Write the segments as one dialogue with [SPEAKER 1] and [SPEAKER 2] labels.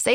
[SPEAKER 1] Say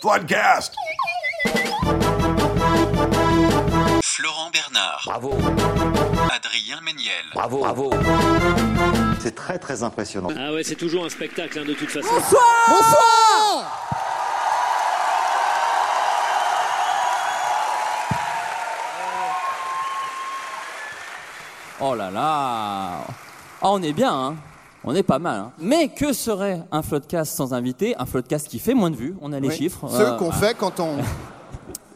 [SPEAKER 2] Podcast
[SPEAKER 3] Florent Bernard,
[SPEAKER 4] Bravo,
[SPEAKER 3] Adrien Méniel,
[SPEAKER 4] bravo, bravo.
[SPEAKER 5] C'est très très impressionnant.
[SPEAKER 6] Ah ouais, c'est toujours un spectacle hein, de toute façon.
[SPEAKER 7] Oh là là Ah, on est bien, hein On est pas mal. hein. Mais que serait un floodcast sans invité Un floodcast qui fait moins de vues, on a les
[SPEAKER 8] Oui.
[SPEAKER 7] chiffres.
[SPEAKER 8] Ceux
[SPEAKER 7] euh,
[SPEAKER 8] qu'on
[SPEAKER 7] voilà.
[SPEAKER 8] fait quand on.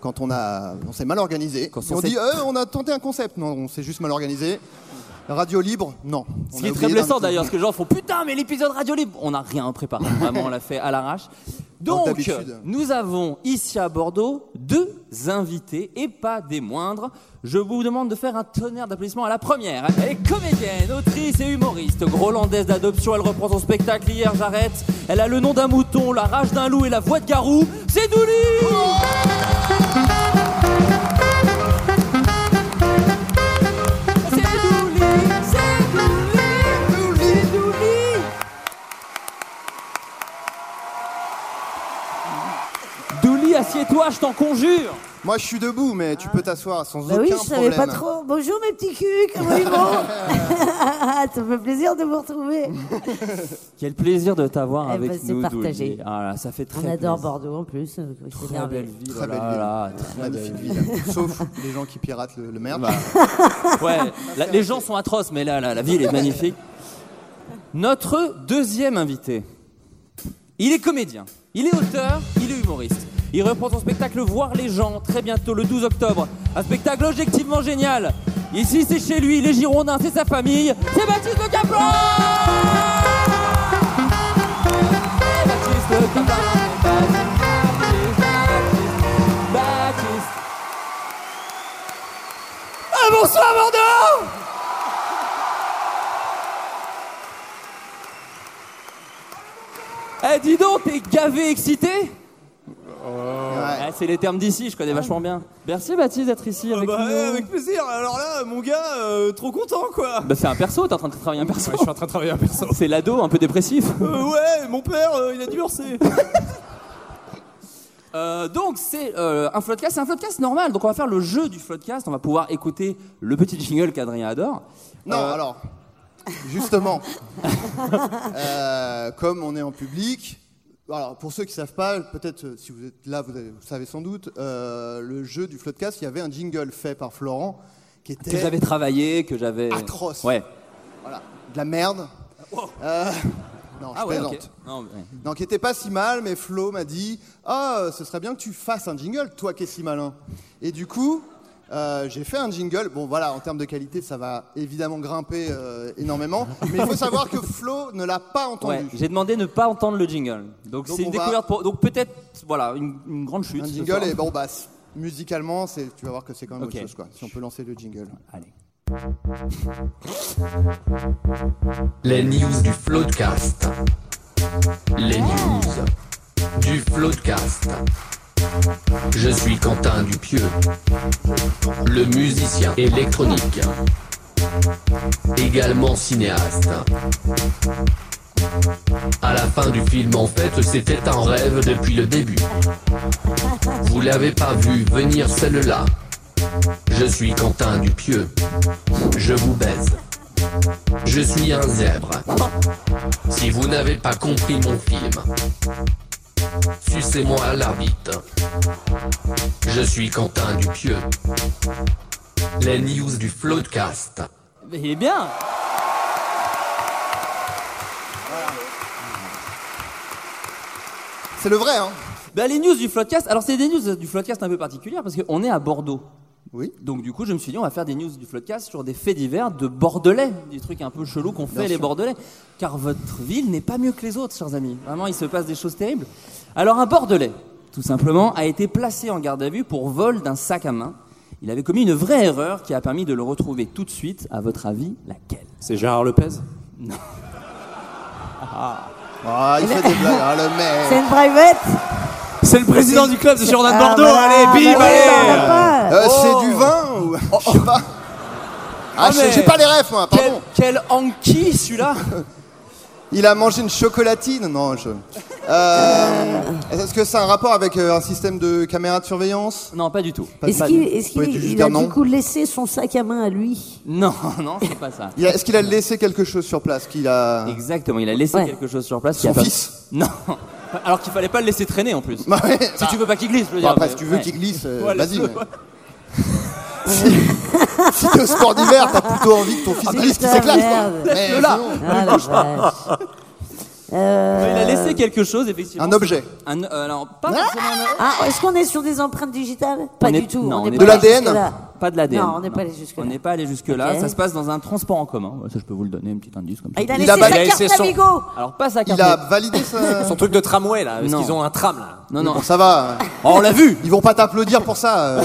[SPEAKER 8] Quand on, a, on s'est mal organisé,
[SPEAKER 7] Quand on
[SPEAKER 8] on
[SPEAKER 7] s'est-
[SPEAKER 8] dit euh, on a tenté un concept, non, on s'est juste mal organisé. Radio libre, non. On
[SPEAKER 7] Ce
[SPEAKER 8] a
[SPEAKER 7] qui est très
[SPEAKER 8] oublié d'un
[SPEAKER 7] blessant
[SPEAKER 8] petit-
[SPEAKER 7] d'ailleurs, parce que les gens font putain, mais l'épisode radio libre On n'a rien préparé, vraiment, on l'a fait à l'arrache.
[SPEAKER 8] Comme
[SPEAKER 7] Donc,
[SPEAKER 8] d'habitude.
[SPEAKER 7] nous avons ici à Bordeaux deux invités, et pas des moindres. Je vous demande de faire un tonnerre d'applaudissements à la première. Elle est comédienne, autrice et humoriste, grolandaise d'adoption, elle reprend son spectacle hier, j'arrête. Elle a le nom d'un mouton, la rage d'un loup et la voix de garou. C'est Douli
[SPEAKER 8] Oh
[SPEAKER 7] C'est Douli C'est Douli Douli, Douli Douli, assieds-toi, je t'en conjure
[SPEAKER 8] Moi je suis debout, mais tu peux t'asseoir sans
[SPEAKER 9] Bah
[SPEAKER 8] aucun
[SPEAKER 9] oui, je savais pas
[SPEAKER 8] problème.
[SPEAKER 9] trop. Bonjour mes petits culs, comment ils vont Ça me fait plaisir de vous retrouver.
[SPEAKER 7] Quel plaisir de t'avoir
[SPEAKER 9] Eh
[SPEAKER 7] avec
[SPEAKER 9] ben, c'est
[SPEAKER 7] nous,
[SPEAKER 9] partagé.
[SPEAKER 7] Douli. Ah là, ça fait très
[SPEAKER 9] On adore
[SPEAKER 7] plaisir.
[SPEAKER 9] Bordeaux en plus. euh, c'est
[SPEAKER 7] Très
[SPEAKER 9] merveilleux.
[SPEAKER 7] belle ville,
[SPEAKER 8] Très
[SPEAKER 7] oh là
[SPEAKER 8] belle
[SPEAKER 7] là,
[SPEAKER 8] ville.
[SPEAKER 7] très
[SPEAKER 8] Magnifique
[SPEAKER 7] belle
[SPEAKER 8] ville. Ah, bah, Sauf les gens qui piratent le, le merde.
[SPEAKER 7] Bah. Ouais, la- les gens sont atroces, mais là, là, la ville est magnifique. Notre deuxième invité, il est comédien, il est auteur, il est humoriste. Il reprend son spectacle Voir les gens très bientôt le 12 octobre. Un spectacle objectivement génial. Ici, c'est chez lui, les Girondins, c'est sa famille. C'est Baptiste Le Caplan C'est Baptiste Le Caplan, c'est Baptiste, Baptiste, Baptiste. Ah, bonsoir Bordeaux Eh dis donc, t'es gavé excité
[SPEAKER 8] Ouais.
[SPEAKER 7] Ah, C'est les termes d'ici, je connais vachement bien. Merci Baptiste d'être ici avec nous.
[SPEAKER 6] Ah bah, plaisir, alors là, mon gars, euh, trop content quoi
[SPEAKER 7] Bah, c'est un perso, t'es en train de travailler un perso.
[SPEAKER 6] Je suis en train de travailler un perso. Euh,
[SPEAKER 7] C'est l'ado un peu dépressif.
[SPEAKER 6] ouais, mon père, il a divorcé
[SPEAKER 7] Euh, donc c'est euh, un floodcast, c'est un floodcast normal. Donc on va faire le jeu du floodcast, on va pouvoir écouter le petit jingle qu'Adrien adore.
[SPEAKER 8] Non,
[SPEAKER 7] Euh.
[SPEAKER 8] alors, justement, euh, comme on est en public, alors pour ceux qui savent pas, peut-être euh, si vous êtes là, vous, avez- vous savez sans doute, euh, le jeu du Floodcast, il y avait un jingle fait par Florent qui
[SPEAKER 7] Que
[SPEAKER 8] était
[SPEAKER 7] j'avais travaillé, que j'avais.
[SPEAKER 8] Atroce.
[SPEAKER 7] Ouais.
[SPEAKER 8] voilà, de la merde. Euh, non, je
[SPEAKER 6] Ah
[SPEAKER 8] plaisante.
[SPEAKER 7] ok. Non, Ah ouais.
[SPEAKER 8] Non, qui était pas si mal, mais Flo m'a dit Ah, ce serait bien que tu fasses un jingle, toi qui es si malin. Et du coup, euh, j'ai fait un jingle. Bon, voilà, en termes de qualité, ça va évidemment grimper euh, énormément. Mais il faut savoir que Flo ne l'a pas
[SPEAKER 7] Ouais,
[SPEAKER 8] entendu.
[SPEAKER 7] j'ai demandé ne pas entendre le jingle. Donc
[SPEAKER 8] Donc
[SPEAKER 7] c'est une
[SPEAKER 8] on va-
[SPEAKER 7] découverte pour. Donc peut-être, voilà, une, une grande chute.
[SPEAKER 8] un
[SPEAKER 7] ce
[SPEAKER 8] jingle,
[SPEAKER 7] soir.
[SPEAKER 8] et bon, bah, c- musicalement, c'est- tu vas voir que c'est quand même
[SPEAKER 7] Ok.
[SPEAKER 8] autre chose, quoi. Si on peut lancer le jingle.
[SPEAKER 7] Allez.
[SPEAKER 4] Les news du floodcast. Les news du Floodcast. Je suis Quentin Dupieux, le musicien électronique, également cinéaste. À la fin du film, en fait, c'était un rêve depuis le début. Vous l'avez pas vu venir celle-là. Je suis Quentin Dupieux. Je vous baise. Je suis un zèbre. Si vous n'avez pas compris mon film, sucez-moi à l'arbitre. Je suis Quentin Dupieux. Les news du Floodcast.
[SPEAKER 7] Mais il est bien
[SPEAKER 2] C'est le vrai, hein
[SPEAKER 7] Bah, les news du Floodcast, alors c'est des news du Floodcast un peu particulières parce qu'on est à Bordeaux.
[SPEAKER 2] Oui.
[SPEAKER 7] Donc du coup, je me suis dit, on va faire des news du Floodcast sur des faits divers de Bordelais, des trucs un peu chelous qu'on fait
[SPEAKER 2] Bien
[SPEAKER 7] les
[SPEAKER 2] sûr.
[SPEAKER 7] Bordelais, car votre ville n'est pas mieux que les autres, chers amis. Vraiment, il se passe des choses terribles. Alors un Bordelais, tout simplement, a été placé en garde à vue pour vol d'un sac à main. Il avait commis une vraie erreur qui a permis de le retrouver tout de suite. À votre avis, laquelle
[SPEAKER 6] C'est Gérard Lepez
[SPEAKER 2] Ah, il fait des blagues,
[SPEAKER 8] hein,
[SPEAKER 2] ah, le mec.
[SPEAKER 8] C'est une private
[SPEAKER 6] C'est le président du club de Girondin de
[SPEAKER 8] Ah,
[SPEAKER 6] Bordeaux,
[SPEAKER 8] voilà,
[SPEAKER 6] allez, bim,
[SPEAKER 8] bah oui, on l'a
[SPEAKER 6] allez
[SPEAKER 2] Euh,
[SPEAKER 8] pas.
[SPEAKER 7] Oh.
[SPEAKER 2] C'est du vin ou... Je sais pas. Ah, je-
[SPEAKER 7] mais-
[SPEAKER 2] j'ai pas les refs, moi,
[SPEAKER 7] Quel,
[SPEAKER 2] pardon.
[SPEAKER 7] quel hanky, celui-là
[SPEAKER 2] Il a mangé une chocolatine Non, je... Euh, Est-ce que c'est un rapport avec euh, un système de caméra de surveillance
[SPEAKER 7] Non, pas du tout.
[SPEAKER 2] Pas-
[SPEAKER 8] Est-ce
[SPEAKER 2] pas-
[SPEAKER 8] qu'il est-ce qu'il-
[SPEAKER 2] peut-être juste
[SPEAKER 8] il
[SPEAKER 2] dire
[SPEAKER 8] a
[SPEAKER 2] non.
[SPEAKER 8] du coup laissé son sac à main à lui
[SPEAKER 7] Non, non, c'est pas ça.
[SPEAKER 2] Il a- Est-ce qu'il a laissé quelque chose sur place qu'il a...
[SPEAKER 7] Exactement, il a laissé
[SPEAKER 8] Ah. Ouais.
[SPEAKER 7] quelque chose sur place. qui
[SPEAKER 2] Son
[SPEAKER 7] a pas-
[SPEAKER 2] fils
[SPEAKER 7] Non, alors qu'il fallait pas le laisser traîner en plus.
[SPEAKER 2] Bah ouais,
[SPEAKER 7] Si tu veux pas qu'il glisse, je veux
[SPEAKER 2] Bon,
[SPEAKER 8] bah,
[SPEAKER 7] dire.
[SPEAKER 2] après,
[SPEAKER 7] mais-
[SPEAKER 2] si tu veux
[SPEAKER 7] ouais.
[SPEAKER 2] qu'il glisse, euh,
[SPEAKER 7] Ouais,
[SPEAKER 2] vas-y.
[SPEAKER 7] laisse-le.
[SPEAKER 2] mais- Si t'es au sport d'hiver, t'as plutôt envie que ton fils glisse qui
[SPEAKER 8] putain,
[SPEAKER 2] s'éclate.
[SPEAKER 8] merde.
[SPEAKER 2] quoi. Mais
[SPEAKER 7] là.
[SPEAKER 2] sinon,
[SPEAKER 8] Ah la vache.
[SPEAKER 7] Il
[SPEAKER 8] Euh,
[SPEAKER 7] a laissé quelque chose, effectivement.
[SPEAKER 2] Un objet.
[SPEAKER 7] Un- euh, alors, pas forcément un objet.
[SPEAKER 8] Ah, est-ce qu'on est sur des empreintes digitales Pas
[SPEAKER 7] On est-
[SPEAKER 8] du tout.
[SPEAKER 7] non,
[SPEAKER 8] on
[SPEAKER 7] on
[SPEAKER 8] n'est
[SPEAKER 7] est
[SPEAKER 8] pas
[SPEAKER 2] pas- De l'ADN?
[SPEAKER 8] jusque-là.
[SPEAKER 7] Pas de l'ADN.
[SPEAKER 8] Non, on n'est pas allé jusque-là.
[SPEAKER 7] On n'est pas allé jusque-là.
[SPEAKER 8] Ok.
[SPEAKER 7] Ça se passe dans un transport en commun. Ouais, Ça, je peux vous le donner, une petite indice comme ça.
[SPEAKER 8] Ah, il a
[SPEAKER 2] Il
[SPEAKER 8] laissé
[SPEAKER 2] a-
[SPEAKER 8] sa
[SPEAKER 2] il a
[SPEAKER 8] carte
[SPEAKER 6] laissé son-
[SPEAKER 8] Navigo
[SPEAKER 7] Alors, pas sa carte.
[SPEAKER 2] Il a validé ça.
[SPEAKER 6] Son truc de tramway, là, parce
[SPEAKER 7] Non.
[SPEAKER 6] qu'ils ont un tram, là.
[SPEAKER 7] Non, non.
[SPEAKER 2] Bon, ça va.
[SPEAKER 7] Oh, on l'a vu
[SPEAKER 2] Ils vont pas t'applaudir pour ça. euh.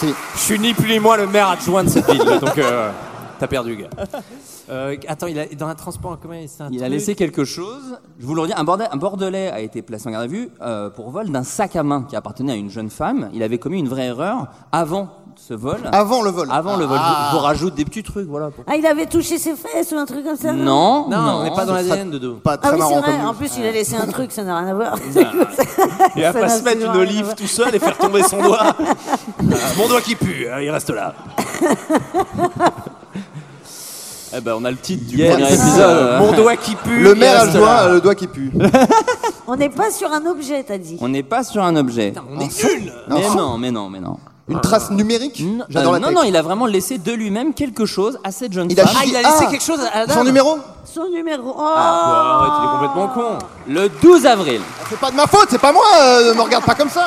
[SPEAKER 2] Si.
[SPEAKER 6] Je suis ni plus ni moins le maire adjoint de cette ville, donc euh, t'as perdu, gars. Euh, attends, il a, dans un transport en commun, c'est un
[SPEAKER 7] Il a
[SPEAKER 6] truc.
[SPEAKER 7] laissé quelque chose. Je vous le redis, un, Bordelais- un Bordelais a été placé en garde à vue euh, pour vol d'un sac à main qui appartenait à une jeune femme. Il avait commis une vraie erreur avant ce vol.
[SPEAKER 2] Avant le vol.
[SPEAKER 7] Avant le vol.
[SPEAKER 2] Ah.
[SPEAKER 7] Je vous rajoute des petits trucs, voilà. pour-
[SPEAKER 8] Ah, il avait touché ses fesses ou un truc comme ça
[SPEAKER 7] Non,
[SPEAKER 6] Non, on n'est pas dans
[SPEAKER 2] Ce
[SPEAKER 6] l'ADN,
[SPEAKER 2] sera
[SPEAKER 6] Dodo.
[SPEAKER 2] Pas
[SPEAKER 8] Ah
[SPEAKER 2] très
[SPEAKER 8] oui, c'est
[SPEAKER 2] marrant
[SPEAKER 8] vrai.
[SPEAKER 2] comme
[SPEAKER 8] En
[SPEAKER 2] news.
[SPEAKER 8] plus, il a laissé un truc, ça n'a rien à voir.
[SPEAKER 6] Il va
[SPEAKER 8] Ça
[SPEAKER 6] pas
[SPEAKER 8] n'a
[SPEAKER 6] se mettre une
[SPEAKER 8] absolument rien à
[SPEAKER 6] olive
[SPEAKER 8] voir.
[SPEAKER 6] tout seul et faire tomber son doigt. Ah, Mon doigt qui pue, hein, il reste là.
[SPEAKER 7] Eh ben, on a le titre du
[SPEAKER 2] Yeah,
[SPEAKER 7] premier
[SPEAKER 2] c'est ça.
[SPEAKER 7] épisode.
[SPEAKER 6] Mon doigt qui pue.
[SPEAKER 2] Le
[SPEAKER 6] il
[SPEAKER 2] maire
[SPEAKER 6] reste
[SPEAKER 2] adjoint
[SPEAKER 6] là.
[SPEAKER 2] a le doigt qui pue.
[SPEAKER 7] Ah.
[SPEAKER 8] On n'est pas sur un objet, t'as dit.
[SPEAKER 7] On n'est pas sur un objet.
[SPEAKER 6] On est nul.
[SPEAKER 7] Mais
[SPEAKER 2] Non.
[SPEAKER 7] non, mais non, mais non.
[SPEAKER 2] Une trace numérique
[SPEAKER 7] Non,
[SPEAKER 2] J'adore
[SPEAKER 7] euh,
[SPEAKER 2] la
[SPEAKER 7] non,
[SPEAKER 2] tech.
[SPEAKER 7] non, il a vraiment laissé de lui-même quelque chose à cette jeune
[SPEAKER 2] Il a
[SPEAKER 7] femme.
[SPEAKER 6] Ah, il a laissé
[SPEAKER 2] Ah.
[SPEAKER 6] quelque chose à la dame.
[SPEAKER 2] Son numéro
[SPEAKER 8] Son numéro. Oh
[SPEAKER 6] Ah, bah, arrête, il est complètement con.
[SPEAKER 7] Ah. Le 12 avril.
[SPEAKER 2] C'est pas de ma faute, c'est pas moi, euh, ne me regarde pas comme ça.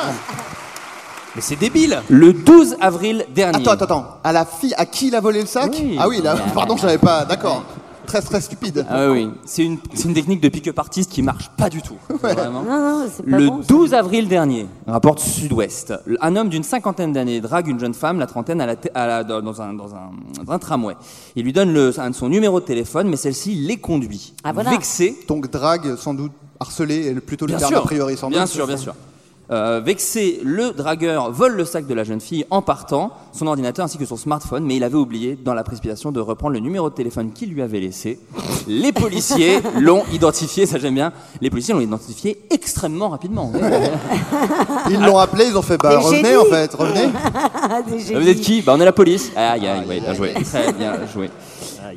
[SPEAKER 6] Mais c'est débile.
[SPEAKER 7] Le 12 avril dernier.
[SPEAKER 2] Attends, attends, attends. À la fille à qui il a volé le sac
[SPEAKER 7] Oui.
[SPEAKER 2] Ah oui, là, pardon, j'avais pas. D'accord. Très, très stupide.
[SPEAKER 7] Ah oui, oui. c'est une, c'est une technique de pick-up artiste qui marche pas du tout. Vraiment.
[SPEAKER 8] Non, non, c'est pas
[SPEAKER 7] Le
[SPEAKER 8] bon. ça.
[SPEAKER 7] 12 avril dernier, rapporte Sud-Ouest, un homme d'une cinquantaine d'années drague une jeune femme, la trentaine, à la t- à la- dans, un, dans un- dans un tramway. Il lui donne le, son numéro de téléphone, mais celle-ci l'éconduit.
[SPEAKER 8] Ah, voilà.
[SPEAKER 7] Vexé,
[SPEAKER 2] Donc, drague, sans doute, harcelé, et le- plutôt le
[SPEAKER 7] Bien
[SPEAKER 2] terme
[SPEAKER 7] sûr,
[SPEAKER 2] a priori, sans
[SPEAKER 7] bien
[SPEAKER 2] doute.
[SPEAKER 7] sûr, bien sûr. Euh, vexé, le dragueur vole le sac de la jeune fille en partant, son ordinateur ainsi que son smartphone, mais il avait oublié, dans la précipitation, de reprendre le numéro de téléphone qu'il lui avait laissé. Les policiers l'ont identifié, ça j'aime bien, les policiers l'ont identifié extrêmement rapidement. Ouais, ouais.
[SPEAKER 2] Ils l'ont appelé, ils ont fait bah,
[SPEAKER 8] Des
[SPEAKER 2] revenez
[SPEAKER 8] génies.
[SPEAKER 2] en fait, revenez.
[SPEAKER 8] Ah, des génies.
[SPEAKER 7] Vous êtes qui bah, On est la police. Aïe, aïe, ouais, bien joué. Très bien joué.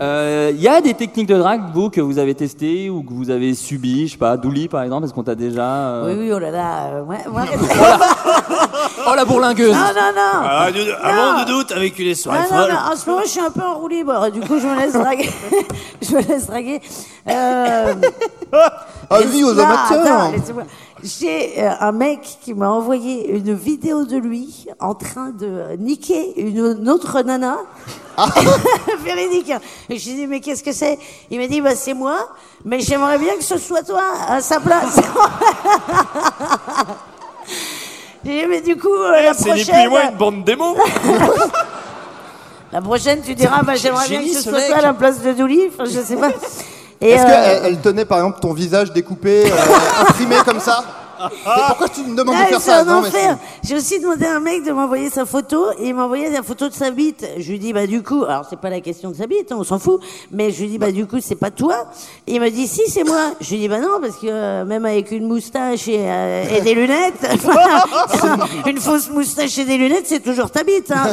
[SPEAKER 7] Euh, Il y a des techniques de drague, vous, que vous avez testées ou que vous avez subies, je sais pas, Douli par exemple, parce qu'on t'a déjà... euh,
[SPEAKER 8] Oui, oui, oh là là. euh, ouais, ouais.
[SPEAKER 7] Oh la bourlingueuse
[SPEAKER 8] non, non, non.
[SPEAKER 6] Ah, Dodo- Avant de doute, avec une soirée
[SPEAKER 8] Ah, non,
[SPEAKER 6] folle.
[SPEAKER 8] non, en ce moment, je suis un peu en roue libre. Du coup, je me laisse draguer. je me laisse draguer. Euh,
[SPEAKER 2] Avis Ah, aux
[SPEAKER 8] non,
[SPEAKER 2] amateurs.
[SPEAKER 8] attends, laissez-moi. J'ai euh, un mec qui m'a envoyé une vidéo de lui en train de niquer une, une autre nana.
[SPEAKER 2] Ah.
[SPEAKER 8] Véridique. Et je lui ai dit, mais qu'est-ce que c'est Il m'a dit, bah, c'est moi, mais j'aimerais bien que ce soit toi à sa place. J'ai dit, mais du coup, euh, la
[SPEAKER 6] C'est ni
[SPEAKER 8] prochaine.
[SPEAKER 6] plus ni moins une bande démo.
[SPEAKER 8] La prochaine, tu diras, bah, j'aimerais bien
[SPEAKER 6] Génie,
[SPEAKER 8] que ce
[SPEAKER 6] ce
[SPEAKER 8] soit
[SPEAKER 6] mec.
[SPEAKER 8] toi à la place de Douli. Enfin, je sais pas. Et,
[SPEAKER 2] Est-ce
[SPEAKER 8] euh,
[SPEAKER 2] qu'elle elle tenait par exemple ton visage découpé, euh, imprimé comme ça Mais pourquoi tu me demandes
[SPEAKER 8] Ah,
[SPEAKER 2] de faire
[SPEAKER 8] c'est
[SPEAKER 2] ça
[SPEAKER 8] un
[SPEAKER 2] Non, mais
[SPEAKER 8] enfer. J'ai aussi demandé à un mec de m'envoyer sa photo et il m'a envoyé la photo de sa bite. Je lui dis bah du coup, alors c'est pas la question de sa bite, hein, on s'en fout, mais je lui dis bah du coup c'est pas toi. il m'a dit si c'est moi. Je lui dis bah non parce que euh, même avec une moustache et, euh, et des lunettes, une fausse moustache et des lunettes c'est toujours ta bite. hein.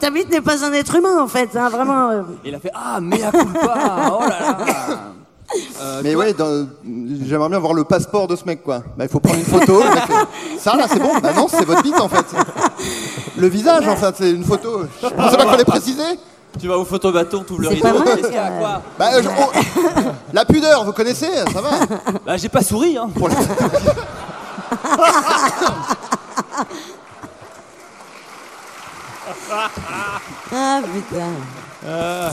[SPEAKER 8] ta bite n'est pas un être humain en fait, hein, vraiment. euh.
[SPEAKER 6] Il a fait Ah, mea culpa Oh là là
[SPEAKER 2] Euh, mais ouais, dans- j'aimerais bien voir le passeport de ce mec quoi. Bah, il faut prendre une photo. le mec fait, ça là, c'est bon. Bah non, c'est votre bite en fait. Le visage en fait, c'est une photo. Je pensais pas qu'on les préciser.
[SPEAKER 7] Tu vas au photobâton, t'ouvres le
[SPEAKER 2] C'est
[SPEAKER 7] rideau.
[SPEAKER 2] pas mal,
[SPEAKER 7] Qu'est-ce qu'il y a
[SPEAKER 2] ça.
[SPEAKER 7] quoi
[SPEAKER 2] Bah, euh, je- oh, la pudeur, vous connaissez, ça va.
[SPEAKER 6] Bah j'ai pas souri hein.
[SPEAKER 2] Pour les-
[SPEAKER 8] Ah putain.
[SPEAKER 6] Euh,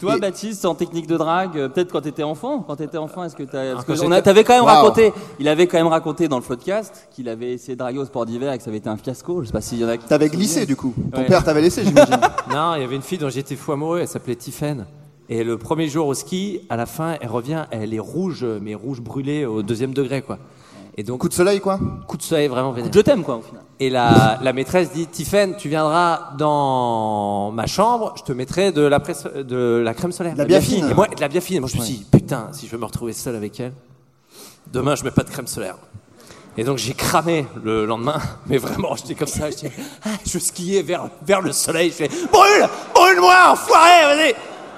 [SPEAKER 6] toi, Baptiste, en technique de drague, euh, peut-être quand t'étais enfant, quand t'étais enfant, est-ce que t'as, parce
[SPEAKER 7] quand
[SPEAKER 6] que
[SPEAKER 7] j'étais-
[SPEAKER 6] on a- t'avais quand même
[SPEAKER 7] Wow.
[SPEAKER 6] raconté, il avait quand même raconté dans le podcast qu'il avait essayé de draguer au sport d'hiver et que ça avait été un fiasco. Je sais pas s'il y en a. qui-
[SPEAKER 2] T'avais glissé du coup. Ton
[SPEAKER 7] Ouais.
[SPEAKER 2] père t'avait laissé, j'imagine.
[SPEAKER 7] Non, il y avait une fille dont j'étais fou amoureux, elle s'appelait Tiffen. Et le premier jour au ski, à la fin, elle revient, elle est rouge, mais rouge brûlée au deuxième degré, quoi. Et donc,
[SPEAKER 2] Coup de soleil quoi.
[SPEAKER 7] coup de soleil vraiment vénère.
[SPEAKER 6] Je t'aime quoi au final.
[SPEAKER 7] Et la, la maîtresse dit Tiffen, tu viendras dans ma chambre, je te mettrai de la, presse, de la crème solaire.
[SPEAKER 2] De la biafine.
[SPEAKER 7] Et moi, de la biafine. Et moi, je me suis dit Putain, si je veux me retrouver seul avec elle, demain, je mets pas de crème solaire. Et donc, j'ai cramé le lendemain, mais vraiment, j'étais comme ça, j'étais, Ah, je skiais vers, vers le soleil, je fais Brûle Brûle-moi, enfoiré, vas-y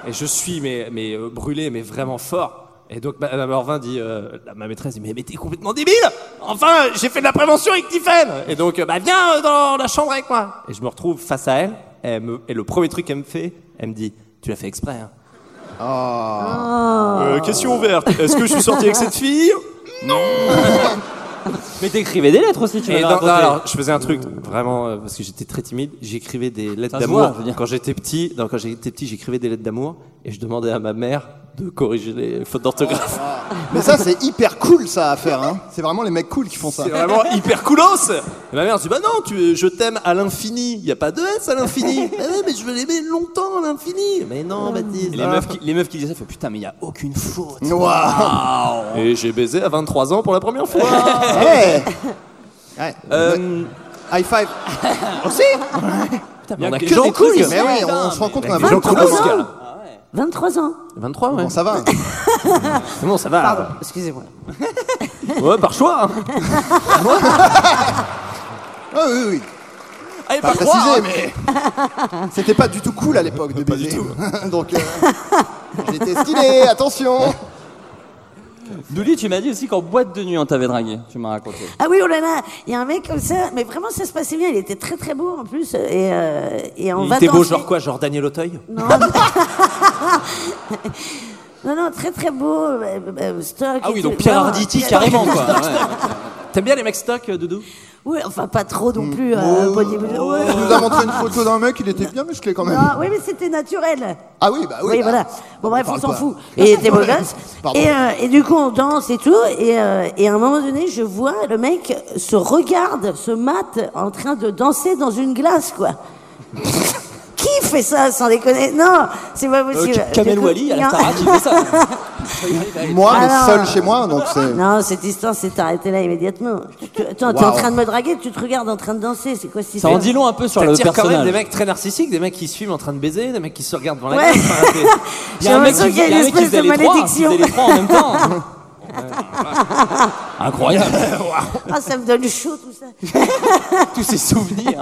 [SPEAKER 7] et je suis mais, mais euh, brûlé, mais vraiment fort. Et donc Madame Orvin dit, euh, la- ma maîtresse dit, mais, mais t'es complètement débile Enfin, j'ai fait de la prévention avec Tiffen Et donc, euh, bah viens euh, dans la chambre avec moi Et je me retrouve face à elle, et, elle me- et le premier truc qu'elle me fait, elle me dit, tu l'as fait exprès. hein. Euh,
[SPEAKER 8] Oh.
[SPEAKER 7] question ouverte, est-ce que je suis sorti avec cette fille
[SPEAKER 6] Mais t'écrivais des lettres aussi, tu
[SPEAKER 7] Et
[SPEAKER 6] m'avais
[SPEAKER 7] non,
[SPEAKER 6] raconté.
[SPEAKER 7] non, alors, je faisais un truc vraiment euh, parce que j'étais très timide. J'écrivais des lettres
[SPEAKER 6] Ça se voit,
[SPEAKER 7] d'amour.
[SPEAKER 6] je veux dire.
[SPEAKER 7] Quand j'étais petit, non, quand j'étais petit, j'écrivais des lettres d'amour et je demandais à ma mère de corriger les fautes d'orthographe.
[SPEAKER 6] Ah.
[SPEAKER 2] Mais ça, c'est hyper cool ça à faire. Hein. C'est vraiment les mecs cool qui font ça.
[SPEAKER 7] C'est vraiment hyper coolos. Et ma mère dit bah non, tu, je t'aime à l'infini. Il y a pas de S à l'infini. Ah ouais, mais je veux l'aimer longtemps à l'infini. Mais
[SPEAKER 6] Ah.
[SPEAKER 7] non, Baptiste.
[SPEAKER 6] Et les, meufs qui, les meufs qui disaient ça, fait putain, mais il y a aucune faute.
[SPEAKER 2] Waouh.
[SPEAKER 7] Et j'ai baisé à 23 ans pour la première fois.
[SPEAKER 2] Ouais. Ouais.
[SPEAKER 6] Euh,
[SPEAKER 2] High five. Aussi.
[SPEAKER 7] Putain,
[SPEAKER 6] y a
[SPEAKER 7] mais on a
[SPEAKER 6] que
[SPEAKER 7] que
[SPEAKER 6] des
[SPEAKER 7] des
[SPEAKER 6] cool,
[SPEAKER 7] trucs. hein.
[SPEAKER 6] ici.
[SPEAKER 2] Mais oui, on,
[SPEAKER 6] Putain,
[SPEAKER 2] on se rend compte
[SPEAKER 7] mais-
[SPEAKER 2] qu'on a
[SPEAKER 7] Ah, mais
[SPEAKER 2] beaucoup
[SPEAKER 7] Jean
[SPEAKER 2] de
[SPEAKER 7] Croulos,
[SPEAKER 2] talent.
[SPEAKER 7] gars.
[SPEAKER 8] 23 ans.
[SPEAKER 7] 23, ouais.
[SPEAKER 2] Bon, ça va.
[SPEAKER 7] C'est bon, ça va.
[SPEAKER 8] Pardon, excusez-moi.
[SPEAKER 7] Ouais, par choix. hein.
[SPEAKER 2] Ah oui, oui.
[SPEAKER 8] Ah,
[SPEAKER 7] Allez,
[SPEAKER 2] Pas
[SPEAKER 7] par choix.
[SPEAKER 2] précisé,
[SPEAKER 7] hein.
[SPEAKER 2] mais c'était pas du tout cool à l'époque de baiser. Donc euh, j'étais stylé, attention.
[SPEAKER 6] Douli, tu m'as dit aussi qu'en boîte de nuit, on t'avait dragué. Tu m'as raconté.
[SPEAKER 8] Ah oui, oh là là, il y a un mec comme ça, mais vraiment ça se passait bien, il était très très beau en plus, et, euh, et on
[SPEAKER 7] Il
[SPEAKER 8] va
[SPEAKER 7] était beau,
[SPEAKER 8] danser.
[SPEAKER 7] genre quoi Genre Daniel Auteuil
[SPEAKER 8] Non, non, non, très très beau, euh, euh, stock.
[SPEAKER 7] Ah
[SPEAKER 8] et
[SPEAKER 7] oui,
[SPEAKER 8] tout.
[SPEAKER 7] donc Pierre
[SPEAKER 8] Vraiment,
[SPEAKER 7] Arditi,
[SPEAKER 8] Pierre-
[SPEAKER 7] carrément, quoi. T'aimes bien les mecs stock, euh, Doudou
[SPEAKER 8] Oui, enfin pas trop non plus, euh, bodybuilder, ouais.
[SPEAKER 2] Tu Mm. Oh. nous a montré une photo d'un mec, il était bien musclé quand même.
[SPEAKER 8] Non, oui, mais c'était naturel.
[SPEAKER 2] Ah oui, bah oui.
[SPEAKER 8] Oui,
[SPEAKER 2] bah,
[SPEAKER 8] voilà. Bon, bref, on
[SPEAKER 2] parle
[SPEAKER 8] s'en
[SPEAKER 2] pas.
[SPEAKER 8] fout. Et il était beau gosse.
[SPEAKER 2] Pardon.
[SPEAKER 8] Et, euh, et du coup, on danse et tout. Et, euh, et à un moment donné, je vois le mec se regarde, se mate en train de danser dans une glace, quoi. Qui fait ça sans déconner Non, c'est pas possible.
[SPEAKER 6] Euh, Kamel
[SPEAKER 8] Du coup,
[SPEAKER 6] Wally, à
[SPEAKER 8] il y
[SPEAKER 6] la
[SPEAKER 8] a-
[SPEAKER 6] Starac, il fait ça. hein.
[SPEAKER 2] Moi, mais
[SPEAKER 8] Alors-
[SPEAKER 2] seul chez moi, donc
[SPEAKER 6] euh.
[SPEAKER 2] c'est.
[SPEAKER 8] Non, cette histoire s'est arrêtée là immédiatement. Tu- tu- Attends, t'es en
[SPEAKER 2] Wow.
[SPEAKER 8] train de me draguer, tu te regardes en train de danser. C'est quoi cette
[SPEAKER 6] Ça
[SPEAKER 8] histoire
[SPEAKER 6] en dit long un peu sur le
[SPEAKER 7] T'attires quand même des
[SPEAKER 6] personnage.
[SPEAKER 7] mecs très narcissiques, des mecs qui se filment en train de baiser, des mecs qui se regardent dans la
[SPEAKER 8] Ouais.
[SPEAKER 7] gueule. enfin, c'est-
[SPEAKER 6] Il y a un mec
[SPEAKER 8] J'ai l'impression
[SPEAKER 6] qui
[SPEAKER 8] qu'il y a
[SPEAKER 6] faisait
[SPEAKER 8] une
[SPEAKER 6] les
[SPEAKER 8] espèce de
[SPEAKER 7] hein,
[SPEAKER 6] trois, qui
[SPEAKER 8] malédiction.
[SPEAKER 6] faisait les trois en même temps. Incroyable,
[SPEAKER 8] Ah, ça me donne chaud tout ça.
[SPEAKER 6] tous ces souvenirs.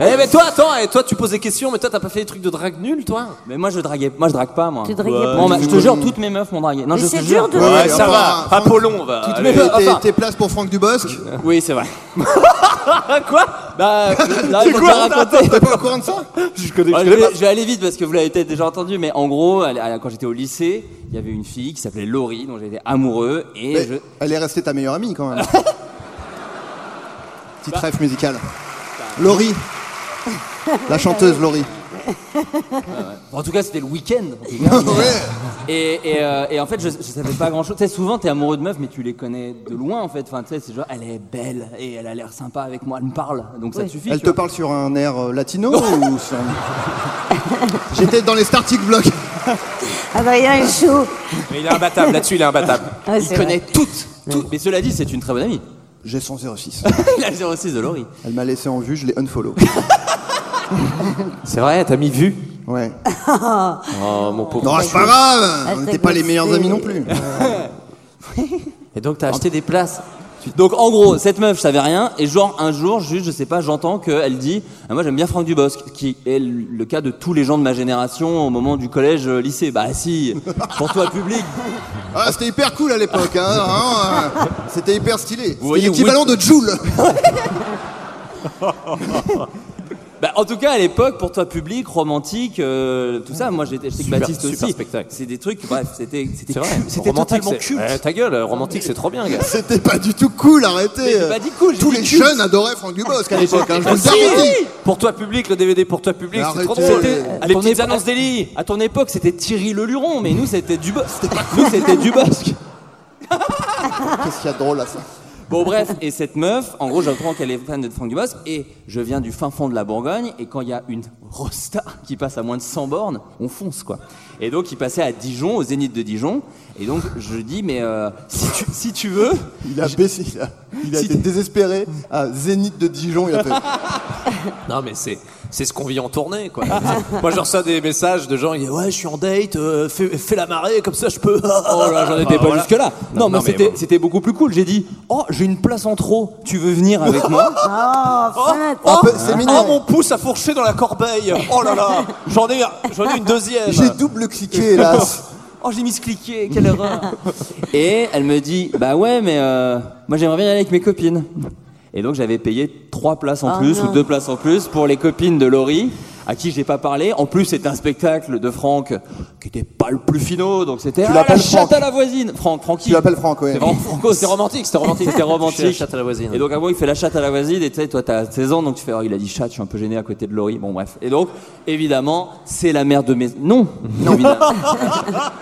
[SPEAKER 7] Eh mais toi, attends, et toi tu poses des questions, mais toi t'as pas fait des trucs de drague nul, toi
[SPEAKER 6] Mais moi je draguais, moi je drague pas moi.
[SPEAKER 8] Tu draguais pas.
[SPEAKER 6] Moi, ma- je te jure, toutes mes meufs m'ont dragué. Non,
[SPEAKER 8] Mais
[SPEAKER 6] je
[SPEAKER 8] c'est
[SPEAKER 6] te jure.
[SPEAKER 8] dur de-
[SPEAKER 2] Ouais,
[SPEAKER 7] ça
[SPEAKER 2] enfin,
[SPEAKER 7] va.
[SPEAKER 2] Franck,
[SPEAKER 7] Apollon va.
[SPEAKER 2] toutes
[SPEAKER 7] allez.
[SPEAKER 2] mes- t'es-
[SPEAKER 7] Enfin,
[SPEAKER 2] T'es place pour Franck Dubosc
[SPEAKER 6] Oui, c'est vrai. Quoi Bah, là, je vais te raconter.
[SPEAKER 2] T'es pas au courant de ça
[SPEAKER 7] je connais,
[SPEAKER 6] Ouais,
[SPEAKER 7] je
[SPEAKER 6] je,
[SPEAKER 7] connais
[SPEAKER 6] vais,
[SPEAKER 7] pas.
[SPEAKER 6] je vais aller vite parce que vous l'avez peut-être déjà entendu, mais en gros, à la- à la- quand j'étais au lycée, il y avait une fille qui s'appelait Laurie, dont j'étais amoureux, et
[SPEAKER 2] Mais
[SPEAKER 6] je.
[SPEAKER 2] Elle est restée ta meilleure amie quand même. Petite rêve musicale. Laurie. La chanteuse Laurie.
[SPEAKER 6] En tout cas, c'était le week-end.
[SPEAKER 2] Ouais.
[SPEAKER 6] Et, et, euh, et en fait, je, je savais pas grand-chose. Tu sais, souvent, t'es amoureux de meufs, mais tu les connais de loin, en fait. Enfin, tu sais, c'est genre, elle est belle et elle a l'air sympa avec moi, elle me parle, donc ça
[SPEAKER 8] Oui.
[SPEAKER 6] suffit.
[SPEAKER 2] Elle
[SPEAKER 6] tu
[SPEAKER 2] te
[SPEAKER 6] vois.
[SPEAKER 2] parle sur un air euh, latino ou sur un- J'étais dans les starting blocks.
[SPEAKER 8] Adrien est chaud.
[SPEAKER 6] Mais il est imbattable, là-dessus il est imbattable.
[SPEAKER 8] Ouais,
[SPEAKER 6] il
[SPEAKER 8] c'est
[SPEAKER 6] connaît
[SPEAKER 8] vrai.
[SPEAKER 6] toutes, toutes. Mais cela dit, c'est une très bonne amie.
[SPEAKER 2] J'ai son 06.
[SPEAKER 6] il a le 06 de Laurie.
[SPEAKER 2] Elle m'a laissé en vue, je l'ai unfollow.
[SPEAKER 6] C'est vrai, t'as mis vue
[SPEAKER 2] Ouais.
[SPEAKER 6] Oh mon pauvre.
[SPEAKER 2] Non, c'est pas grave, on n'était pas les meilleurs amis non plus.
[SPEAKER 6] Et donc t'as acheté des places.
[SPEAKER 7] Donc en gros, cette meuf, je savais rien, et genre un jour, juste, je sais pas, j'entends qu'elle dit Ah, Moi j'aime bien Franck Dubosc, qui est le cas de tous les gens de ma génération au moment du
[SPEAKER 6] euh,
[SPEAKER 7] collège-lycée. Bah si, pour toi public.
[SPEAKER 2] Ah, c'était hyper cool à l'époque, hein, vraiment, euh, C'était hyper stylé. C'était
[SPEAKER 7] voyez,
[SPEAKER 2] l'équivalent
[SPEAKER 7] oui.
[SPEAKER 2] de Joule.
[SPEAKER 7] Bah, en tout cas, à l'époque, pour toi public, romantique, euh, tout ça, moi j'étais j'étais avec
[SPEAKER 6] Super-
[SPEAKER 7] Baptiste
[SPEAKER 6] super
[SPEAKER 7] aussi.
[SPEAKER 6] spectacle.
[SPEAKER 7] C'est des trucs, bref, c'était c'était
[SPEAKER 6] C'est vrai,
[SPEAKER 7] culte, c'était
[SPEAKER 6] romantique,
[SPEAKER 7] totalement
[SPEAKER 6] c'est-
[SPEAKER 7] culte.
[SPEAKER 6] Eh, ta gueule, romantique, c'est trop bien, gars.
[SPEAKER 2] C'était pas du tout cool, arrêtez.
[SPEAKER 6] Mais j'ai pas dit cool, j'ai
[SPEAKER 2] euh, Tous
[SPEAKER 6] dit
[SPEAKER 2] les
[SPEAKER 6] cute.
[SPEAKER 2] jeunes adoraient Franck Dubosc à l'époque, hein, je vous
[SPEAKER 6] Ah,
[SPEAKER 2] le
[SPEAKER 6] si
[SPEAKER 2] garantis.
[SPEAKER 6] Pour toi public, le DVD pour toi public,
[SPEAKER 2] Mais
[SPEAKER 6] c'est trop
[SPEAKER 2] arrêtez. euh,
[SPEAKER 6] drôle.
[SPEAKER 2] C'était-
[SPEAKER 6] Les petites annonces d'Eli.
[SPEAKER 7] À ton époque, c'était Thierry Leluron, mais nous c'était Dubosc. Nous c'était Dubosc.
[SPEAKER 2] Qu'est-ce qu'il y a de drôle à ça
[SPEAKER 7] Bon bref, et cette meuf, en gros, j'apprends qu'elle est fan de Franck Dubosc et je viens du fin fond de la Bourgogne et quand il y a une rosta qui passe à moins de 100 bornes, on fonce quoi. Et donc il passait à Dijon, au Zénith de Dijon, et donc je dis mais euh, si, tu, si tu veux,
[SPEAKER 2] Il a baissé, il a, il a
[SPEAKER 7] Si-
[SPEAKER 2] été désespéré à Zénith de Dijon, il a fait.
[SPEAKER 6] Non, mais c'est. C'est ce qu'on vit en tournée, quoi. Moi, je reçois des messages de gens, ils disent Ouais, je suis en date, euh, fais, fais la marée, comme ça je peux.
[SPEAKER 7] oh là j'en étais pas
[SPEAKER 6] Ah, Voilà.
[SPEAKER 7] jusque là.
[SPEAKER 6] Non,
[SPEAKER 7] Non,
[SPEAKER 6] non,
[SPEAKER 7] mais
[SPEAKER 6] mais
[SPEAKER 7] c'était
[SPEAKER 6] bon.
[SPEAKER 7] c'était beaucoup plus cool. J'ai dit oh j'ai une place en trop, tu veux venir avec moi
[SPEAKER 8] Oh, fin.
[SPEAKER 6] Oh,
[SPEAKER 2] peu- c'est mignon.
[SPEAKER 6] oh, mon pouce a fourché dans la corbeille. Oh là là, j'en ai, j'en ai une deuxième.
[SPEAKER 2] J'ai double-cliqué, hélas.
[SPEAKER 7] Oh, j'ai miscliqué, quelle erreur Et elle me dit, bah ouais, mais euh, moi j'aimerais bien y aller avec mes copines. Et donc j'avais payé trois places en
[SPEAKER 8] Ah
[SPEAKER 7] plus
[SPEAKER 8] non.
[SPEAKER 7] ou deux places en plus pour les copines de Laurie, à qui j'ai pas parlé. En plus, c'était un spectacle de Franck qui était pas le plus finot, donc c'était
[SPEAKER 2] Tu
[SPEAKER 7] ah, la
[SPEAKER 2] l'appelles
[SPEAKER 7] chatte
[SPEAKER 2] Franck.
[SPEAKER 7] à la voisine. Franck, Francky.
[SPEAKER 2] Tu l'appelles Franck, ouais.
[SPEAKER 7] C'est vraiment Franco, c'est romantique, c'était romantique, c'était
[SPEAKER 6] Je suis la
[SPEAKER 7] romantique.
[SPEAKER 6] chatte à la voisine.
[SPEAKER 7] Et donc à moi, il fait la chatte à la voisine, et tu sais, toi t'as 16 ans, donc tu fais, oh, il a dit chatte, je suis un peu gêné à côté de Laurie. Bon bref. Et donc, évidemment, c'est la mère de mes... Non, non.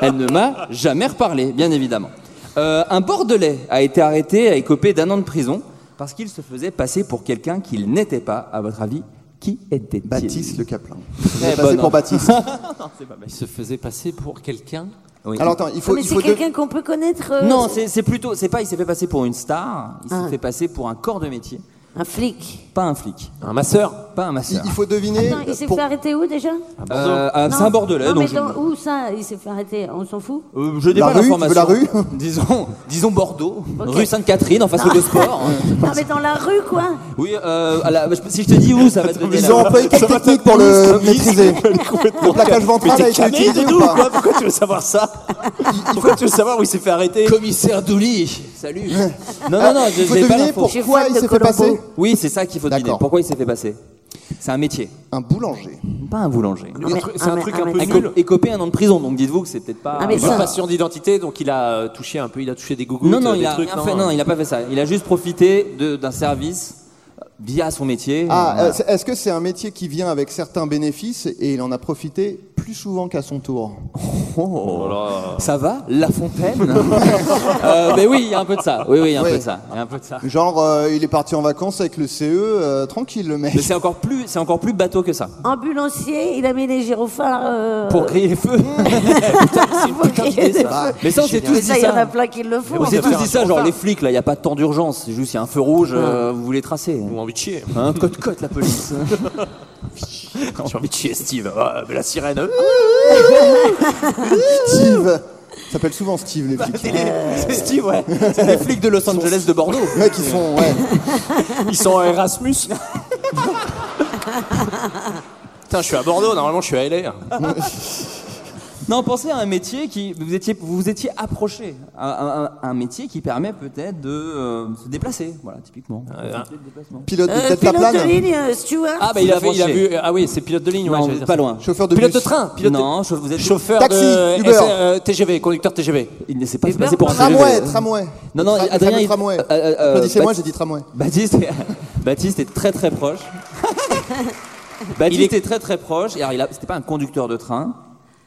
[SPEAKER 7] Elle ne m'a jamais reparlé, bien évidemment. Euh, un Bordelais a été arrêté et écopé d'un an de prison parce qu'il se faisait passer pour quelqu'un qu'il n'était pas. À votre avis, qui était-il
[SPEAKER 2] Baptiste Le Caplin.
[SPEAKER 7] Eh,
[SPEAKER 2] J'ai passé
[SPEAKER 7] bonne, hein.
[SPEAKER 2] pour Baptiste.
[SPEAKER 6] Il se faisait passer pour quelqu'un.
[SPEAKER 7] Oui.
[SPEAKER 2] Alors attends, il faut.
[SPEAKER 8] Mais
[SPEAKER 2] il
[SPEAKER 8] c'est
[SPEAKER 2] faut deux-
[SPEAKER 8] quelqu'un qu'on peut connaître. euh,
[SPEAKER 7] non, c'est c'est plutôt, c'est pas, il s'est fait passer pour une star, il s'est
[SPEAKER 8] Ah.
[SPEAKER 7] fait passer pour un corps de métier,
[SPEAKER 8] Un flic.
[SPEAKER 7] pas un flic,
[SPEAKER 6] Un masseur.
[SPEAKER 7] pas un
[SPEAKER 2] il-
[SPEAKER 7] masseur.
[SPEAKER 2] il faut deviner.
[SPEAKER 8] Attends, il s'est
[SPEAKER 2] pour-
[SPEAKER 8] fait arrêter où déjà
[SPEAKER 7] Euh, à
[SPEAKER 8] Non.
[SPEAKER 7] Saint-Bordelais,
[SPEAKER 8] Non,
[SPEAKER 7] donc
[SPEAKER 8] mais
[SPEAKER 7] je-
[SPEAKER 8] dans- où ça Il s'est fait arrêter, on s'en fout
[SPEAKER 7] Euh, je n'ai
[SPEAKER 2] La
[SPEAKER 7] pas
[SPEAKER 2] rue, tu veux
[SPEAKER 7] l'information.
[SPEAKER 2] la rue
[SPEAKER 7] Disons, disons Bordeaux,
[SPEAKER 8] Ok.
[SPEAKER 7] rue Sainte-Catherine, en face de sport.
[SPEAKER 8] Non, mais dans la rue, quoi
[SPEAKER 7] Oui, euh, à la- si je te dis où, ça va te donner.
[SPEAKER 2] Ils
[SPEAKER 7] la-
[SPEAKER 2] ont employé quelle technique pour le maîtriser Le plaquage ventral a été
[SPEAKER 6] Camille
[SPEAKER 2] utilisé
[SPEAKER 6] de
[SPEAKER 2] ou
[SPEAKER 6] ou
[SPEAKER 2] pas
[SPEAKER 6] quoi Pourquoi tu veux savoir ça Pourquoi tu veux savoir où il s'est fait arrêter
[SPEAKER 7] Commissaire Douli, salut. Non, non, non, je
[SPEAKER 2] Il faut
[SPEAKER 7] j'ai pas
[SPEAKER 2] deviner
[SPEAKER 7] l'info.
[SPEAKER 8] J'ai
[SPEAKER 2] pourquoi
[SPEAKER 8] faim
[SPEAKER 2] il
[SPEAKER 8] de
[SPEAKER 2] s'est fait passer
[SPEAKER 8] Colombo.
[SPEAKER 7] Oui, c'est ça qu'il faut deviner.
[SPEAKER 2] D'accord.
[SPEAKER 7] Pourquoi il s'est fait passer C'est un métier,
[SPEAKER 2] Un boulanger.
[SPEAKER 7] pas un boulanger.
[SPEAKER 8] Un mé-
[SPEAKER 6] C'est un truc un peu
[SPEAKER 8] mé-
[SPEAKER 6] nul.
[SPEAKER 7] Éco- Écopé un an de prison, donc dites-vous que c'est peut-être pas.
[SPEAKER 8] Ah, mais
[SPEAKER 6] Il a
[SPEAKER 8] ça-
[SPEAKER 6] une passion d'identité, donc il a euh, touché un peu, il a touché des gougouttes,
[SPEAKER 7] non, non,
[SPEAKER 6] euh,
[SPEAKER 7] il
[SPEAKER 6] des
[SPEAKER 7] a
[SPEAKER 6] trucs.
[SPEAKER 7] rien
[SPEAKER 2] hein.
[SPEAKER 7] fait. Non, il a pas fait ça. Il a juste profité de- d'un service euh, via son métier.
[SPEAKER 2] Ah,
[SPEAKER 7] Voilà.
[SPEAKER 2] euh, c'est- est-ce que c'est un métier qui vient avec certains bénéfices et il en a profité plus souvent qu'à son tour
[SPEAKER 7] Oh. Ça va La Fontaine Euh, Mais oui, il y a un peu de ça. Oui, oui, il y a un
[SPEAKER 2] Oui.
[SPEAKER 7] peu de ça. Il y a un peu de ça.
[SPEAKER 2] Genre, euh, il est parti en vacances avec le CE, euh, tranquille le mec.
[SPEAKER 7] Mais c'est encore plus, c'est encore plus bateau que ça.
[SPEAKER 8] Ambulancier, il a mis les gyrophares. euh,
[SPEAKER 7] Pour griller les feux.
[SPEAKER 8] pour crier des feux.
[SPEAKER 7] Mais ça, on s'est tous
[SPEAKER 8] Mais
[SPEAKER 7] dit
[SPEAKER 8] ça, il y en a
[SPEAKER 7] ça.
[SPEAKER 8] plein qui le font.
[SPEAKER 7] On s'est tous dit ça,
[SPEAKER 6] chauffard.
[SPEAKER 7] genre les flics, là, il n'y a pas tant d'urgence. C'est juste, il y a un feu rouge, euh, vous voulez tracer.
[SPEAKER 6] Ou envie de chier.
[SPEAKER 7] Hein, cote cote la police.
[SPEAKER 6] J'ai envie de chier, Steve. Ah, mais la sirène. euh,
[SPEAKER 2] Steve Ça s'appelle souvent Steve les flics.
[SPEAKER 6] C'est Steve, ouais. C'est les flics de Los Angeles de Bordeaux.
[SPEAKER 2] Les mecs, ils sont. Ouais.
[SPEAKER 6] Ils sont à Erasmus. Putain, je suis à Bordeaux, normalement je suis à LA.
[SPEAKER 7] non, pensez à un métier qui vous étiez, vous vous étiez approché, à, à- à un métier qui permet peut-être de euh, se déplacer, voilà, typiquement.
[SPEAKER 2] Pilote de
[SPEAKER 8] Euh,
[SPEAKER 2] tête la
[SPEAKER 8] pilote de
[SPEAKER 2] plane
[SPEAKER 8] ligne, euh, Stuart.
[SPEAKER 6] Ah, bah il a, fait, il a vu. Ah oui, c'est pilote de ligne, ouais,
[SPEAKER 7] Non,
[SPEAKER 6] j'allais dire
[SPEAKER 7] pas
[SPEAKER 6] ça.
[SPEAKER 7] loin.
[SPEAKER 2] Chauffeur de
[SPEAKER 6] pilote
[SPEAKER 2] bus.
[SPEAKER 6] de train, pilote
[SPEAKER 7] non, je vous
[SPEAKER 6] de...
[SPEAKER 7] êtes
[SPEAKER 6] chauffeur
[SPEAKER 2] Taxi,
[SPEAKER 6] de
[SPEAKER 2] Uber.
[SPEAKER 6] euh, TGV, conducteur TGV.
[SPEAKER 7] Il ne s'est pas fait
[SPEAKER 8] Et
[SPEAKER 7] passer
[SPEAKER 8] Bernard
[SPEAKER 7] pour un
[SPEAKER 8] Arnault.
[SPEAKER 7] CGV.
[SPEAKER 2] Tramway, tramway.
[SPEAKER 7] Euh, Non, non,
[SPEAKER 2] Le tra- le
[SPEAKER 7] Adrien,
[SPEAKER 2] fameux
[SPEAKER 7] il-
[SPEAKER 2] tramway.
[SPEAKER 7] euh, euh, euh,
[SPEAKER 2] Applaudissez-moi,
[SPEAKER 7] Bat-
[SPEAKER 2] j'ai dit tramway.
[SPEAKER 7] Baptiste, Baptiste est très très proche. Baptiste
[SPEAKER 6] Il
[SPEAKER 7] est... Ah. très très proche. Et alors, il a- c'était pas un conducteur de train,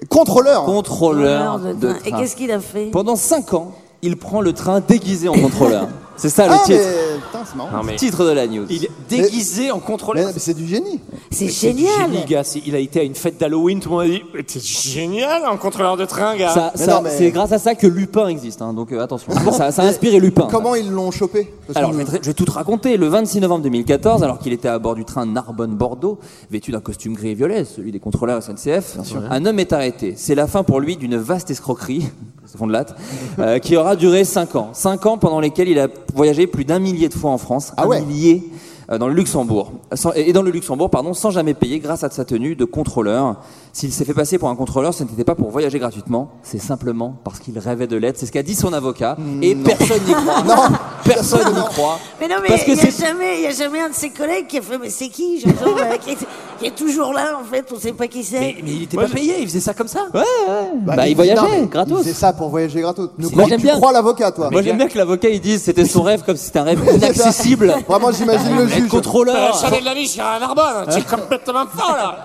[SPEAKER 2] Contrôleur
[SPEAKER 7] contrôleur de train.
[SPEAKER 8] Et qu'est-ce qu'il a fait
[SPEAKER 7] Pendant 5 ans, il prend le train déguisé en contrôleur. C'est ça le
[SPEAKER 2] Ah,
[SPEAKER 7] titre.
[SPEAKER 2] mais- putain, c'est marrant.
[SPEAKER 7] Non, mais- Titre de la news.
[SPEAKER 6] bah, Il est déguisé en contrôleur.
[SPEAKER 2] C'est du génie.
[SPEAKER 8] C'est
[SPEAKER 6] Mais du
[SPEAKER 8] génial.
[SPEAKER 6] génie, gars. C'est- Il a été à une fête d'Halloween, tout le monde a dit ah. Mais T'es génial en contrôleur de train, gars.
[SPEAKER 7] Ça- ça- C'est grâce à ça que Lupin existe, hein, donc euh, attention. ça, ça a inspiré Lupin.
[SPEAKER 2] Comment ils l'ont chopé Parce
[SPEAKER 7] Ah, Alors,
[SPEAKER 2] que-
[SPEAKER 7] je vais, te- je vais tout te raconter. Le 26 novembre 2014, alors qu'il était à bord du train Narbonne-Bordeaux, vêtu d'un costume gris et violet, celui des contrôleurs SNCF, un homme est arrêté. C'est la fin pour lui d'une vaste escroquerie, ce fond de latte, euh, qui aura duré 5 ans. 5 ans pendant lesquels il a voyagé plus d'un millier de fois en France. un millier euh, dans le Luxembourg. Sans- et et dans le Luxembourg, pardon, sans jamais payer grâce à sa tenue de contrôleur. S'il s'est fait passer pour un contrôleur, ce n'était pas pour voyager gratuitement, c'est simplement parce qu'il rêvait de l'aide. C'est ce qu'a dit son avocat. Et personne n'y croit. personne n'y croit.
[SPEAKER 8] Mais non, mais
[SPEAKER 7] Parce que
[SPEAKER 8] il n'y a,
[SPEAKER 7] c'est-
[SPEAKER 8] jamais- y a jamais un de ses collègues qui a fait Mais c'est qui Genre, genre, euh, qui, est, qui est toujours là, en fait, on ne sait pas qui c'est.
[SPEAKER 6] Mais il était pas payé, il faisait ça comme ça.
[SPEAKER 7] Ouais, ouais. Bah, il
[SPEAKER 2] mais-
[SPEAKER 7] voyageait,
[SPEAKER 2] non, mais
[SPEAKER 7] gratos.
[SPEAKER 2] Il faisait ça pour voyager gratos. Nous,
[SPEAKER 7] Moi,
[SPEAKER 2] crois-
[SPEAKER 7] j'aime
[SPEAKER 2] tu
[SPEAKER 7] bien.
[SPEAKER 2] crois l'avocat, toi
[SPEAKER 7] Moi j'aime bien que l'avocat il dise c'était son rêve comme si c'était un rêve
[SPEAKER 2] C'est ça.
[SPEAKER 7] inaccessible.
[SPEAKER 2] Vraiment, j'imagine le
[SPEAKER 7] Être
[SPEAKER 2] juge.
[SPEAKER 6] Euh,
[SPEAKER 7] contrôleur.
[SPEAKER 6] Chanel de la vie, je suis à Narbonne. Tu es
[SPEAKER 7] Hein
[SPEAKER 6] complètement fou, là.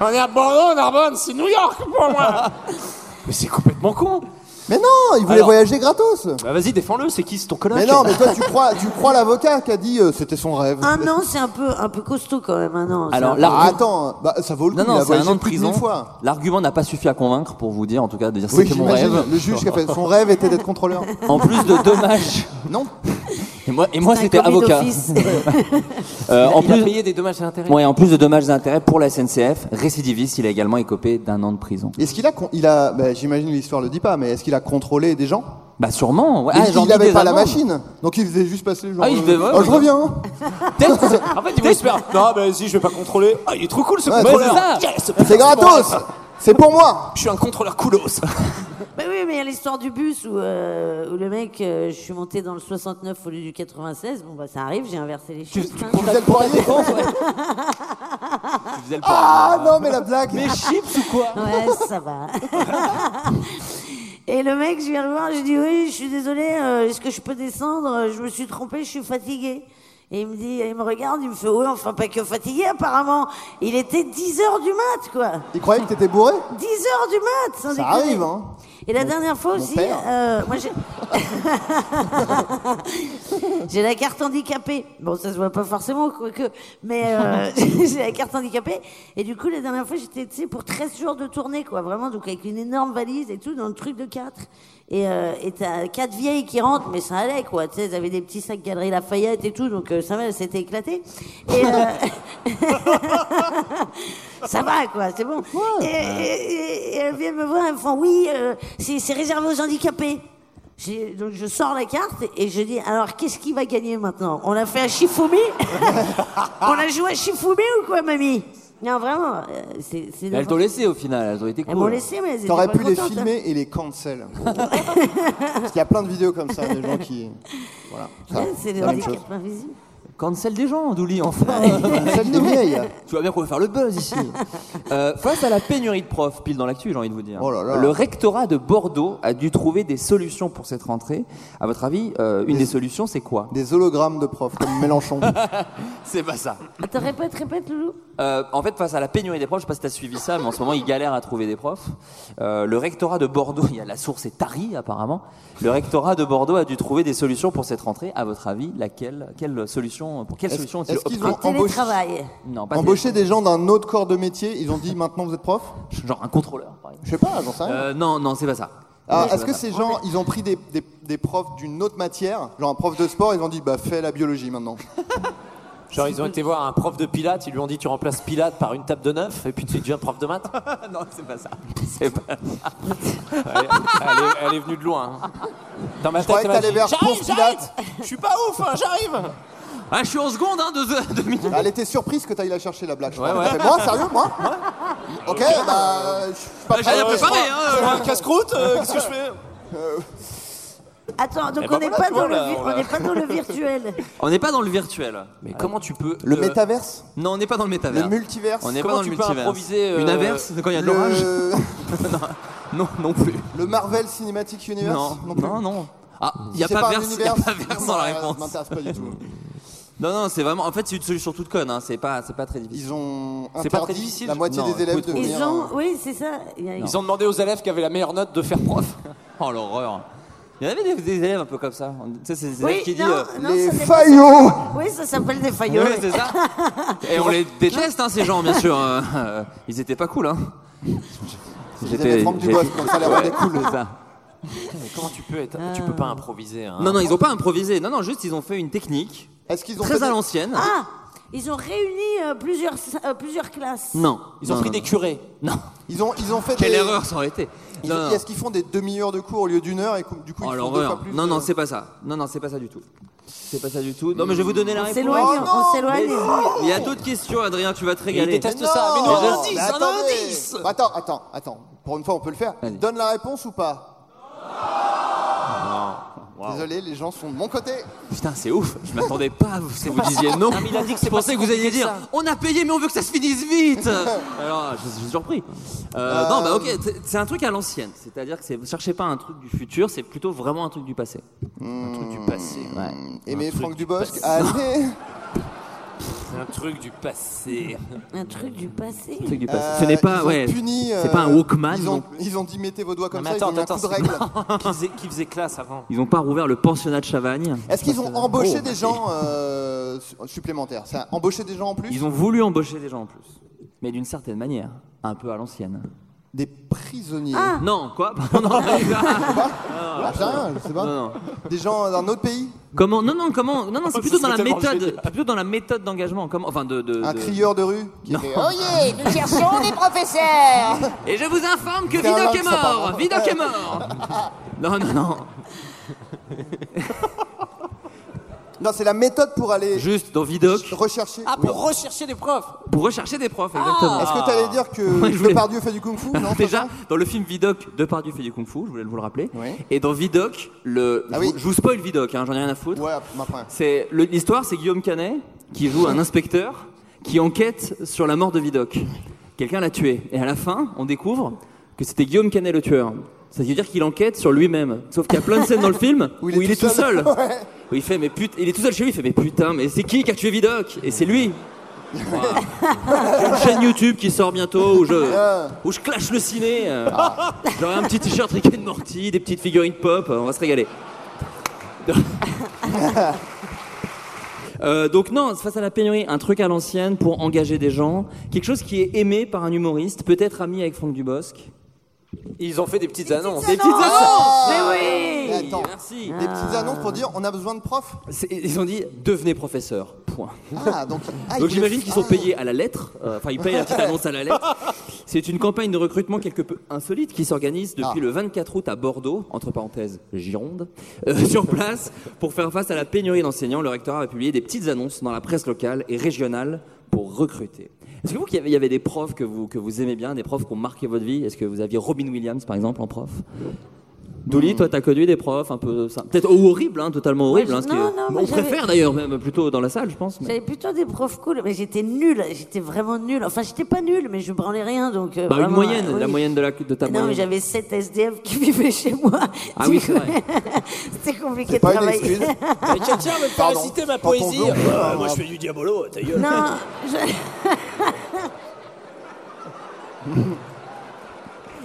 [SPEAKER 6] On est à Bordeaux, Narbonne, c'est New York pour moi. Mais c'est complètement con.
[SPEAKER 2] Mais non, il voulait
[SPEAKER 6] Alors-
[SPEAKER 2] voyager gratos.
[SPEAKER 6] Bah vas-y, défends-le, c'est qui, c'est ton coloc
[SPEAKER 2] Mais non, mais toi, tu crois, tu crois l'avocat qui a dit euh, c'était son rêve.
[SPEAKER 8] Un an, c'est un peu, un peu costaud quand même, un an.
[SPEAKER 7] Alors,
[SPEAKER 8] ça.
[SPEAKER 7] là-
[SPEAKER 2] Ah, attends, bah, ça vaut le coup.
[SPEAKER 7] Non,
[SPEAKER 2] il
[SPEAKER 7] non,
[SPEAKER 2] a
[SPEAKER 7] c'est un
[SPEAKER 2] voyagé
[SPEAKER 7] an de
[SPEAKER 2] plus
[SPEAKER 7] prison.
[SPEAKER 2] mille fois.
[SPEAKER 7] L'argument n'a pas suffi à convaincre pour vous dire, en tout cas, de dire
[SPEAKER 2] Oui,
[SPEAKER 7] c'était mon
[SPEAKER 2] j'imagine,
[SPEAKER 7] rêve.
[SPEAKER 2] Le juge qui a fait son rêve était d'être contrôleur.
[SPEAKER 7] En plus de dommages.
[SPEAKER 2] Non.
[SPEAKER 7] Et moi, et moi
[SPEAKER 8] C'est un
[SPEAKER 7] c'était
[SPEAKER 8] commis
[SPEAKER 7] avocat.
[SPEAKER 8] d'office.
[SPEAKER 7] Euh, en
[SPEAKER 6] Il a
[SPEAKER 7] plus,
[SPEAKER 6] payé des dommages et intérêts.
[SPEAKER 7] ouais, en plus de dommages et intérêts pour la SNCF, récidiviste, il a également écopé d'un an de prison.
[SPEAKER 2] Est-ce qu'il a, con- il a, bah, j'imagine l'histoire le dit pas, mais est-ce qu'il a contrôlé des gens
[SPEAKER 7] Bah sûrement. Ouais.
[SPEAKER 2] Mais
[SPEAKER 7] Ah,
[SPEAKER 2] Il
[SPEAKER 7] j'en dis
[SPEAKER 2] n'avait
[SPEAKER 7] des
[SPEAKER 2] pas la
[SPEAKER 7] amendes.
[SPEAKER 2] machine, donc il faisait juste passer les gens.
[SPEAKER 7] Ah, il
[SPEAKER 2] euh,
[SPEAKER 7] devait- ouais,
[SPEAKER 2] oh, je
[SPEAKER 7] ouais.
[SPEAKER 2] reviens. hein.
[SPEAKER 6] Peut-être que c'est- En fait, il voulait se faire. Non, mais si, je vais pas contrôler. Ah, il est trop cool ce
[SPEAKER 2] Ouais,
[SPEAKER 6] contrôleur.
[SPEAKER 7] c'est ça.
[SPEAKER 6] Yes, putain,
[SPEAKER 2] C'est
[SPEAKER 6] mon
[SPEAKER 2] gratos.
[SPEAKER 6] rêve.
[SPEAKER 2] C'est pour moi.
[SPEAKER 6] Je suis un contrôleur coolos.
[SPEAKER 8] Mais oui, mais il y a l'histoire du bus où, euh, où le mec, euh, je suis monté dans le 69 au lieu du 96. Bon, bah ça arrive, j'ai inversé les chiffres. hein.
[SPEAKER 2] Vous êtes pour aller
[SPEAKER 7] Tu faisais le
[SPEAKER 2] Ah non, mais la blague.
[SPEAKER 6] chips ou quoi
[SPEAKER 8] Ouais, ça va. Et le mec, je viens le voir, je dis oui, je suis désolé, euh, est-ce que je peux descendre Je me suis trompé, je suis fatigué. Et il me dit, il me regarde, il me fait ouais, enfin pas que fatigué apparemment. Il était 10 heures du mat, quoi.
[SPEAKER 2] Il croyait que t'étais bourré
[SPEAKER 8] 10 heures du mat, sans
[SPEAKER 2] Ça
[SPEAKER 8] déconner.
[SPEAKER 2] arrive, hein.
[SPEAKER 8] Et la dernière fois aussi,
[SPEAKER 2] père.
[SPEAKER 8] euh, moi j'ai. j'ai la carte handicapée. Bon, ça se voit pas forcément, quoique. Mais euh, j'ai la carte handicapée. Et du coup, la dernière fois, j'étais, tu sais, pour 13 jours de tournée, quoi. Vraiment, donc avec une énorme valise et tout, dans le truc de 4. Et euh, et t'as quatre vieilles qui rentrent, mais ça allait, quoi. Tu sais, elles avaient des petits sacs Galerie Lafayette et tout, donc euh, ça va, elles s'étaient éclatées. Et. euh, ça va quoi, c'est bon. Et, et- et- et elle vient me voir, elle me fait oui, euh, c'est c'est réservé aux handicapés. J'ai- Donc je sors la carte et je dis alors qu'est-ce qui va gagner maintenant On a fait un Shifumi On a joué à Shifumi ou quoi, mamie Non vraiment, euh, c'est c'est
[SPEAKER 7] Elles t'ont laissé au final, elles ont été cool.
[SPEAKER 8] Elles m'ont laissé, mais elles étaient
[SPEAKER 2] T'aurais
[SPEAKER 8] pas
[SPEAKER 2] pu les
[SPEAKER 8] contentes, hein.
[SPEAKER 2] filmer et les cancel. Parce qu'il y a plein de vidéos comme ça, des gens qui. Voilà. Ça,
[SPEAKER 8] Ouais, hein. C'est les
[SPEAKER 2] la même chose.
[SPEAKER 8] handicaps invisibles.
[SPEAKER 7] Cancel des gens, Douli, enfin.
[SPEAKER 2] Celle des vieilles.
[SPEAKER 7] Tu vois bien qu'on va faire le buzz ici. Euh, face à la pénurie de profs, pile dans l'actu, j'ai envie de vous dire.
[SPEAKER 2] Oh là là.
[SPEAKER 7] Le rectorat de Bordeaux a dû trouver des solutions pour cette rentrée. À votre avis, euh, une des solutions, c'est quoi
[SPEAKER 2] Des hologrammes de profs comme Mélenchon.
[SPEAKER 7] C'est pas ça.
[SPEAKER 8] Attends, répète, répète, Loulou.
[SPEAKER 7] Euh, en fait, face à la pénurie des profs, je sais pas si t'as suivi ça, mais en ce moment, ils galèrent à trouver des profs. Euh, le rectorat de Bordeaux, il y a la source est tarie apparemment. Le rectorat de Bordeaux a dû trouver des solutions pour cette rentrée. À votre avis, laquelle, quelle solution, pour quelle
[SPEAKER 2] Est-ce-
[SPEAKER 7] solution
[SPEAKER 2] est-ce qu'ils
[SPEAKER 7] opté
[SPEAKER 2] ont embauché,
[SPEAKER 8] Télétravail.
[SPEAKER 7] Non, pas
[SPEAKER 2] embauché des gens d'un autre corps de métier Ils ont dit maintenant vous êtes prof
[SPEAKER 7] genre un contrôleur. Par exemple.
[SPEAKER 2] Je sais pas, j'en sais rien.
[SPEAKER 7] Euh, non, non, c'est pas ça.
[SPEAKER 2] Ah,
[SPEAKER 7] C'est
[SPEAKER 2] Est-ce
[SPEAKER 7] pas
[SPEAKER 2] que
[SPEAKER 7] ça.
[SPEAKER 2] ces gens, ils ont pris des, des- des profs d'une autre matière Genre un prof de sport, ils ont dit bah fais la biologie maintenant.
[SPEAKER 6] Genre, ils ont été voir un prof de Pilates, ils lui ont dit tu remplaces Pilates par une table de neuf et puis tu deviens prof de maths.
[SPEAKER 7] Non, c'est pas ça. C'est pas
[SPEAKER 6] elle, est, elle est- elle est venue de loin. hein. Dans ma
[SPEAKER 2] Je croyais que t'allais vers
[SPEAKER 6] J'arrive,
[SPEAKER 2] pour
[SPEAKER 6] j'arrive
[SPEAKER 2] Pilates.
[SPEAKER 6] Je suis pas ouf, hein, j'arrive
[SPEAKER 7] Ah, je suis en seconde, hein, deux, heures, deux minutes.
[SPEAKER 2] Ah, Elle était surprise que t'ailles la chercher la blague. Je
[SPEAKER 6] Ouais,
[SPEAKER 2] crois.
[SPEAKER 6] ouais.
[SPEAKER 2] Elle fait, Moi, sérieux, moi Ok, bah. Je suis pas
[SPEAKER 7] J'ai rien
[SPEAKER 2] prêt.
[SPEAKER 7] préparé,
[SPEAKER 6] Je prends
[SPEAKER 7] hein.
[SPEAKER 6] un casse-croûte, euh, qu'est-ce que je fais
[SPEAKER 8] Attends, donc
[SPEAKER 6] Eh ben
[SPEAKER 8] on n'est
[SPEAKER 6] voilà,
[SPEAKER 8] pas,
[SPEAKER 6] tu
[SPEAKER 8] dans
[SPEAKER 6] vois,
[SPEAKER 8] le
[SPEAKER 6] là,
[SPEAKER 8] vi-
[SPEAKER 6] on
[SPEAKER 8] on
[SPEAKER 6] l'a.
[SPEAKER 8] n'est pas dans le virtuel.
[SPEAKER 7] On n'est pas dans le virtuel.
[SPEAKER 6] Mais comment tu peux.
[SPEAKER 2] Le
[SPEAKER 6] euh,
[SPEAKER 2] métaverse
[SPEAKER 7] Non, on n'est pas dans le métavers.
[SPEAKER 2] Le multiverse
[SPEAKER 7] On n'est pas
[SPEAKER 6] Comment
[SPEAKER 7] dans le
[SPEAKER 6] tu peux
[SPEAKER 7] multiverse.
[SPEAKER 6] improviser, euh,
[SPEAKER 7] Une averse quand il y a de l'orage
[SPEAKER 2] le...
[SPEAKER 7] Non, non plus.
[SPEAKER 2] le Marvel Cinematic Universe
[SPEAKER 7] Non,
[SPEAKER 2] plus
[SPEAKER 7] non, non. Ah, il n'y a,
[SPEAKER 2] C'est
[SPEAKER 7] pas
[SPEAKER 2] un
[SPEAKER 7] verse, y a
[SPEAKER 2] univers
[SPEAKER 7] pas verse dans la
[SPEAKER 2] Non, Ça
[SPEAKER 7] réponse.
[SPEAKER 2] m'intéresse pas du tout.
[SPEAKER 7] Non, non, c'est vraiment. En fait, c'est une solution toute conne, hein. c'est pas, c'est pas très difficile.
[SPEAKER 2] Ils ont
[SPEAKER 7] C'est pas très
[SPEAKER 2] interdit
[SPEAKER 7] difficile.
[SPEAKER 2] la moitié
[SPEAKER 7] Non,
[SPEAKER 2] des élèves
[SPEAKER 7] faut
[SPEAKER 2] de
[SPEAKER 7] trouver.
[SPEAKER 8] Ils
[SPEAKER 2] venir. euh,
[SPEAKER 8] ont, oui, c'est ça. Il y a-
[SPEAKER 6] Ils ont demandé aux élèves qui avaient la meilleure note de faire prof.
[SPEAKER 7] Oh l'horreur. Il y en avait des, des élèves un peu comme ça. Tu sais, c'est des
[SPEAKER 8] Oui,
[SPEAKER 7] élèves qui
[SPEAKER 8] non,
[SPEAKER 6] euh,
[SPEAKER 7] disent.
[SPEAKER 8] non, ça s'appelle- Oui, ça s'appelle des faillots.
[SPEAKER 7] Oui, c'est ça. Et on les déteste, hein, ces gens, bien sûr. Euh, euh, ils étaient pas cool, hein.
[SPEAKER 2] avaient Franck Dubosc,
[SPEAKER 7] j'étais-
[SPEAKER 2] donc ça les rendait
[SPEAKER 7] Ouais,
[SPEAKER 2] cool.
[SPEAKER 7] c'est ça.
[SPEAKER 6] Mais comment tu peux être. Tu peux pas improviser. hein.
[SPEAKER 7] Non, non, ils ont pas improvisé. Non, non, juste ils ont fait une technique.
[SPEAKER 2] Est-ce qu'ils
[SPEAKER 8] ont
[SPEAKER 7] très
[SPEAKER 8] fait
[SPEAKER 7] à
[SPEAKER 8] des-
[SPEAKER 7] l'ancienne
[SPEAKER 8] Ah, ils ont réuni euh, plusieurs, euh, plusieurs classes.
[SPEAKER 7] Non.
[SPEAKER 6] Ils ont
[SPEAKER 7] Non,
[SPEAKER 6] pris
[SPEAKER 7] non,
[SPEAKER 6] des
[SPEAKER 7] non.
[SPEAKER 6] curés.
[SPEAKER 7] Non.
[SPEAKER 2] Ils ont, ils ont fait
[SPEAKER 7] Quelle
[SPEAKER 2] des-
[SPEAKER 7] erreur ça aurait été.
[SPEAKER 2] Ils-
[SPEAKER 7] Non, non.
[SPEAKER 2] Est-ce qu'ils font des demi-heures de cours au lieu d'une heure et du coup ils font
[SPEAKER 7] Oh
[SPEAKER 2] deux fois
[SPEAKER 7] l'horreur.
[SPEAKER 2] plus
[SPEAKER 7] Non,
[SPEAKER 2] de-
[SPEAKER 7] non, c'est pas ça. Non, non, c'est pas ça du tout. C'est pas ça du tout. Non, mais je vais vous donner la
[SPEAKER 8] On
[SPEAKER 7] réponse.
[SPEAKER 8] s'éloigne,
[SPEAKER 6] Oh
[SPEAKER 8] on s'éloigne.
[SPEAKER 7] Il y a d'autres questions, Adrien, tu vas te régaler.
[SPEAKER 2] Mais non, mais attendez. Bah, Attends, attends, attends. Pour une fois, on peut le faire. Donne la réponse ou pas Désolé, les gens sont de mon côté.
[SPEAKER 7] Putain, c'est ouf. Je m'attendais pas à vous, si vous disiez non.
[SPEAKER 2] Ah, mais il a dit que c'est
[SPEAKER 7] je pensais
[SPEAKER 2] pas
[SPEAKER 7] que
[SPEAKER 2] si
[SPEAKER 7] vous alliez
[SPEAKER 2] compliqué
[SPEAKER 7] dire
[SPEAKER 2] que ça.
[SPEAKER 7] on a payé, mais on veut que ça se finisse vite. Alors, je, je suis surpris. Euh,
[SPEAKER 6] Euh,
[SPEAKER 7] Non, bah ok, c'est- c'est un truc à l'ancienne. C'est-à-dire que c'est- vous cherchez pas un truc du futur, c'est plutôt vraiment un truc du passé. Un truc
[SPEAKER 2] Hmm.
[SPEAKER 7] du passé. Ouais.
[SPEAKER 2] Aimé
[SPEAKER 7] Un truc
[SPEAKER 2] Franck
[SPEAKER 7] du
[SPEAKER 2] Dubosc, ah,
[SPEAKER 7] passé.
[SPEAKER 2] allez
[SPEAKER 6] Un truc du passé.
[SPEAKER 8] Un truc du passé.
[SPEAKER 7] Un truc du passé.
[SPEAKER 2] Euh,
[SPEAKER 7] Ce n'est pas,
[SPEAKER 2] ils ont
[SPEAKER 7] ouais.
[SPEAKER 2] puni, euh,
[SPEAKER 7] C'est pas un Walkman.
[SPEAKER 2] Ils ont,
[SPEAKER 7] donc.
[SPEAKER 2] ils ont dit mettez vos doigts comme
[SPEAKER 6] mais
[SPEAKER 2] ça,
[SPEAKER 6] attends,
[SPEAKER 2] ils ont mis
[SPEAKER 6] attends,
[SPEAKER 2] un coup de règle.
[SPEAKER 6] qui, faisait, qui faisait classe avant
[SPEAKER 7] Ils ont pas rouvert le pensionnat de Chavagne.
[SPEAKER 2] Est-ce qu'ils ont embauché
[SPEAKER 6] bah,
[SPEAKER 7] Oh.
[SPEAKER 2] des gens euh, su- supplémentaires Ça a embauché des gens en plus
[SPEAKER 7] Ils ont voulu embaucher des gens en plus, mais d'une certaine manière, un peu à l'ancienne.
[SPEAKER 2] Des prisonniers.
[SPEAKER 6] Ah.
[SPEAKER 7] Non, quoi Pardon, non, mais-
[SPEAKER 2] Ah, putain, je sais pas.
[SPEAKER 7] Non, non.
[SPEAKER 2] Des gens d'un autre pays
[SPEAKER 7] Comment Non, non, comment Non, non, c'est plutôt
[SPEAKER 2] Ce
[SPEAKER 7] dans la
[SPEAKER 2] serait tellement
[SPEAKER 7] méthode,
[SPEAKER 2] génial.
[SPEAKER 7] plutôt dans la méthode d'engagement. Comment Enfin, de, de-
[SPEAKER 2] Un
[SPEAKER 7] de-
[SPEAKER 2] crieur de rue qui euh,
[SPEAKER 7] Non.
[SPEAKER 2] fait
[SPEAKER 10] Oyez, nous cherchons des professeurs
[SPEAKER 7] Et je vous informe que
[SPEAKER 10] C'est un
[SPEAKER 7] Vidocq est
[SPEAKER 10] homme, ça,
[SPEAKER 7] mort.
[SPEAKER 10] pardon.
[SPEAKER 7] Vidocq est mort. Non, non, non.
[SPEAKER 2] Non, c'est la méthode pour aller
[SPEAKER 7] juste dans Vidoc
[SPEAKER 2] rechercher.
[SPEAKER 6] Ah,
[SPEAKER 2] Oui.
[SPEAKER 6] pour rechercher des profs
[SPEAKER 7] Pour rechercher des profs, exactement.
[SPEAKER 2] Ah. Est-ce que t'allais dire que
[SPEAKER 7] Ouais, je voulais-
[SPEAKER 2] Depardieu fait du kung-fu Non,
[SPEAKER 7] Ah. Déjà, dans le film Vidoc, Depardieu fait du kung-fu. Je voulais vous le rappeler. Et dans Vidoc, le, je, vous- je vous spoil Vidoc. hein, J'en ai rien à foutre.
[SPEAKER 2] Ah Ouais, ma pointe.
[SPEAKER 7] C'est le- l'histoire, c'est Guillaume Canet qui joue un inspecteur qui enquête sur la mort de Vidocq. Quelqu'un l'a tué et à la fin, on découvre que c'était Guillaume Canet le tueur. Ça veut dire qu'il enquête sur lui-même. Sauf qu'il y a plein de scènes dans le film où il est, tout, seul.
[SPEAKER 2] Ouais.
[SPEAKER 7] Où il fait mais put- il est tout seul chez lui, il fait mais putain, mais c'est qui qui a tué Vidocq Et c'est lui. J'ai une chaîne YouTube qui sort bientôt où je, où je clash le ciné. euh, J'aurai un petit t-shirt Rick and Morty, des petites figurines pop, euh, on va se régaler. Euh, donc non, face à la pénurie, un truc à l'ancienne pour engager des gens, quelque chose qui est aimé par un humoriste, peut-être ami avec Franck Dubosc.
[SPEAKER 6] Ils ont fait des petites annonces. Oh
[SPEAKER 7] Des petites annonces
[SPEAKER 2] Mais attends,
[SPEAKER 7] Merci.
[SPEAKER 2] des petites
[SPEAKER 8] Ah.
[SPEAKER 2] annonces pour dire on a besoin de profs.
[SPEAKER 7] C'est- Ils ont dit devenez professeur. Point.
[SPEAKER 2] Ah, donc, ah,
[SPEAKER 7] Donc
[SPEAKER 2] il
[SPEAKER 7] j'imagine
[SPEAKER 2] le-
[SPEAKER 7] qu'ils sont
[SPEAKER 2] ah.
[SPEAKER 7] payés à la lettre. Euh, Enfin, ils payent la petite annonce à la lettre. C'est une campagne de recrutement quelque peu insolite qui s'organise depuis
[SPEAKER 6] Ah.
[SPEAKER 7] le 24 août à Bordeaux, entre parenthèses Gironde, euh, sur place, pour faire face à la pénurie d'enseignants. Le rectorat a publié des petites annonces dans la presse locale et régionale pour recruter. Est-ce que vous, qu'il y avait- il y avait des profs que vous, que vous aimez bien, des profs qui ont marqué votre vie Est-ce que vous aviez Robin Williams, par exemple, en prof
[SPEAKER 8] Hmm.
[SPEAKER 7] Douli, toi, t'as connu des profs un peu, ça- peut-être horribles, hein, totalement horribles.
[SPEAKER 8] je-
[SPEAKER 7] hein, ce qui-
[SPEAKER 8] non, non, mais
[SPEAKER 7] on
[SPEAKER 8] j'avais-
[SPEAKER 7] préfère d'ailleurs, même plutôt dans la salle, je pense. mais-
[SPEAKER 8] J'avais plutôt des profs cool, mais j'étais nulle, j'étais vraiment nulle. Enfin, j'étais pas nulle, mais je branlais rien, donc. euh,
[SPEAKER 7] Bah, une
[SPEAKER 8] vraiment,
[SPEAKER 7] moyenne,
[SPEAKER 8] euh,
[SPEAKER 7] la
[SPEAKER 8] oui.
[SPEAKER 7] moyenne de, la, de ta
[SPEAKER 8] Non, mais
[SPEAKER 7] moyenne.
[SPEAKER 8] j'avais 7 SDF qui vivaient chez moi.
[SPEAKER 7] Ah
[SPEAKER 8] Du
[SPEAKER 7] oui,
[SPEAKER 8] coup,
[SPEAKER 7] c'est vrai.
[SPEAKER 8] C'était compliqué
[SPEAKER 6] C'est
[SPEAKER 8] de
[SPEAKER 6] pas une
[SPEAKER 8] travailler.
[SPEAKER 6] excuse. Mais quelqu'un veut me faire réciter ma
[SPEAKER 8] Quand on
[SPEAKER 6] poésie
[SPEAKER 8] veut, on peut,
[SPEAKER 6] Euh,
[SPEAKER 8] hein.
[SPEAKER 6] Moi je fais du diabolo, ta gueule.
[SPEAKER 8] Non, je-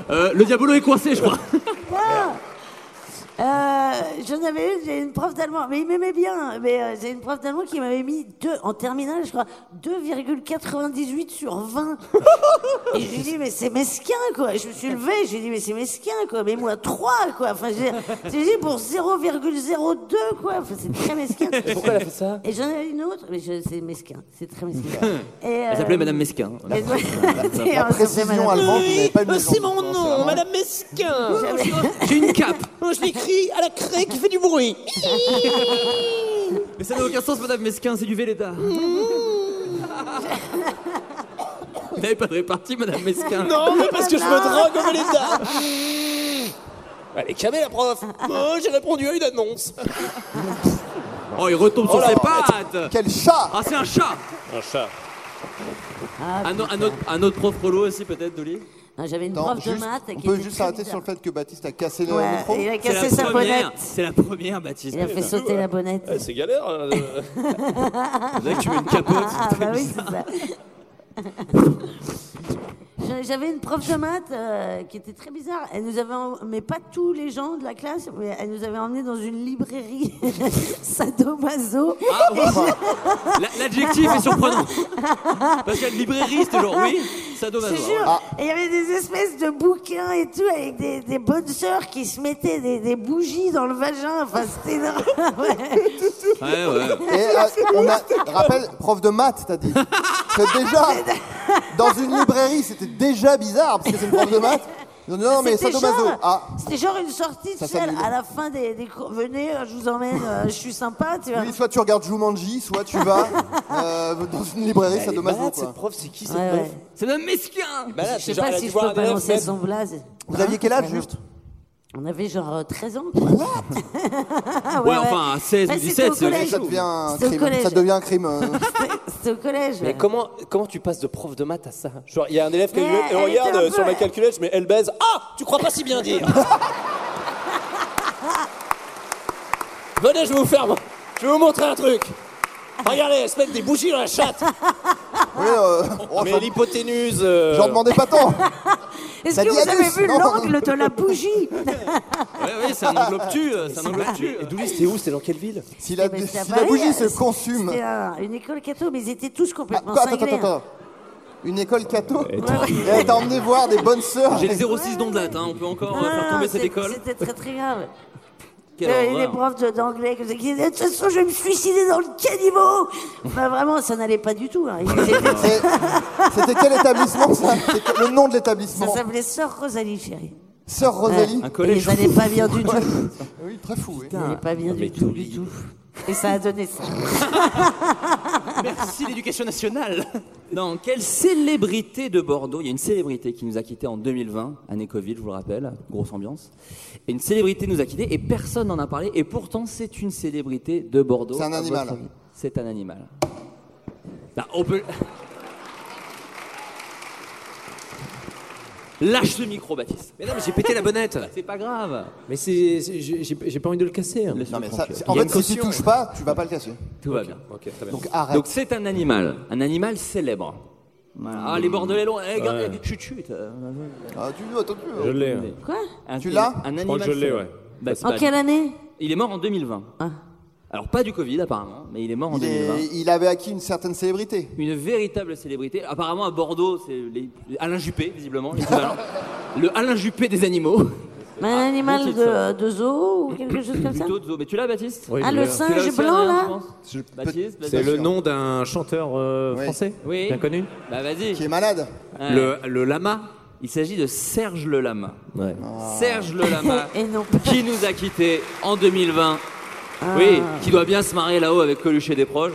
[SPEAKER 7] Euh, le diabolo est coincé, je crois.
[SPEAKER 8] Ah Euh, J'en avais une, j'ai une prof d'allemand, mais il m'aimait bien. Mais euh, j'ai une prof d'allemand qui m'avait mis deux, en terminale, je crois, 2,98 sur 20. Et je lui ai dit, mais c'est mesquin, quoi. Je me suis levée, je lui ai dit, mais c'est mesquin, quoi. Mais moi, 3, quoi. Enfin, j'ai j'ai dit, pour 0,02, quoi. Enfin, c'est très mesquin.
[SPEAKER 6] Et pourquoi elle a fait ça
[SPEAKER 8] Et j'en avais une autre, mais je- c'est mesquin. C'est très mesquin. Et,
[SPEAKER 7] Elle
[SPEAKER 8] euh,
[SPEAKER 7] s'appelait Madame Mesquin.
[SPEAKER 8] et-
[SPEAKER 7] La
[SPEAKER 2] précision allemande, vous n'avez pas
[SPEAKER 8] euh,
[SPEAKER 2] une euh,
[SPEAKER 6] c'est mon nom, Madame Mesquin.
[SPEAKER 7] J'ai une cape.
[SPEAKER 6] Je l'écris à la craie qui fait du bruit.
[SPEAKER 7] Mais ça n'a aucun sens, Madame Mesquin, c'est du Véleda. Vous n'avez pas de répartie, Madame Mesquin.
[SPEAKER 6] Non, Oh, mais parce que je me drogue au Véleda. Elle est camée la prof. Moi j'ai répondu à une annonce.
[SPEAKER 7] Oh, il retombe
[SPEAKER 6] Oh
[SPEAKER 7] sur
[SPEAKER 6] la
[SPEAKER 7] ses
[SPEAKER 6] vache.
[SPEAKER 7] pattes.
[SPEAKER 2] Quel chat
[SPEAKER 7] Ah, c'est un chat.
[SPEAKER 6] Un chat. Ah
[SPEAKER 7] Un, o- un autre, un autre prof prolo aussi, peut-être, Dolly
[SPEAKER 8] Ah, Non, J'avais une
[SPEAKER 2] Attends,
[SPEAKER 8] prof de
[SPEAKER 2] juste-
[SPEAKER 8] maths
[SPEAKER 2] on
[SPEAKER 8] qui
[SPEAKER 2] peut
[SPEAKER 8] était
[SPEAKER 2] juste
[SPEAKER 8] très
[SPEAKER 2] s'arrêter
[SPEAKER 8] bizarre.
[SPEAKER 2] sur le fait que Baptiste a cassé le
[SPEAKER 8] Ouais,
[SPEAKER 2] micro.
[SPEAKER 8] il a
[SPEAKER 7] C'est la
[SPEAKER 8] cassé sa
[SPEAKER 7] première.
[SPEAKER 8] bonnette.
[SPEAKER 7] C'est la première, Baptiste.
[SPEAKER 8] Il a fait sauter la bonnette.
[SPEAKER 6] C'est galère. hein, de-
[SPEAKER 7] Vous savez que tu mets une capote.
[SPEAKER 8] Ah bah oui, c'est ça. J'en Euh, J'avais une prof de maths euh, qui était très bizarre. Elle nous avait, en- mais pas tous les gens de la classe, mais elle nous avait emmenés dans une librairie sadomaso.
[SPEAKER 6] Ah,
[SPEAKER 2] euh,
[SPEAKER 6] ouais.
[SPEAKER 8] Et je-
[SPEAKER 6] La- L'adjectif est surprenant. Parce qu'il y a une librairie, c'était genre, oui, ça
[SPEAKER 8] Je
[SPEAKER 6] dommage.
[SPEAKER 8] te jure. Et il y avait des espèces de bouquins et tout avec des, des bonnes sœurs qui se mettaient des, des bougies dans le vagin. Enfin, c'était énorme. Ouais.
[SPEAKER 6] Ouais, ouais.
[SPEAKER 2] Et euh, on a, rappelle, prof de maths, t'as dit. Que déjà, dans une librairie, c'était déjà bizarre, parce que c'est une prof de maths. Non, non, mais
[SPEAKER 8] C'était
[SPEAKER 2] sadomaso.
[SPEAKER 8] genre-
[SPEAKER 2] Ah,
[SPEAKER 8] C'était genre une sortie,
[SPEAKER 2] Ça
[SPEAKER 8] tu sais,
[SPEAKER 2] s'annule.
[SPEAKER 8] à la fin des, des cours. Venez, je vous emmène, euh, je suis sympa, tu vois.
[SPEAKER 2] oui, soit tu regardes Jumanji, soit tu vas euh, dans une librairie,
[SPEAKER 8] Elle est
[SPEAKER 2] sadomaso.
[SPEAKER 8] malade,
[SPEAKER 2] quoi.
[SPEAKER 8] cette prof, c'est qui, cette
[SPEAKER 2] Ouais,
[SPEAKER 8] meuf
[SPEAKER 2] ouais.
[SPEAKER 6] C'est un mesquin
[SPEAKER 8] je sais pas si je peux balancer son blaze.
[SPEAKER 2] Vous aviez quel âge, juste
[SPEAKER 8] On avait genre euh, 13 ans. Quoi.
[SPEAKER 6] Ouais, enfin, à 16 ou
[SPEAKER 8] Bah, c'était
[SPEAKER 6] 17,
[SPEAKER 8] au
[SPEAKER 6] c'est
[SPEAKER 8] collège.
[SPEAKER 2] Ça devient un
[SPEAKER 8] C'était au
[SPEAKER 2] crime.
[SPEAKER 8] collège.
[SPEAKER 2] Ça devient un crime. euh.
[SPEAKER 8] C'était au collège.
[SPEAKER 6] Mais
[SPEAKER 8] ouais.
[SPEAKER 6] comment, comment tu passes de prof de maths à ça Genre, il y a un élève qui a
[SPEAKER 8] Mais
[SPEAKER 6] une meuf, et
[SPEAKER 8] elle était
[SPEAKER 6] regarde
[SPEAKER 8] un
[SPEAKER 6] euh,
[SPEAKER 8] peu-
[SPEAKER 6] sur ma calculette, je mets elle baise. Ah Tu crois pas si bien dire Venez, je vous ferme. Je vais vous montrer un truc. Regardez, elle se met des bougies dans la chatte.
[SPEAKER 2] Oui, euh, oh,
[SPEAKER 6] Mais
[SPEAKER 2] j'en-
[SPEAKER 6] l'hypoténuse. euh,
[SPEAKER 2] J'en demandais pas tant.
[SPEAKER 8] Est-ce
[SPEAKER 2] Ça
[SPEAKER 8] que
[SPEAKER 2] dit
[SPEAKER 8] vous avez
[SPEAKER 2] anus,
[SPEAKER 8] vu
[SPEAKER 2] non
[SPEAKER 8] l'angle de la bougie
[SPEAKER 6] Ouais, ouais, c'est un angle obtus. euh, C'est un angle obtus. Et Doulis, c'était où C'était dans quelle ville
[SPEAKER 2] Si la,
[SPEAKER 8] Mais
[SPEAKER 2] si
[SPEAKER 8] c'était à
[SPEAKER 2] la
[SPEAKER 8] Paris,
[SPEAKER 2] bougie
[SPEAKER 8] euh,
[SPEAKER 2] se consume. Ah,
[SPEAKER 8] C'était un- une école catho, mais ils étaient tous complètement
[SPEAKER 2] Quoi, attends,
[SPEAKER 8] cinglés. hein.
[SPEAKER 2] attends, attends. Une école catho Et elle t'a emmené voir des bonnes sœurs.
[SPEAKER 6] J'ai le 06 d'ondelate, hein, on peut encore
[SPEAKER 8] Non,
[SPEAKER 6] euh, faire
[SPEAKER 8] non,
[SPEAKER 6] tomber cette
[SPEAKER 8] non, Ah, c'est-
[SPEAKER 6] école.
[SPEAKER 8] C'était très très grave.
[SPEAKER 6] Quelle
[SPEAKER 8] Euh, les
[SPEAKER 6] horreur.
[SPEAKER 8] profs de- d'anglais comme ça, qui disaient de toute façon je vais me suicider dans le caniveau. Bah, vraiment, ça n'allait pas du tout. hein. Ils étaient-
[SPEAKER 2] C'est- C'était quel établissement ça C'est que- Le nom de
[SPEAKER 8] ça
[SPEAKER 2] l'établissement
[SPEAKER 8] s'appelait Sœur Rosalie, chérie.
[SPEAKER 2] Sœur Rosalie.
[SPEAKER 6] Un
[SPEAKER 8] Et
[SPEAKER 6] collège.
[SPEAKER 8] ils n'allaient pas bien du tout.
[SPEAKER 2] Ah Oui, très fou. oui.
[SPEAKER 8] Ils n'allaient pas bien du tout, du tout. Et ça a donné ça.
[SPEAKER 7] Merci l'éducation nationale. Non, quelle célébrité de Bordeaux Il y a une célébrité qui nous a quittés en 2020, année Covid, je vous le rappelle, grosse ambiance. Et une célébrité nous a quittés et personne n'en a parlé. Et pourtant, c'est une célébrité de Bordeaux.
[SPEAKER 2] C'est un
[SPEAKER 7] à votre
[SPEAKER 2] animal.
[SPEAKER 7] avis. C'est un animal. Bah, on peut. Lâche le micro, Baptiste.
[SPEAKER 6] Mais non, mais j'ai pété la bonnette.
[SPEAKER 7] C'est pas grave.
[SPEAKER 6] Mais c'est, c'est- j'ai, j'ai- j'ai pas envie de le casser. hein.
[SPEAKER 2] Non, mais ça-
[SPEAKER 6] Il y a
[SPEAKER 2] en
[SPEAKER 6] une
[SPEAKER 2] fait, si tu
[SPEAKER 6] caution.
[SPEAKER 2] touches pas, tu vas pas le casser.
[SPEAKER 7] Tout va bien.
[SPEAKER 6] Ok, très bien.
[SPEAKER 2] Donc arrête.
[SPEAKER 7] Donc c'est un animal, un animal célèbre. Voilà. Ah, les bordelais longs, eh, regarde, il y a des chut-chut.
[SPEAKER 2] Ah, tu veux, attends, tu veux.
[SPEAKER 6] l'ai. hein.
[SPEAKER 8] Quoi
[SPEAKER 7] Un-
[SPEAKER 2] Tu l'as
[SPEAKER 7] Un animal
[SPEAKER 6] crois que Oh, je l'ai,
[SPEAKER 7] célèbre.
[SPEAKER 6] ouais.
[SPEAKER 7] Bah,
[SPEAKER 8] En Ah.
[SPEAKER 7] bah,
[SPEAKER 8] quelle année
[SPEAKER 7] Il est mort en 2020. Alors pas du Covid apparemment, mais il est mort en
[SPEAKER 2] Il,
[SPEAKER 7] 2020.
[SPEAKER 2] est- il avait acquis une certaine célébrité.
[SPEAKER 7] Une véritable célébrité. Apparemment à Bordeaux, c'est les- Alain Juppé, visiblement, l'équivalent. le Alain Juppé des animaux.
[SPEAKER 8] Mais Un
[SPEAKER 7] bon,
[SPEAKER 8] animal
[SPEAKER 7] c'est
[SPEAKER 8] de, euh, de zoo ou quelque chose comme ça
[SPEAKER 7] Plutôt de zoo. Mais tu l'as, Baptiste
[SPEAKER 8] Ah, le
[SPEAKER 7] Tu l'as
[SPEAKER 8] singe
[SPEAKER 7] aussi,
[SPEAKER 8] blanc,
[SPEAKER 7] Adrien,
[SPEAKER 8] là
[SPEAKER 7] je pense Baptiste,
[SPEAKER 2] C'est
[SPEAKER 7] Baptiste.
[SPEAKER 2] le nom
[SPEAKER 6] d'un chanteur euh,
[SPEAKER 2] Oui. français,
[SPEAKER 6] français
[SPEAKER 7] Oui. bien
[SPEAKER 6] bien connu.
[SPEAKER 7] Bah vas-y.
[SPEAKER 2] Qui est malade.
[SPEAKER 7] Ouais.
[SPEAKER 6] lama.
[SPEAKER 7] Il s'agit de Serge le Lama. Serge le Lama.
[SPEAKER 8] Et non. Ah.
[SPEAKER 7] qui nous a quittés en 2020. Oui, qui doit bien se marier là-haut avec Coluche et des proches.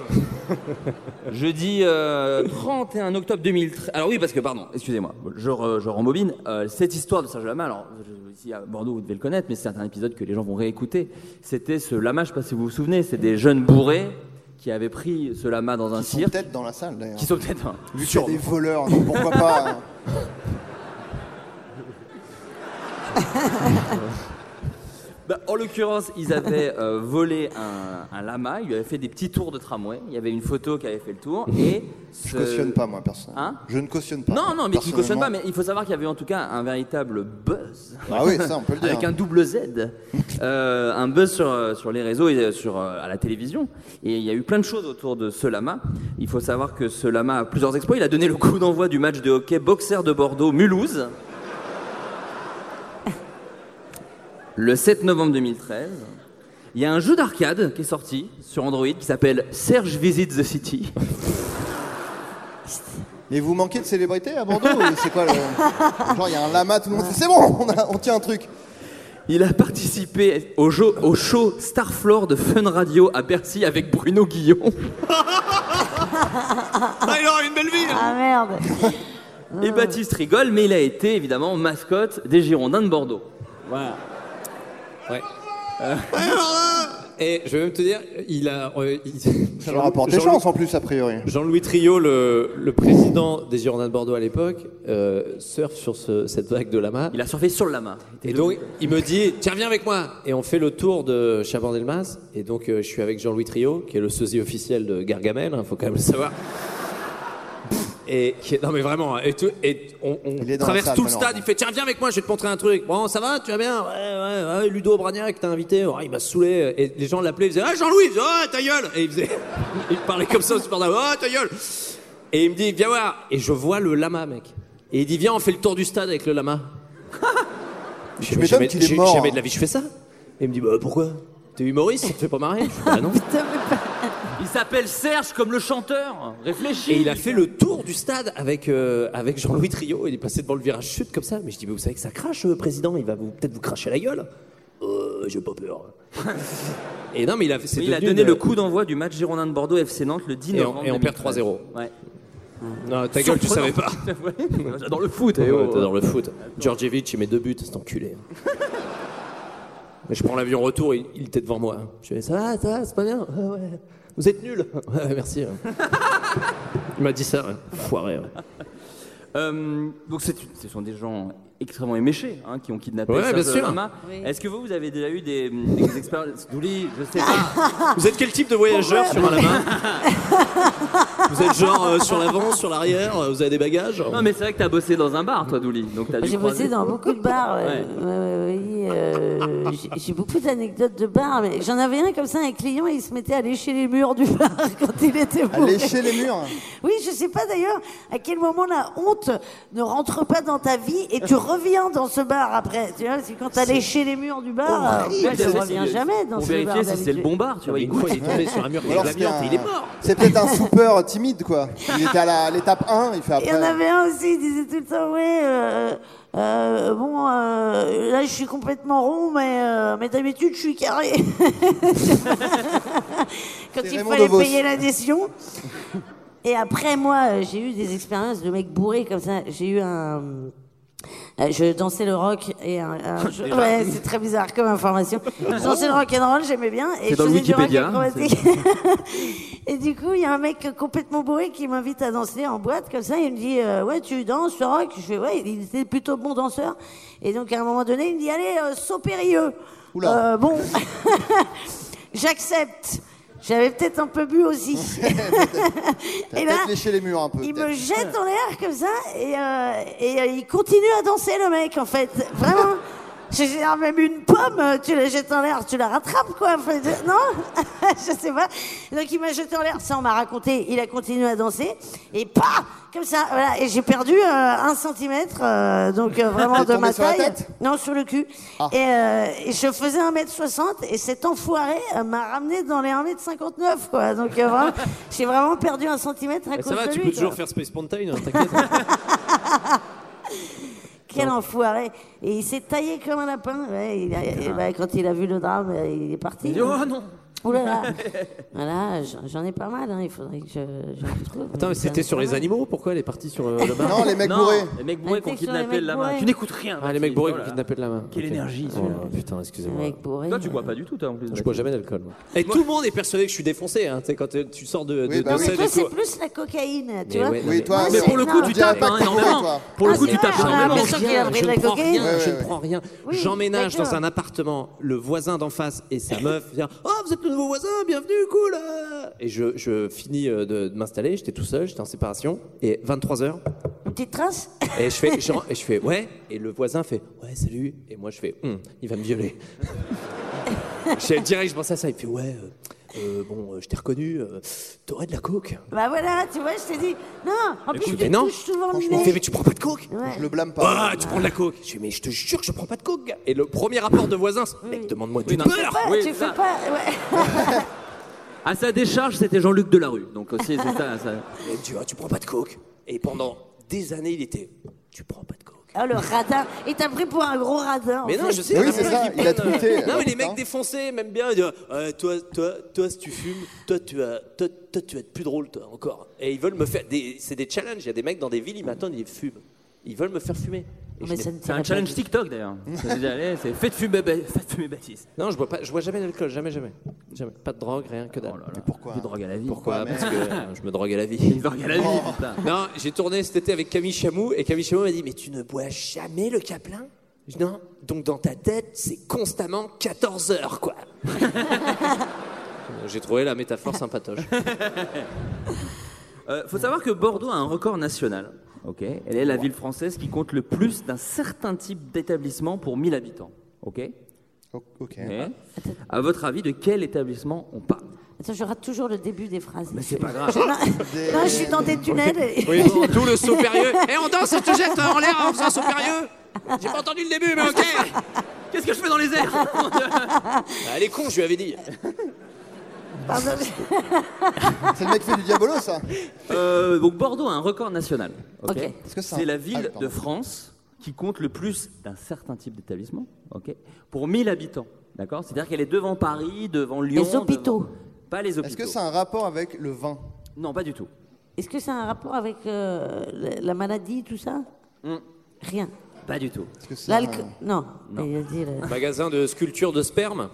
[SPEAKER 7] Jeudi euh, 31 octobre 2013. Alors oui, parce que, pardon, excusez-moi, je, re- je rembobine. Euh, cette histoire de Serge Lama, alors, je- ici à Bordeaux, vous devez le connaître, mais c'est un épisode que les gens vont réécouter. C'était ce Lama, je sais pas si vous vous souvenez, c'est des jeunes bourrés qui avaient pris ce Lama dans un
[SPEAKER 2] Ils sont
[SPEAKER 7] cirque.
[SPEAKER 2] peut-être dans la salle d'ailleurs.
[SPEAKER 7] Qui sont peut-être... un-
[SPEAKER 2] Vu qu'il y a des voleurs, donc pourquoi pas. hein.
[SPEAKER 7] Bah, en l'occurrence, ils avaient euh, volé un, un lama, ils lui avaient fait des petits tours de tramway, il y avait une photo qui avait fait le tour, et...
[SPEAKER 2] Je cautionne pas moi, personne.
[SPEAKER 7] Hein
[SPEAKER 2] je ne cautionne pas.
[SPEAKER 7] Non, non, mais qui ne
[SPEAKER 2] personnellement.
[SPEAKER 7] cautionne pas, mais il faut savoir qu'il y avait en tout cas un véritable buzz.
[SPEAKER 2] Ah oui, ça, on peut le dire.
[SPEAKER 7] Avec un double Z. Euh, un buzz sur, euh, sur les réseaux et euh, sur, euh, à la télévision. Et il y a eu plein de choses autour de ce lama. Il faut savoir que ce lama a plusieurs exploits. Il a donné le coup d'envoi du match de hockey boxer de Bordeaux Mulhouse. Le 7 novembre 2013. Il y a un jeu d'arcade qui est sorti sur Android qui s'appelle Serge Visits the City.
[SPEAKER 2] Mais vous manquez de célébrité à Bordeaux ou C'est quoi le. Genre, il y a un lama, tout le monde fait C'est bon, on, a- on tient un truc.
[SPEAKER 7] Il a participé au, jo- au show Starfloor de Fun Radio à Bercy avec Bruno Guillon.
[SPEAKER 6] Ah, il aura une belle vie
[SPEAKER 8] Ah merde
[SPEAKER 7] Et Baptiste rigole, mais il a été évidemment mascotte des Girondins de Bordeaux.
[SPEAKER 6] Voilà. Ouais. Euh, Et je vais même te dire, il a. euh, il-
[SPEAKER 2] Ça leur apporte des
[SPEAKER 6] Jean-Louis-
[SPEAKER 2] chances en plus, a priori.
[SPEAKER 6] Jean-Louis Trio, le, le président des Girondins de Bordeaux à l'époque, euh, surfe sur ce- cette vague de lama.
[SPEAKER 7] Il a surfé sur le lama.
[SPEAKER 6] Et donc, il me dit, tiens, viens avec moi. Et on fait le tour de Chaban-Delmas. Et donc, euh, je
[SPEAKER 5] hein,
[SPEAKER 6] suis avec Jean-Louis Trio, qui est le sosie officiel de Gargamel, il faut quand même le savoir.
[SPEAKER 5] et qui est- non mais vraiment hein, et tout et on, on
[SPEAKER 2] est dans la
[SPEAKER 5] traverse
[SPEAKER 2] salle,
[SPEAKER 5] tout le stade. Il
[SPEAKER 2] malheureusement.
[SPEAKER 5] fait tiens viens avec moi, je vais te montrer un truc. Bon ça va, tu vas bien ouais, ouais, ouais, Ludo Bragnac t'a invité, Ouais, il m'a saoulé et les gens l'appelaient, ils disaient ah Jean-Louis, il faisait, oh ta gueule et il faisait il parlait comme ça au supporter, oh ta gueule et il me dit viens voir et je vois le lama mec et il dit viens on fait le tour du stade avec le lama. Je
[SPEAKER 2] m'étonne
[SPEAKER 5] jamais,
[SPEAKER 2] qu'il est
[SPEAKER 5] j'ai-
[SPEAKER 2] mort,
[SPEAKER 5] jamais
[SPEAKER 2] hein.
[SPEAKER 5] de la vie je fais ça. Et il me dit bah pourquoi T'es humoriste, ça te fait pas marrer Je fais, bah non.
[SPEAKER 7] Il s'appelle Serge comme le chanteur. Réfléchis.
[SPEAKER 5] Et il a fait le tour du stade avec, euh, avec Jean-Louis Trio. Il est passé devant le virage chute comme ça. Mais je dis, mais vous savez que ça crache, euh, président. Il va vous- peut-être vous cracher à la gueule. Euh, j'ai pas peur. et non, mais il a, c'est
[SPEAKER 7] Oui, il a
[SPEAKER 5] devenu
[SPEAKER 7] donné
[SPEAKER 5] une-
[SPEAKER 7] le coup d'envoi du match Girondin de Bordeaux FC Nantes le 10
[SPEAKER 5] Et on-
[SPEAKER 7] novembre.
[SPEAKER 5] et on perd
[SPEAKER 7] 2013.
[SPEAKER 5] 3-0.
[SPEAKER 7] Ouais.
[SPEAKER 5] Non, ta gueule, tu savais pas.
[SPEAKER 7] Ouais. J'adore le foot.
[SPEAKER 5] Ouais,
[SPEAKER 7] eh oh.
[SPEAKER 5] t'adores le foot. Djordjevic, il met deux buts, cet enculé. Mais je prends l'avion retour, il, il était devant moi. Je fais ça va, ça va, c'est pas bien. Ouais, ouais. Vous êtes nuls. Ouais, ouais, merci. ouais. il m'a dit ça, ouais. foiré. hein. ouais.
[SPEAKER 7] Euh, donc c'est- ce sont des gens extrêmement éméchés hein, qui ont kidnappé
[SPEAKER 5] Ouais,
[SPEAKER 7] Serge
[SPEAKER 5] bien sûr.
[SPEAKER 7] Lama.
[SPEAKER 5] Oui.
[SPEAKER 7] Est-ce que vous, vous avez déjà eu des, des expériences Douli, je sais pas.
[SPEAKER 5] Vous êtes quel type de voyageur sur un lama Vous êtes genre euh, sur l'avant, sur l'arrière, euh, vous avez des bagages
[SPEAKER 7] Non mais c'est vrai que t'as bossé dans un bar, toi, Douli. Donc t'as dû
[SPEAKER 8] J'ai
[SPEAKER 7] croiser-
[SPEAKER 8] bossé dans beaucoup de bars. ouais.
[SPEAKER 7] Ouais.
[SPEAKER 8] Ouais, ouais, ouais, euh, j'ai- J'ai beaucoup d'anecdotes de bars. mais J'en avais un comme ça, un client, il se mettait à lécher les murs du bar quand il était
[SPEAKER 2] À
[SPEAKER 8] bourré.
[SPEAKER 2] lécher les murs
[SPEAKER 8] Oui, je sais pas d'ailleurs à quel moment la honte ne rentre pas dans ta vie et tu reviens dans ce bar après. Tu vois, parce que quand t'as
[SPEAKER 7] C'est
[SPEAKER 8] léché les murs du bar,
[SPEAKER 7] horrible.
[SPEAKER 8] euh, tu
[SPEAKER 7] Ouais,
[SPEAKER 8] ne
[SPEAKER 7] c'est-
[SPEAKER 8] reviens
[SPEAKER 7] c'est-
[SPEAKER 8] jamais dans
[SPEAKER 7] pour
[SPEAKER 8] ce bar.
[SPEAKER 7] vérifier si c'est le
[SPEAKER 8] d'habitude.
[SPEAKER 7] bon bar, tu vois. Il
[SPEAKER 5] Une fois, il est tombé
[SPEAKER 7] goûte.
[SPEAKER 5] sur un mur,
[SPEAKER 2] Ou
[SPEAKER 5] il
[SPEAKER 2] alors
[SPEAKER 5] est
[SPEAKER 2] c'était
[SPEAKER 5] amiante et il est mort.
[SPEAKER 2] C'est peut-être un soupeur timide, quoi. Il était à la- à l'étape 1, il fait
[SPEAKER 8] Il
[SPEAKER 2] après.
[SPEAKER 8] y en avait un aussi, il disait tout le temps, ouais, euh, euh, bon, euh, là je suis complètement rond, mais, euh, mais d'habitude je suis carré. Quand il
[SPEAKER 2] Raymond
[SPEAKER 8] fallait
[SPEAKER 2] Devos.
[SPEAKER 8] payer l'adhésion. Et après, moi, euh, j'ai eu des expériences de mecs bourrés comme ça. J'ai eu un. euh, Je dansais le rock et un, un- je-
[SPEAKER 11] Déjà.
[SPEAKER 8] ouais, c'est très bizarre comme information. Je dansais le rock and roll, j'aimais bien. Et
[SPEAKER 11] C'est
[SPEAKER 8] je
[SPEAKER 11] dans le
[SPEAKER 8] faisais du rock
[SPEAKER 11] Wikipédia,
[SPEAKER 8] acrobatique. Et du coup, il y a un mec complètement bourré qui m'invite à danser en boîte, comme ça. Il me dit, euh, ouais, tu danses, le rock Je fais, ouais, il était plutôt bon danseur. Et donc, à un moment donné, il me dit, allez, euh, saut périlleux. Euh, bon, j'accepte. J'avais peut-être un peu bu aussi.
[SPEAKER 2] T'as peut-être léché les murs un peu.
[SPEAKER 8] Il me
[SPEAKER 2] peut-être.
[SPEAKER 8] jette en l'air comme ça et, euh, et, euh, il continue à danser le mec en fait. Vraiment. J'ai dit, ah, même une pomme, euh, tu la jettes en l'air, tu la rattrapes quoi. Enfin, je- non Je sais pas. Donc il m'a jeté en l'air, ça on m'a raconté, il a continué à danser et pas comme ça, voilà. Et j'ai perdu euh, un centimètre, euh, donc euh, vraiment
[SPEAKER 11] T'es
[SPEAKER 8] de
[SPEAKER 11] tombé
[SPEAKER 8] ma
[SPEAKER 11] sur la
[SPEAKER 8] taille.
[SPEAKER 11] tête Ah.
[SPEAKER 8] non, sur le cul. Et, euh, et je faisais 1m60 et cet enfoiré euh, m'a ramené dans les 1m59 quoi. Donc euh, vraiment, j'ai vraiment perdu un centimètre à
[SPEAKER 5] Eh,
[SPEAKER 8] cause
[SPEAKER 5] Ça va,
[SPEAKER 8] de
[SPEAKER 5] tu
[SPEAKER 8] lui.
[SPEAKER 5] peux
[SPEAKER 8] quoi.
[SPEAKER 5] toujours faire Space Mountain, hein, t'inquiète.
[SPEAKER 8] Quel enfoiré Et il s'est taillé comme un lapin. Ouais, il a-
[SPEAKER 5] Ah.
[SPEAKER 8] et bah, quand il a vu le drame, euh, il est parti.
[SPEAKER 7] Il dit, oh non
[SPEAKER 8] Ouh là là Voilà, j'en- j'en ai pas mal, hein, il faudrait que je, je le trouve.
[SPEAKER 5] Attends, mais c'était sur les animaux Pourquoi elle est partie sur euh, le bar
[SPEAKER 2] Non, les mecs bourrés.
[SPEAKER 7] Les mecs bourrés qui ont
[SPEAKER 8] Attention, les
[SPEAKER 7] kidnappé
[SPEAKER 8] mecs
[SPEAKER 7] le lama.
[SPEAKER 8] bourrés.
[SPEAKER 7] Tu n'écoutes rien.
[SPEAKER 5] Ah, les
[SPEAKER 7] Maxime.
[SPEAKER 5] mecs bourrés
[SPEAKER 7] Oh là
[SPEAKER 5] qui
[SPEAKER 7] là.
[SPEAKER 5] kidnappent la main.
[SPEAKER 7] Quelle
[SPEAKER 5] Ok.
[SPEAKER 7] énergie,
[SPEAKER 5] Oh
[SPEAKER 7] celui-là.
[SPEAKER 5] là, Putain, excusez-moi.
[SPEAKER 7] Toi, tu bois pas du tout, toi, en plus.
[SPEAKER 5] Je bois jamais d'alcool. moi. Et tout le monde est persuadé que je suis défoncé. Hein. Tu sais, Quand tu- tu sors de, de,
[SPEAKER 2] Oui, bah
[SPEAKER 5] de
[SPEAKER 2] oui.
[SPEAKER 5] scène
[SPEAKER 8] Toi,
[SPEAKER 5] et
[SPEAKER 8] c'est
[SPEAKER 5] tout.
[SPEAKER 8] plus la cocaïne, tu
[SPEAKER 5] Mais
[SPEAKER 8] vois.
[SPEAKER 5] ouais, non,
[SPEAKER 2] Oui, toi,
[SPEAKER 5] mais
[SPEAKER 2] c'est-
[SPEAKER 5] pour le
[SPEAKER 2] on
[SPEAKER 5] coup, tu
[SPEAKER 2] dirait
[SPEAKER 5] tapes
[SPEAKER 2] pas que
[SPEAKER 5] hein,
[SPEAKER 2] t'es bourré,
[SPEAKER 5] énormément.
[SPEAKER 2] toi.
[SPEAKER 5] Pour le
[SPEAKER 8] Ah,
[SPEAKER 5] coup,
[SPEAKER 8] c'est
[SPEAKER 5] tu tapes
[SPEAKER 8] vrai, on a
[SPEAKER 5] énormément.
[SPEAKER 8] l'impression qu'il a pris de la
[SPEAKER 5] Je ne prends
[SPEAKER 8] cocaïne.
[SPEAKER 5] rien,
[SPEAKER 8] Ouais,
[SPEAKER 5] je
[SPEAKER 8] ouais.
[SPEAKER 5] ne prends rien.
[SPEAKER 8] Oui,
[SPEAKER 5] J'emménage
[SPEAKER 8] d'accord.
[SPEAKER 5] dans un appartement. Le voisin d'en face et sa meuf vient Oh, vous êtes le nouveau voisin, bienvenue, cool euh. Et je, je finis euh, de, de m'installer. J'étais tout seul, j'étais en séparation. Et 23h,
[SPEAKER 8] Une petite trace
[SPEAKER 5] et je fais, genre- et je fais ouais, et le voisin fait ouais, salut, et moi je fais hum, il va me violer. je fais direct, je pensais à ça, il fait ouais, euh, euh, bon, euh, je t'ai reconnu, euh, t'aurais de la coke.
[SPEAKER 8] Bah voilà, tu vois, je t'ai dit. Non, en plus,
[SPEAKER 5] Écoute,
[SPEAKER 8] tu
[SPEAKER 5] mais non.
[SPEAKER 8] touches souvent le
[SPEAKER 5] Il me fait mais
[SPEAKER 8] nez.
[SPEAKER 5] tu prends pas de coke
[SPEAKER 2] Je le blâme pas.
[SPEAKER 5] Ah, tu prends de la coke. Je fais mais je te jure que je prends pas de coke. gars. Et le premier rapport de voisin, c'est, mec, demande-moi du
[SPEAKER 7] non.
[SPEAKER 5] beurre.
[SPEAKER 8] Pas-
[SPEAKER 7] Oui,
[SPEAKER 8] tu
[SPEAKER 7] ça.
[SPEAKER 8] fais pas. ouais.
[SPEAKER 7] À sa décharge, c'était Jean-Luc Delarue. Donc aussi, c'est ça. ça.
[SPEAKER 5] Et tu vois, tu prends pas de coke. Et pendant des années, il était tu prends pas de coke.
[SPEAKER 8] Oh, le radin. Il t'a pris pour un gros radin. en
[SPEAKER 5] Mais non,
[SPEAKER 8] fait.
[SPEAKER 5] je sais.
[SPEAKER 2] Mais oui,
[SPEAKER 5] il y en
[SPEAKER 2] c'est
[SPEAKER 5] plein
[SPEAKER 2] ça,
[SPEAKER 5] qui
[SPEAKER 2] il a
[SPEAKER 5] prennent,
[SPEAKER 2] tweeté,
[SPEAKER 5] euh, Non,
[SPEAKER 2] euh,
[SPEAKER 5] mais les mecs
[SPEAKER 2] putain.
[SPEAKER 5] défoncés, même bien, ils disent, Ouais, toi, toi, toi, si tu fumes, toi, tu vas, toi, toi, tu vas être plus drôle, toi, encore. Et ils veulent me faire des, c'est des challenges. Il y a des mecs dans des villes, ils m'attendent, ils fument. Ils veulent me faire fumer. Et je n'ai-
[SPEAKER 7] C'est un challenge TikTok, d'ailleurs. Ça veut dire, allez, C'est faites fumer, Ba- faites fumer Baptiste.
[SPEAKER 5] Non, je bois pas, je bois jamais d'alcool, jamais, jamais, jamais. Pas de drogue, rien que dalle.
[SPEAKER 2] Pourquoi
[SPEAKER 7] Vous drogue à la vie.
[SPEAKER 5] Pourquoi Parce que euh, je me drogue à la vie.
[SPEAKER 7] Une drogue à la vie, putain.
[SPEAKER 5] Non, j'ai tourné cet été avec Camille Chamou et Camille Chamou m'a dit Mais tu ne bois jamais le caplin Je dis, Non, donc dans ta tête, c'est constamment 14 heures, quoi. j'ai trouvé la métaphore sympatoche.
[SPEAKER 7] Euh, faut savoir que Bordeaux a un record national. Ok, elle est la ville française qui compte le plus d'un certain type d'établissement pour 1000 habitants. Ok.
[SPEAKER 2] Ok.
[SPEAKER 7] Mais,
[SPEAKER 8] Ah,
[SPEAKER 7] à votre avis, de quel établissement on parle
[SPEAKER 8] Attends, je rate toujours le début des phrases.
[SPEAKER 7] Mais c'est pas grave.
[SPEAKER 8] Je- non,
[SPEAKER 7] Des-
[SPEAKER 8] non, je suis dans des tunnels. et-
[SPEAKER 7] Oui, bon, tout le
[SPEAKER 5] sous-périeux. Eh, on danse, je te jette en l'air en faisant
[SPEAKER 8] sous-périeux.
[SPEAKER 5] J'ai pas entendu le début, mais ok
[SPEAKER 7] Qu'est-ce que je fais dans les airs
[SPEAKER 5] Ah, Bah, Elle est con, je lui avais dit.
[SPEAKER 2] Ah, C'est le mec qui fait du diabolo, ça
[SPEAKER 7] Euh, donc Bordeaux a un record national. ok
[SPEAKER 2] Ok. Est-ce que ça-
[SPEAKER 7] C'est la
[SPEAKER 2] Ah oui,
[SPEAKER 7] ville
[SPEAKER 2] pardon.
[SPEAKER 7] de France qui compte le plus d'un certain type d'établissement ok, pour 1000 habitants. D'accord C'est-à-dire qu'elle est devant Paris, devant Lyon.
[SPEAKER 8] Les hôpitaux.
[SPEAKER 7] devant- Pas les hôpitaux.
[SPEAKER 2] Est-ce que ça a un rapport avec le vin
[SPEAKER 7] Non, pas du tout.
[SPEAKER 8] Est-ce que ça a un rapport avec euh, la la maladie, tout ça Rien.
[SPEAKER 7] Pas du tout.
[SPEAKER 8] L'alcool Non. mais il a dit le-
[SPEAKER 5] Magasin de sculpture de sperme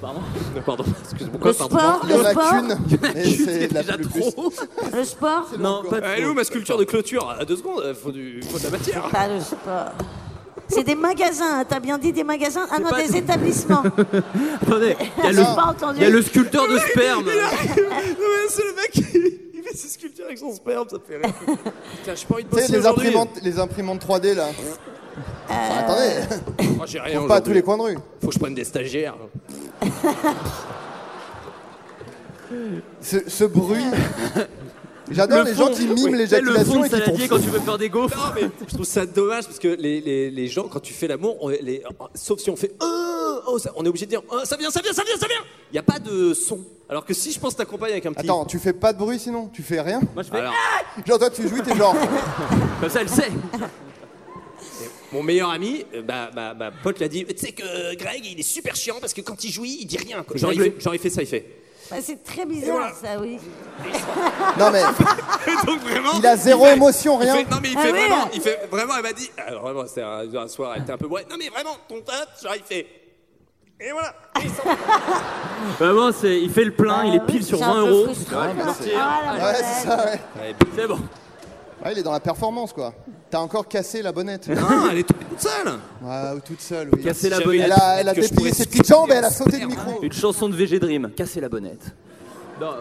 [SPEAKER 5] Pardon Pardon, excuse-moi.
[SPEAKER 8] Le sport, le sport.
[SPEAKER 2] c'est
[SPEAKER 5] déjà trop.
[SPEAKER 8] Le sport
[SPEAKER 5] Non, pas Elle est où ma sculpture de clôture À deux secondes, euh, faut, du, faut de la matière.
[SPEAKER 8] Pas le sport. C'est des magasins, hein, t'as bien dit des magasins Ah non,
[SPEAKER 5] pas-
[SPEAKER 8] des établissements.
[SPEAKER 7] Attendez, il y a
[SPEAKER 8] J'ai pas
[SPEAKER 7] le-
[SPEAKER 8] entendu.
[SPEAKER 7] il y a le sculpteur de sperme.
[SPEAKER 5] c'est le mec qui il fait ses sculptures avec son sperme, ça fait rire. Putain, j'ai pas envie de
[SPEAKER 2] Tu sais,
[SPEAKER 5] bosser
[SPEAKER 2] les
[SPEAKER 5] aujourd'hui. Euh,
[SPEAKER 2] imprimantes, les imprimantes 3D, là. Attendez
[SPEAKER 5] Moi, Oh, j'ai rien
[SPEAKER 2] Trouve pas à tous
[SPEAKER 5] aujourd'hui.
[SPEAKER 2] les coins de rue.
[SPEAKER 5] Faut que je prenne des stagiaires.
[SPEAKER 2] Ce, ce bruit. J'adore
[SPEAKER 5] Le
[SPEAKER 2] les
[SPEAKER 5] fond-
[SPEAKER 2] gens qui miment
[SPEAKER 5] oui,
[SPEAKER 2] l'éjaculation et qui font.
[SPEAKER 7] quand tu veux faire des gaufres.
[SPEAKER 5] Non, mais je trouve ça dommage parce que les, les, les gens, quand tu fais l'amour, on- les- sauf si on fait oh, oh, ça- on est obligé de dire oh, ça vient, ça vient, ça vient, ça vient. Il n'y a pas de son. Alors que si je pense t'accompagner avec un petit.
[SPEAKER 2] Attends, tu fais pas de bruit sinon Tu fais rien
[SPEAKER 7] Moi je fais. ah,
[SPEAKER 2] Genre, toi, tu jouis, t'es genre.
[SPEAKER 7] Comme ça, elle sait.
[SPEAKER 5] Mon meilleur ami, euh, bah, bah, ma pote l'a dit tu sais que euh, Greg, il est super chiant parce que quand il jouit, il dit rien. quoi. Genre, il fait, genre, il fait ça, il fait.
[SPEAKER 8] Bah, c'est très bizarre,
[SPEAKER 5] voilà.
[SPEAKER 8] ça, oui.
[SPEAKER 2] Non, mais
[SPEAKER 5] Ah, Donc vraiment,
[SPEAKER 2] il a zéro
[SPEAKER 5] fait-
[SPEAKER 2] émotion, rien.
[SPEAKER 5] il fait- non mais il
[SPEAKER 8] Ah
[SPEAKER 5] fait
[SPEAKER 8] oui.
[SPEAKER 5] vraiment, il fait vraiment. Elle m'a dit, alors vraiment, c'était un, un soir, elle était un peu bourrée. Non mais vraiment, ton taf, genre il fait. Et voilà. Et il s'en va.
[SPEAKER 7] Vraiment, Euh, c'est, il fait le plein, il est pile sur
[SPEAKER 8] Ah, C'est un
[SPEAKER 7] 20
[SPEAKER 8] peu
[SPEAKER 7] euros.
[SPEAKER 8] frustrant,
[SPEAKER 7] Ouais, mais
[SPEAKER 8] quoi.
[SPEAKER 7] sortir.
[SPEAKER 8] Ah, la
[SPEAKER 2] Ouais,
[SPEAKER 8] bordel.
[SPEAKER 2] c'est ça, ouais.
[SPEAKER 5] Et puis, C'est bon.
[SPEAKER 2] Ouais, il est dans la performance, quoi. T'as encore cassé la bonnette.
[SPEAKER 5] Non, Ah, elle est toute seule.
[SPEAKER 2] Ouais, ou toute seule, oui.
[SPEAKER 7] Casser la
[SPEAKER 5] J'avais-
[SPEAKER 7] bonnette.
[SPEAKER 2] Elle a, elle a
[SPEAKER 5] Est-ce que je
[SPEAKER 2] déplié
[SPEAKER 5] pourrais
[SPEAKER 2] ses petites jambes et elle a
[SPEAKER 5] sculpter
[SPEAKER 2] sauté de
[SPEAKER 5] un
[SPEAKER 2] micro.
[SPEAKER 7] Une chanson de VG Dream, casser la bonnette. Non, euh,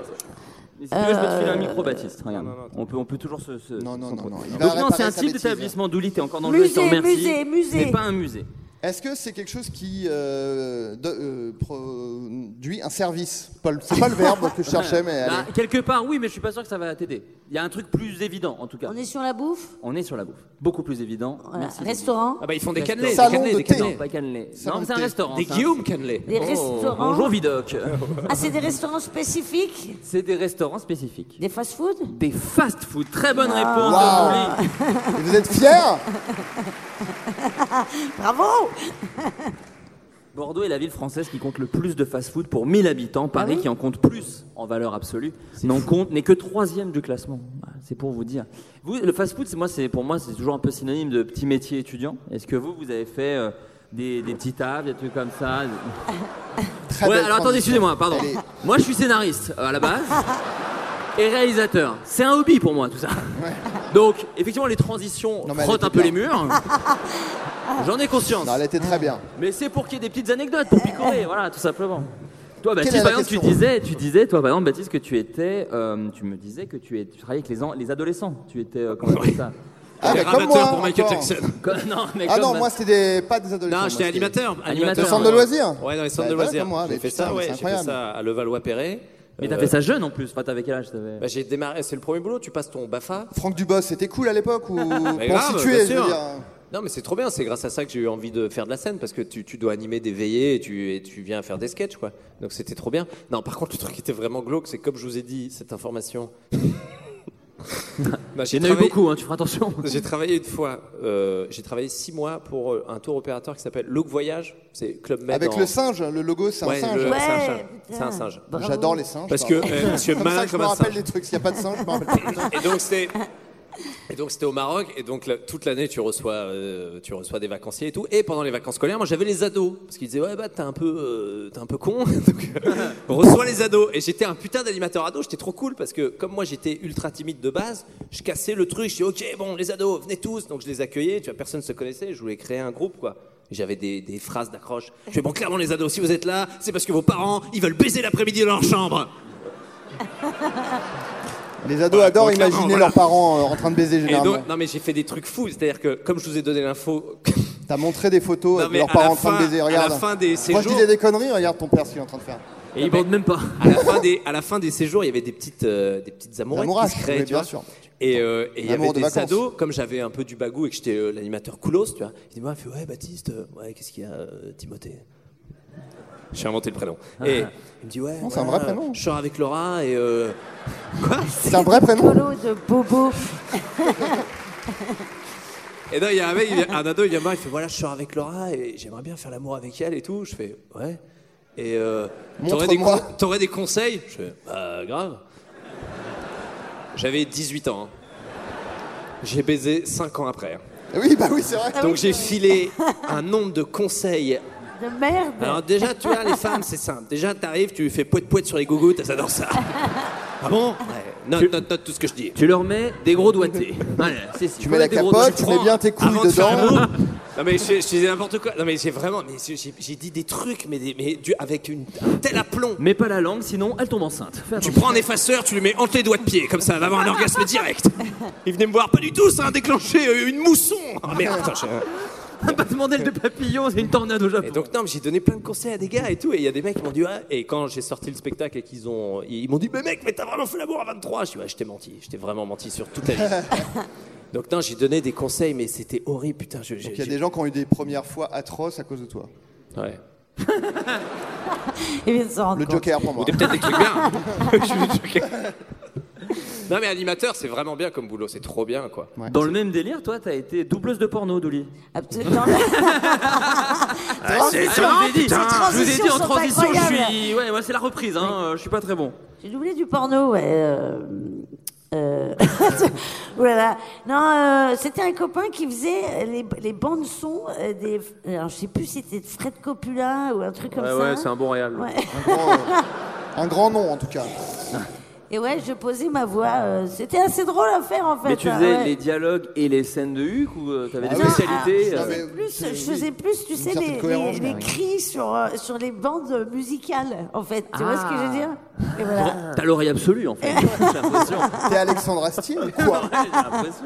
[SPEAKER 7] mais si tu veux, je peux te filer
[SPEAKER 8] Euh,
[SPEAKER 7] un micro, Baptiste. Regarde. on, peut, on peut toujours se. se-
[SPEAKER 2] Non, non, non,
[SPEAKER 7] s'en prendre.
[SPEAKER 2] non, il va
[SPEAKER 7] Donc, non,
[SPEAKER 2] réparer
[SPEAKER 7] c'est un
[SPEAKER 2] sa
[SPEAKER 7] type
[SPEAKER 2] bêtise.
[SPEAKER 7] d'établissement. Douli, t'es encore dans le
[SPEAKER 8] Musée,
[SPEAKER 7] jeu, je te remercie.
[SPEAKER 8] musée, musée.
[SPEAKER 7] C'est pas un musée.
[SPEAKER 2] Est-ce que c'est quelque chose qui euh, de- euh, produit un service Pas le- C'est pas le verbe que je cherchais, mais
[SPEAKER 7] Bah,
[SPEAKER 2] allez.
[SPEAKER 7] quelque part, oui, mais je suis pas sûr que ça va t'aider. Il y a un truc plus évident, en tout cas.
[SPEAKER 8] On est sur la bouffe
[SPEAKER 7] On est sur la bouffe. Beaucoup plus évident.
[SPEAKER 8] Voilà.
[SPEAKER 7] Merci.
[SPEAKER 8] Restaurant
[SPEAKER 5] Ah bah ils font des
[SPEAKER 7] Restaurant.
[SPEAKER 5] cannelés, des
[SPEAKER 2] Salon
[SPEAKER 5] cannelés,
[SPEAKER 2] de
[SPEAKER 5] des
[SPEAKER 2] thé.
[SPEAKER 7] Non,
[SPEAKER 5] cannelés.
[SPEAKER 7] pas cannelé.
[SPEAKER 2] Ça
[SPEAKER 7] Non,
[SPEAKER 2] monte
[SPEAKER 7] c'est un
[SPEAKER 2] tes-
[SPEAKER 7] restaurant.
[SPEAKER 5] Des
[SPEAKER 7] ça.
[SPEAKER 5] Guillaume cannelés.
[SPEAKER 8] Des
[SPEAKER 7] Oh,
[SPEAKER 8] restaurants
[SPEAKER 7] Bonjour, Vidoc.
[SPEAKER 8] Ah, c'est des restaurants spécifiques
[SPEAKER 7] c'est des restaurants spécifiques.
[SPEAKER 8] Des fast-food
[SPEAKER 7] Des fast food. Très
[SPEAKER 8] Ah.
[SPEAKER 7] bonne réponse,
[SPEAKER 2] Waouh.
[SPEAKER 7] Douli.
[SPEAKER 2] Et Vous êtes fiers
[SPEAKER 8] Bravo
[SPEAKER 7] Bordeaux est la ville française qui compte le plus de fast-food pour 1000 habitants.
[SPEAKER 5] Ah
[SPEAKER 7] Paris qui en compte plus en valeur absolue n'en compte n'est que troisième du classement. Voilà, C'est pour vous dire. Vous, le fast-food, c'est moi, c'est pour moi, c'est toujours un peu synonyme de petit métier étudiant. Est-ce que vous, vous avez fait euh, des, des petits tables, des trucs comme ça
[SPEAKER 2] Très
[SPEAKER 7] Ouais,
[SPEAKER 2] belle
[SPEAKER 7] alors attendez,
[SPEAKER 2] transition.
[SPEAKER 7] excusez-moi, pardon.
[SPEAKER 2] Elle est-
[SPEAKER 7] Moi, je suis scénariste euh, à la base et réalisateur. C'est un hobby pour moi, tout ça. Donc, effectivement, les transitions
[SPEAKER 2] Non, mais elle
[SPEAKER 7] frottent
[SPEAKER 2] était
[SPEAKER 7] un peu
[SPEAKER 2] bien.
[SPEAKER 7] les murs. J'en ai conscience.
[SPEAKER 2] Non, elle était très bien.
[SPEAKER 7] Mais c'est pour qu'il y ait des petites anecdotes, pour picorer, voilà, tout simplement. Toi,
[SPEAKER 2] Quelle
[SPEAKER 7] Baptiste,
[SPEAKER 2] est
[SPEAKER 7] par
[SPEAKER 2] la
[SPEAKER 7] exemple, tu
[SPEAKER 2] question
[SPEAKER 7] disais, tu disais, toi, par exemple, Baptiste, que tu étais, euh, tu me disais que tu, es, tu travaillais avec les, an- les adolescents. Tu étais, euh, comment on appelle ça
[SPEAKER 2] Ah, mais
[SPEAKER 5] Des
[SPEAKER 2] comme
[SPEAKER 5] rabatteurs
[SPEAKER 2] moi,
[SPEAKER 5] pour Michael
[SPEAKER 2] encore.
[SPEAKER 5] Jackson.
[SPEAKER 7] Comme- Non, mais
[SPEAKER 2] Ah
[SPEAKER 7] comme-
[SPEAKER 2] non, moi c'était des... pas des adolescents.
[SPEAKER 5] Non,
[SPEAKER 2] moi,
[SPEAKER 5] j'étais
[SPEAKER 2] c'était-
[SPEAKER 5] animateur.
[SPEAKER 7] Animateur.
[SPEAKER 2] Le centre de loisirs
[SPEAKER 5] Ouais, dans les centres
[SPEAKER 2] Bah,
[SPEAKER 5] de
[SPEAKER 2] voilà,
[SPEAKER 5] loisirs.
[SPEAKER 2] comme moi, mais
[SPEAKER 5] J'ai fait
[SPEAKER 2] putain,
[SPEAKER 5] ça,
[SPEAKER 2] mais
[SPEAKER 5] ouais,
[SPEAKER 2] c'est
[SPEAKER 5] j'ai fait
[SPEAKER 2] incroyable.
[SPEAKER 5] ça à Levallois-Perret.
[SPEAKER 7] mais t'as
[SPEAKER 5] Euh,
[SPEAKER 7] fait ça jeune en plus. Enfin, t'avais quel âge t'avais
[SPEAKER 5] bah, j'ai démarré, c'est le premier boulot, tu passes ton BAFA.
[SPEAKER 2] Franck Dubos, c'était cool à l'époque ou
[SPEAKER 5] Mais
[SPEAKER 2] pour
[SPEAKER 5] grave,
[SPEAKER 2] situer,
[SPEAKER 5] bien
[SPEAKER 2] je veux
[SPEAKER 5] sûr.
[SPEAKER 2] dire.
[SPEAKER 5] Non, mais c'est trop bien, c'est grâce à ça que j'ai eu envie de faire de la scène parce que tu, tu dois animer des veillées et tu, et tu viens faire des sketchs, quoi. Donc c'était trop bien. Non, par contre, le truc qui était vraiment glauque, c'est comme je vous ai dit, cette information. Bah, j'ai
[SPEAKER 7] Il y en a eu
[SPEAKER 5] travaillé-
[SPEAKER 7] beaucoup, hein, tu feras attention.
[SPEAKER 5] J'ai travaillé une fois, euh, j'ai travaillé six mois pour euh, un tour opérateur qui s'appelle Look Voyage, c'est Club Med.
[SPEAKER 2] Avec
[SPEAKER 5] en-
[SPEAKER 2] le singe, le logo c'est
[SPEAKER 5] Ouais,
[SPEAKER 2] un singe.
[SPEAKER 5] le-
[SPEAKER 8] Ouais,
[SPEAKER 5] c'est un singe.
[SPEAKER 8] putain.
[SPEAKER 5] C'est un singe.
[SPEAKER 8] Bravo.
[SPEAKER 2] J'adore les singes.
[SPEAKER 5] Parce que
[SPEAKER 2] pardon.
[SPEAKER 5] euh, monsieur
[SPEAKER 2] comme
[SPEAKER 5] malin
[SPEAKER 2] ça, je
[SPEAKER 5] comme
[SPEAKER 2] me
[SPEAKER 5] un
[SPEAKER 2] rappelle des
[SPEAKER 5] singe.
[SPEAKER 2] trucs. S'il n'y a pas de singe, je me rappelle. pas.
[SPEAKER 5] Et donc c'était et donc c'était au Maroc et donc là, toute l'année tu reçois euh, tu reçois des vacanciers et tout et pendant les vacances scolaires moi j'avais les ados parce qu'ils disaient ouais bah t'es un peu euh, t'es un peu con donc euh, reçois les ados et j'étais un putain d'animateur ado j'étais trop cool parce que comme moi j'étais ultra timide de base je cassais le truc je dis ok bon les ados venez tous donc je les accueillais tu vois personne se connaissait je voulais créer un groupe quoi j'avais des, des phrases d'accroche je fais bon clairement les ados si vous êtes là c'est parce que vos parents ils veulent baiser l'après-midi dans leur chambre
[SPEAKER 2] Les ados
[SPEAKER 5] Voilà,
[SPEAKER 2] adorent
[SPEAKER 5] donc, clairement,
[SPEAKER 2] imaginer
[SPEAKER 5] voilà.
[SPEAKER 2] leurs parents euh, en train de baiser
[SPEAKER 5] Et
[SPEAKER 2] généralement.
[SPEAKER 5] donc, non, mais j'ai fait des trucs fous. C'est-à-dire que, comme je vous ai donné l'info,
[SPEAKER 2] T'as montré des photos
[SPEAKER 5] Non,
[SPEAKER 2] de
[SPEAKER 5] mais
[SPEAKER 2] leurs
[SPEAKER 5] à
[SPEAKER 2] parents
[SPEAKER 5] la
[SPEAKER 2] en train de
[SPEAKER 5] fin-
[SPEAKER 2] baiser.
[SPEAKER 5] à la
[SPEAKER 2] Regarde.
[SPEAKER 5] fin des
[SPEAKER 2] Moi je
[SPEAKER 5] séjours-
[SPEAKER 2] disais des conneries. Regarde ton père ce qu'il est en train de faire.
[SPEAKER 7] Et ils bandent même pas.
[SPEAKER 5] à la fin des, à la fin des séjours, il y avait des petites, euh, des petites amourettes
[SPEAKER 2] Des amourages,
[SPEAKER 5] qui se créaient,
[SPEAKER 2] oui,
[SPEAKER 5] tu
[SPEAKER 2] bien
[SPEAKER 5] vois.
[SPEAKER 2] sûr.
[SPEAKER 5] Et, euh, et il y
[SPEAKER 2] L'amour
[SPEAKER 5] avait
[SPEAKER 2] de
[SPEAKER 5] des
[SPEAKER 2] vacances.
[SPEAKER 5] ados, comme j'avais un peu du bagou et que j'étais euh, l'animateur coolos, tu vois. Il m'a fait ouais Baptiste, euh, ouais qu'est-ce qu'il y a euh, Timothée. J'ai inventé le prénom. Et il me dit ouais.
[SPEAKER 2] Ah. Non, c'est un
[SPEAKER 5] voilà,
[SPEAKER 2] vrai prénom.
[SPEAKER 5] Je sors avec Laura et euh, quoi
[SPEAKER 2] C'est un vrai prénom.
[SPEAKER 8] de Bobo.
[SPEAKER 5] Et non, il y a un mec, il vient- un ado, il vient me voir, il fait voilà, je sors avec Laura et j'aimerais bien faire l'amour avec elle et tout. Je fais ouais. Et euh, t'aurais des,
[SPEAKER 2] Montre-moi.
[SPEAKER 5] con- t'aurais des conseils Je fais bah grave. J'avais 18 ans. hein. J'ai baisé 5 ans après. hein.
[SPEAKER 2] Oui, bah oui, c'est vrai.
[SPEAKER 5] Donc j'ai filé un nombre de conseils.
[SPEAKER 8] De merde.
[SPEAKER 5] Alors déjà, tu vois, les femmes, c'est simple. Déjà, t'arrives, tu fais poète poète sur les gougouttes, elles adorent ça. Ah bon Ouais. Note, note, note tout ce que je dis.
[SPEAKER 7] Tu leur mets des gros doigtés. Voilà, c'est-
[SPEAKER 5] Tu
[SPEAKER 7] faut
[SPEAKER 2] mets la
[SPEAKER 7] mettre des gros
[SPEAKER 2] capote,
[SPEAKER 7] doigtés.
[SPEAKER 2] tu mets bien tes couilles
[SPEAKER 5] Avant de faire
[SPEAKER 2] dedans.
[SPEAKER 5] l'amour- Non mais je, je disais n'importe quoi. Non mais j'ai vraiment, mais j'ai- j'ai j'ai dit des trucs, mais, des- mais du- avec une, un tel aplomb.
[SPEAKER 7] Mets pas la langue, sinon elle tombe enceinte. Fais
[SPEAKER 5] Tu
[SPEAKER 7] attention.
[SPEAKER 5] prends un effaceur, tu le mets entre les doigts de pied, comme ça, elle va avoir un orgasme direct. Il venait me voir, pas du tout, ça a déclenché euh, une mousson. Ah merde, putain, j'ai-
[SPEAKER 7] On va demander le papillon, c'est une tornade au Japon.
[SPEAKER 5] Et donc non, mais j'ai donné plein de conseils à des gars et tout, et il y a des mecs qui m'ont dit ouais. Et quand j'ai sorti le spectacle et qu'ils ont, ils m'ont dit mais mec, mais t'as vraiment fait l'amour à 23. Je dis ouais, je t'ai menti, je t'ai vraiment menti sur toute la vie. Donc non, j'ai donné des conseils, mais c'était horrible, putain. Je, je-
[SPEAKER 2] Il y a
[SPEAKER 5] je-
[SPEAKER 2] des gens qui ont eu des premières fois atroces à cause de toi.
[SPEAKER 5] Ouais.
[SPEAKER 8] Il vient de s'en rendre
[SPEAKER 2] Le
[SPEAKER 8] compte.
[SPEAKER 2] Joker pour moi.
[SPEAKER 5] Ou peut-être des trucs bien. Je suis le Joker. non mais animateur, c'est vraiment bien comme boulot, c'est trop bien quoi.
[SPEAKER 7] Dans le même délire, toi, t'as été doubleuse de porno, Douli.
[SPEAKER 8] Absolument.
[SPEAKER 6] Ah,
[SPEAKER 7] c'est
[SPEAKER 8] ça,
[SPEAKER 2] Ah,
[SPEAKER 8] putain.
[SPEAKER 7] je vous ai dit
[SPEAKER 8] transitions
[SPEAKER 7] en
[SPEAKER 8] sont
[SPEAKER 7] transition, je
[SPEAKER 8] incroyables.
[SPEAKER 7] suis. Ouais, ouais, c'est la reprise, hein, euh, je suis pas très bon.
[SPEAKER 8] J'ai doublé du porno, ouais. Euh... euh, Ouh là là. Non, euh, c'était un copain qui faisait les, les bandes son euh, des. Alors, je sais plus si c'était de Fred Coppola ou un truc comme ça.
[SPEAKER 7] bon réal.
[SPEAKER 8] Ouais.
[SPEAKER 2] euh, Un grand nom en tout cas.
[SPEAKER 8] Et ouais, je posais ma voix. euh, c'était assez drôle à faire en fait.
[SPEAKER 7] Mais tu
[SPEAKER 8] hein,
[SPEAKER 7] faisais
[SPEAKER 8] ouais.
[SPEAKER 7] les dialogues et les scènes de Huc ou euh, t'avais des
[SPEAKER 8] Non,
[SPEAKER 7] spécialités euh,
[SPEAKER 8] ah, je faisais
[SPEAKER 2] euh,
[SPEAKER 8] plus,
[SPEAKER 2] c'est-
[SPEAKER 8] je faisais
[SPEAKER 2] oui,
[SPEAKER 8] plus, tu
[SPEAKER 2] une
[SPEAKER 8] sais,
[SPEAKER 2] certaine
[SPEAKER 8] les,
[SPEAKER 2] cohérence,
[SPEAKER 8] les-
[SPEAKER 2] mais
[SPEAKER 8] les
[SPEAKER 2] oui.
[SPEAKER 8] cris sur, euh, sur les bandes musicales, en fait. Tu vois ce que je veux dire Et voilà.
[SPEAKER 7] grand- T'as l'oreille absolue en fait. J'ai l'impression.
[SPEAKER 2] T'es Alexandre Astier ou quoi
[SPEAKER 7] J'ai l'impression.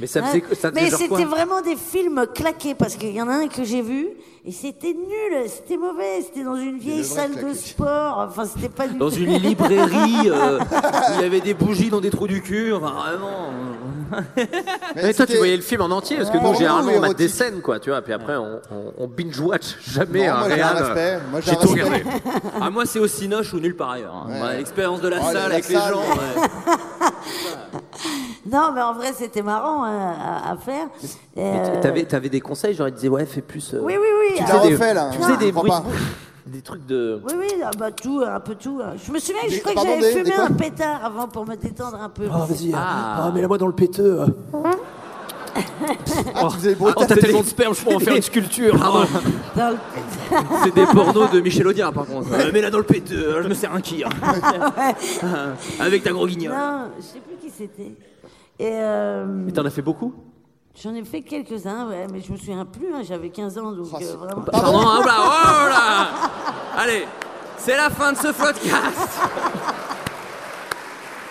[SPEAKER 7] Mais ça
[SPEAKER 8] Ouais.
[SPEAKER 7] faisait, ça faisait
[SPEAKER 8] Hein Mais
[SPEAKER 7] genre
[SPEAKER 8] c'était
[SPEAKER 7] quoi
[SPEAKER 8] vraiment des films claqués parce qu'il y en a un que j'ai vu et c'était nul, c'était mauvais, c'était dans une vieille
[SPEAKER 2] le vrai
[SPEAKER 8] salle de
[SPEAKER 2] claqué.
[SPEAKER 8] sport, enfin c'était pas du
[SPEAKER 7] Dans
[SPEAKER 8] tout-
[SPEAKER 7] une librairie, euh, où il y avait des bougies dans des trous du cul, enfin vraiment.
[SPEAKER 2] Mais
[SPEAKER 12] toi, tu
[SPEAKER 2] c'était-
[SPEAKER 12] voyais le film en entier, parce que nous,
[SPEAKER 2] Ouais.
[SPEAKER 12] généralement, on mate des
[SPEAKER 2] Érotique.
[SPEAKER 12] scènes, quoi, tu vois, puis après, on, on- on binge-watch jamais
[SPEAKER 2] Non,
[SPEAKER 12] un
[SPEAKER 2] moi, j'ai un
[SPEAKER 12] réel.
[SPEAKER 2] respect. Moi, j'ai
[SPEAKER 12] J'ai
[SPEAKER 2] un
[SPEAKER 12] tout
[SPEAKER 2] respect.
[SPEAKER 12] regardé.
[SPEAKER 7] Ah, moi c'est aussi noche ou nulle part ailleurs. hein.
[SPEAKER 2] Ouais.
[SPEAKER 7] Ouais, L'expérience de la
[SPEAKER 2] Oh, la-
[SPEAKER 7] salle
[SPEAKER 2] la
[SPEAKER 7] avec les
[SPEAKER 2] salle.
[SPEAKER 7] gens. ouais.
[SPEAKER 8] Non, mais en vrai c'était marrant hein, à, à faire. Et,
[SPEAKER 12] Et
[SPEAKER 8] euh,
[SPEAKER 12] tu- T'avais, t'avais des conseils, genre, ils disaient, ouais, fais plus. euh,
[SPEAKER 8] Oui, oui, oui.
[SPEAKER 2] Tu
[SPEAKER 8] euh,
[SPEAKER 2] l'as
[SPEAKER 12] des-
[SPEAKER 2] refait là.
[SPEAKER 12] tu
[SPEAKER 2] hein,
[SPEAKER 12] faisais des
[SPEAKER 2] je comprends
[SPEAKER 12] bruits. Des trucs de.
[SPEAKER 8] Oui, oui, ah bah, tout, un peu tout. hein. Je me souviens, que je
[SPEAKER 2] Des-
[SPEAKER 8] crois que
[SPEAKER 2] pardon,
[SPEAKER 8] j'avais
[SPEAKER 2] des-
[SPEAKER 8] fumé
[SPEAKER 2] des quoi
[SPEAKER 8] un pétard avant pour me détendre un peu.
[SPEAKER 2] hein.
[SPEAKER 7] Ah.
[SPEAKER 5] mets-la-moi dans le péteux.
[SPEAKER 2] pas. Ah, tu faisais des bruits.
[SPEAKER 7] Oh,
[SPEAKER 5] t'as
[SPEAKER 7] t'as
[SPEAKER 5] tellement
[SPEAKER 7] tellement
[SPEAKER 5] de sperme, je pourrais en faire une sculpture.
[SPEAKER 8] Dans le-
[SPEAKER 7] C'est des pornos de Michel Audiard par contre. Euh, Mets-la dans le péteux, je me sers un kir. Euh, Avec ta gros guignol.
[SPEAKER 8] Non, je sais plus qui c'était. Et euh,
[SPEAKER 7] Mais t'en as fait beaucoup
[SPEAKER 8] j'en ai fait quelques-uns, ouais, mais je me souviens plus. hein, j'avais 15 ans, donc
[SPEAKER 2] Ah,
[SPEAKER 8] euh,
[SPEAKER 2] c'est-
[SPEAKER 8] vraiment.
[SPEAKER 7] Pardon, oh là, oh là Allez, c'est la fin de ce podcast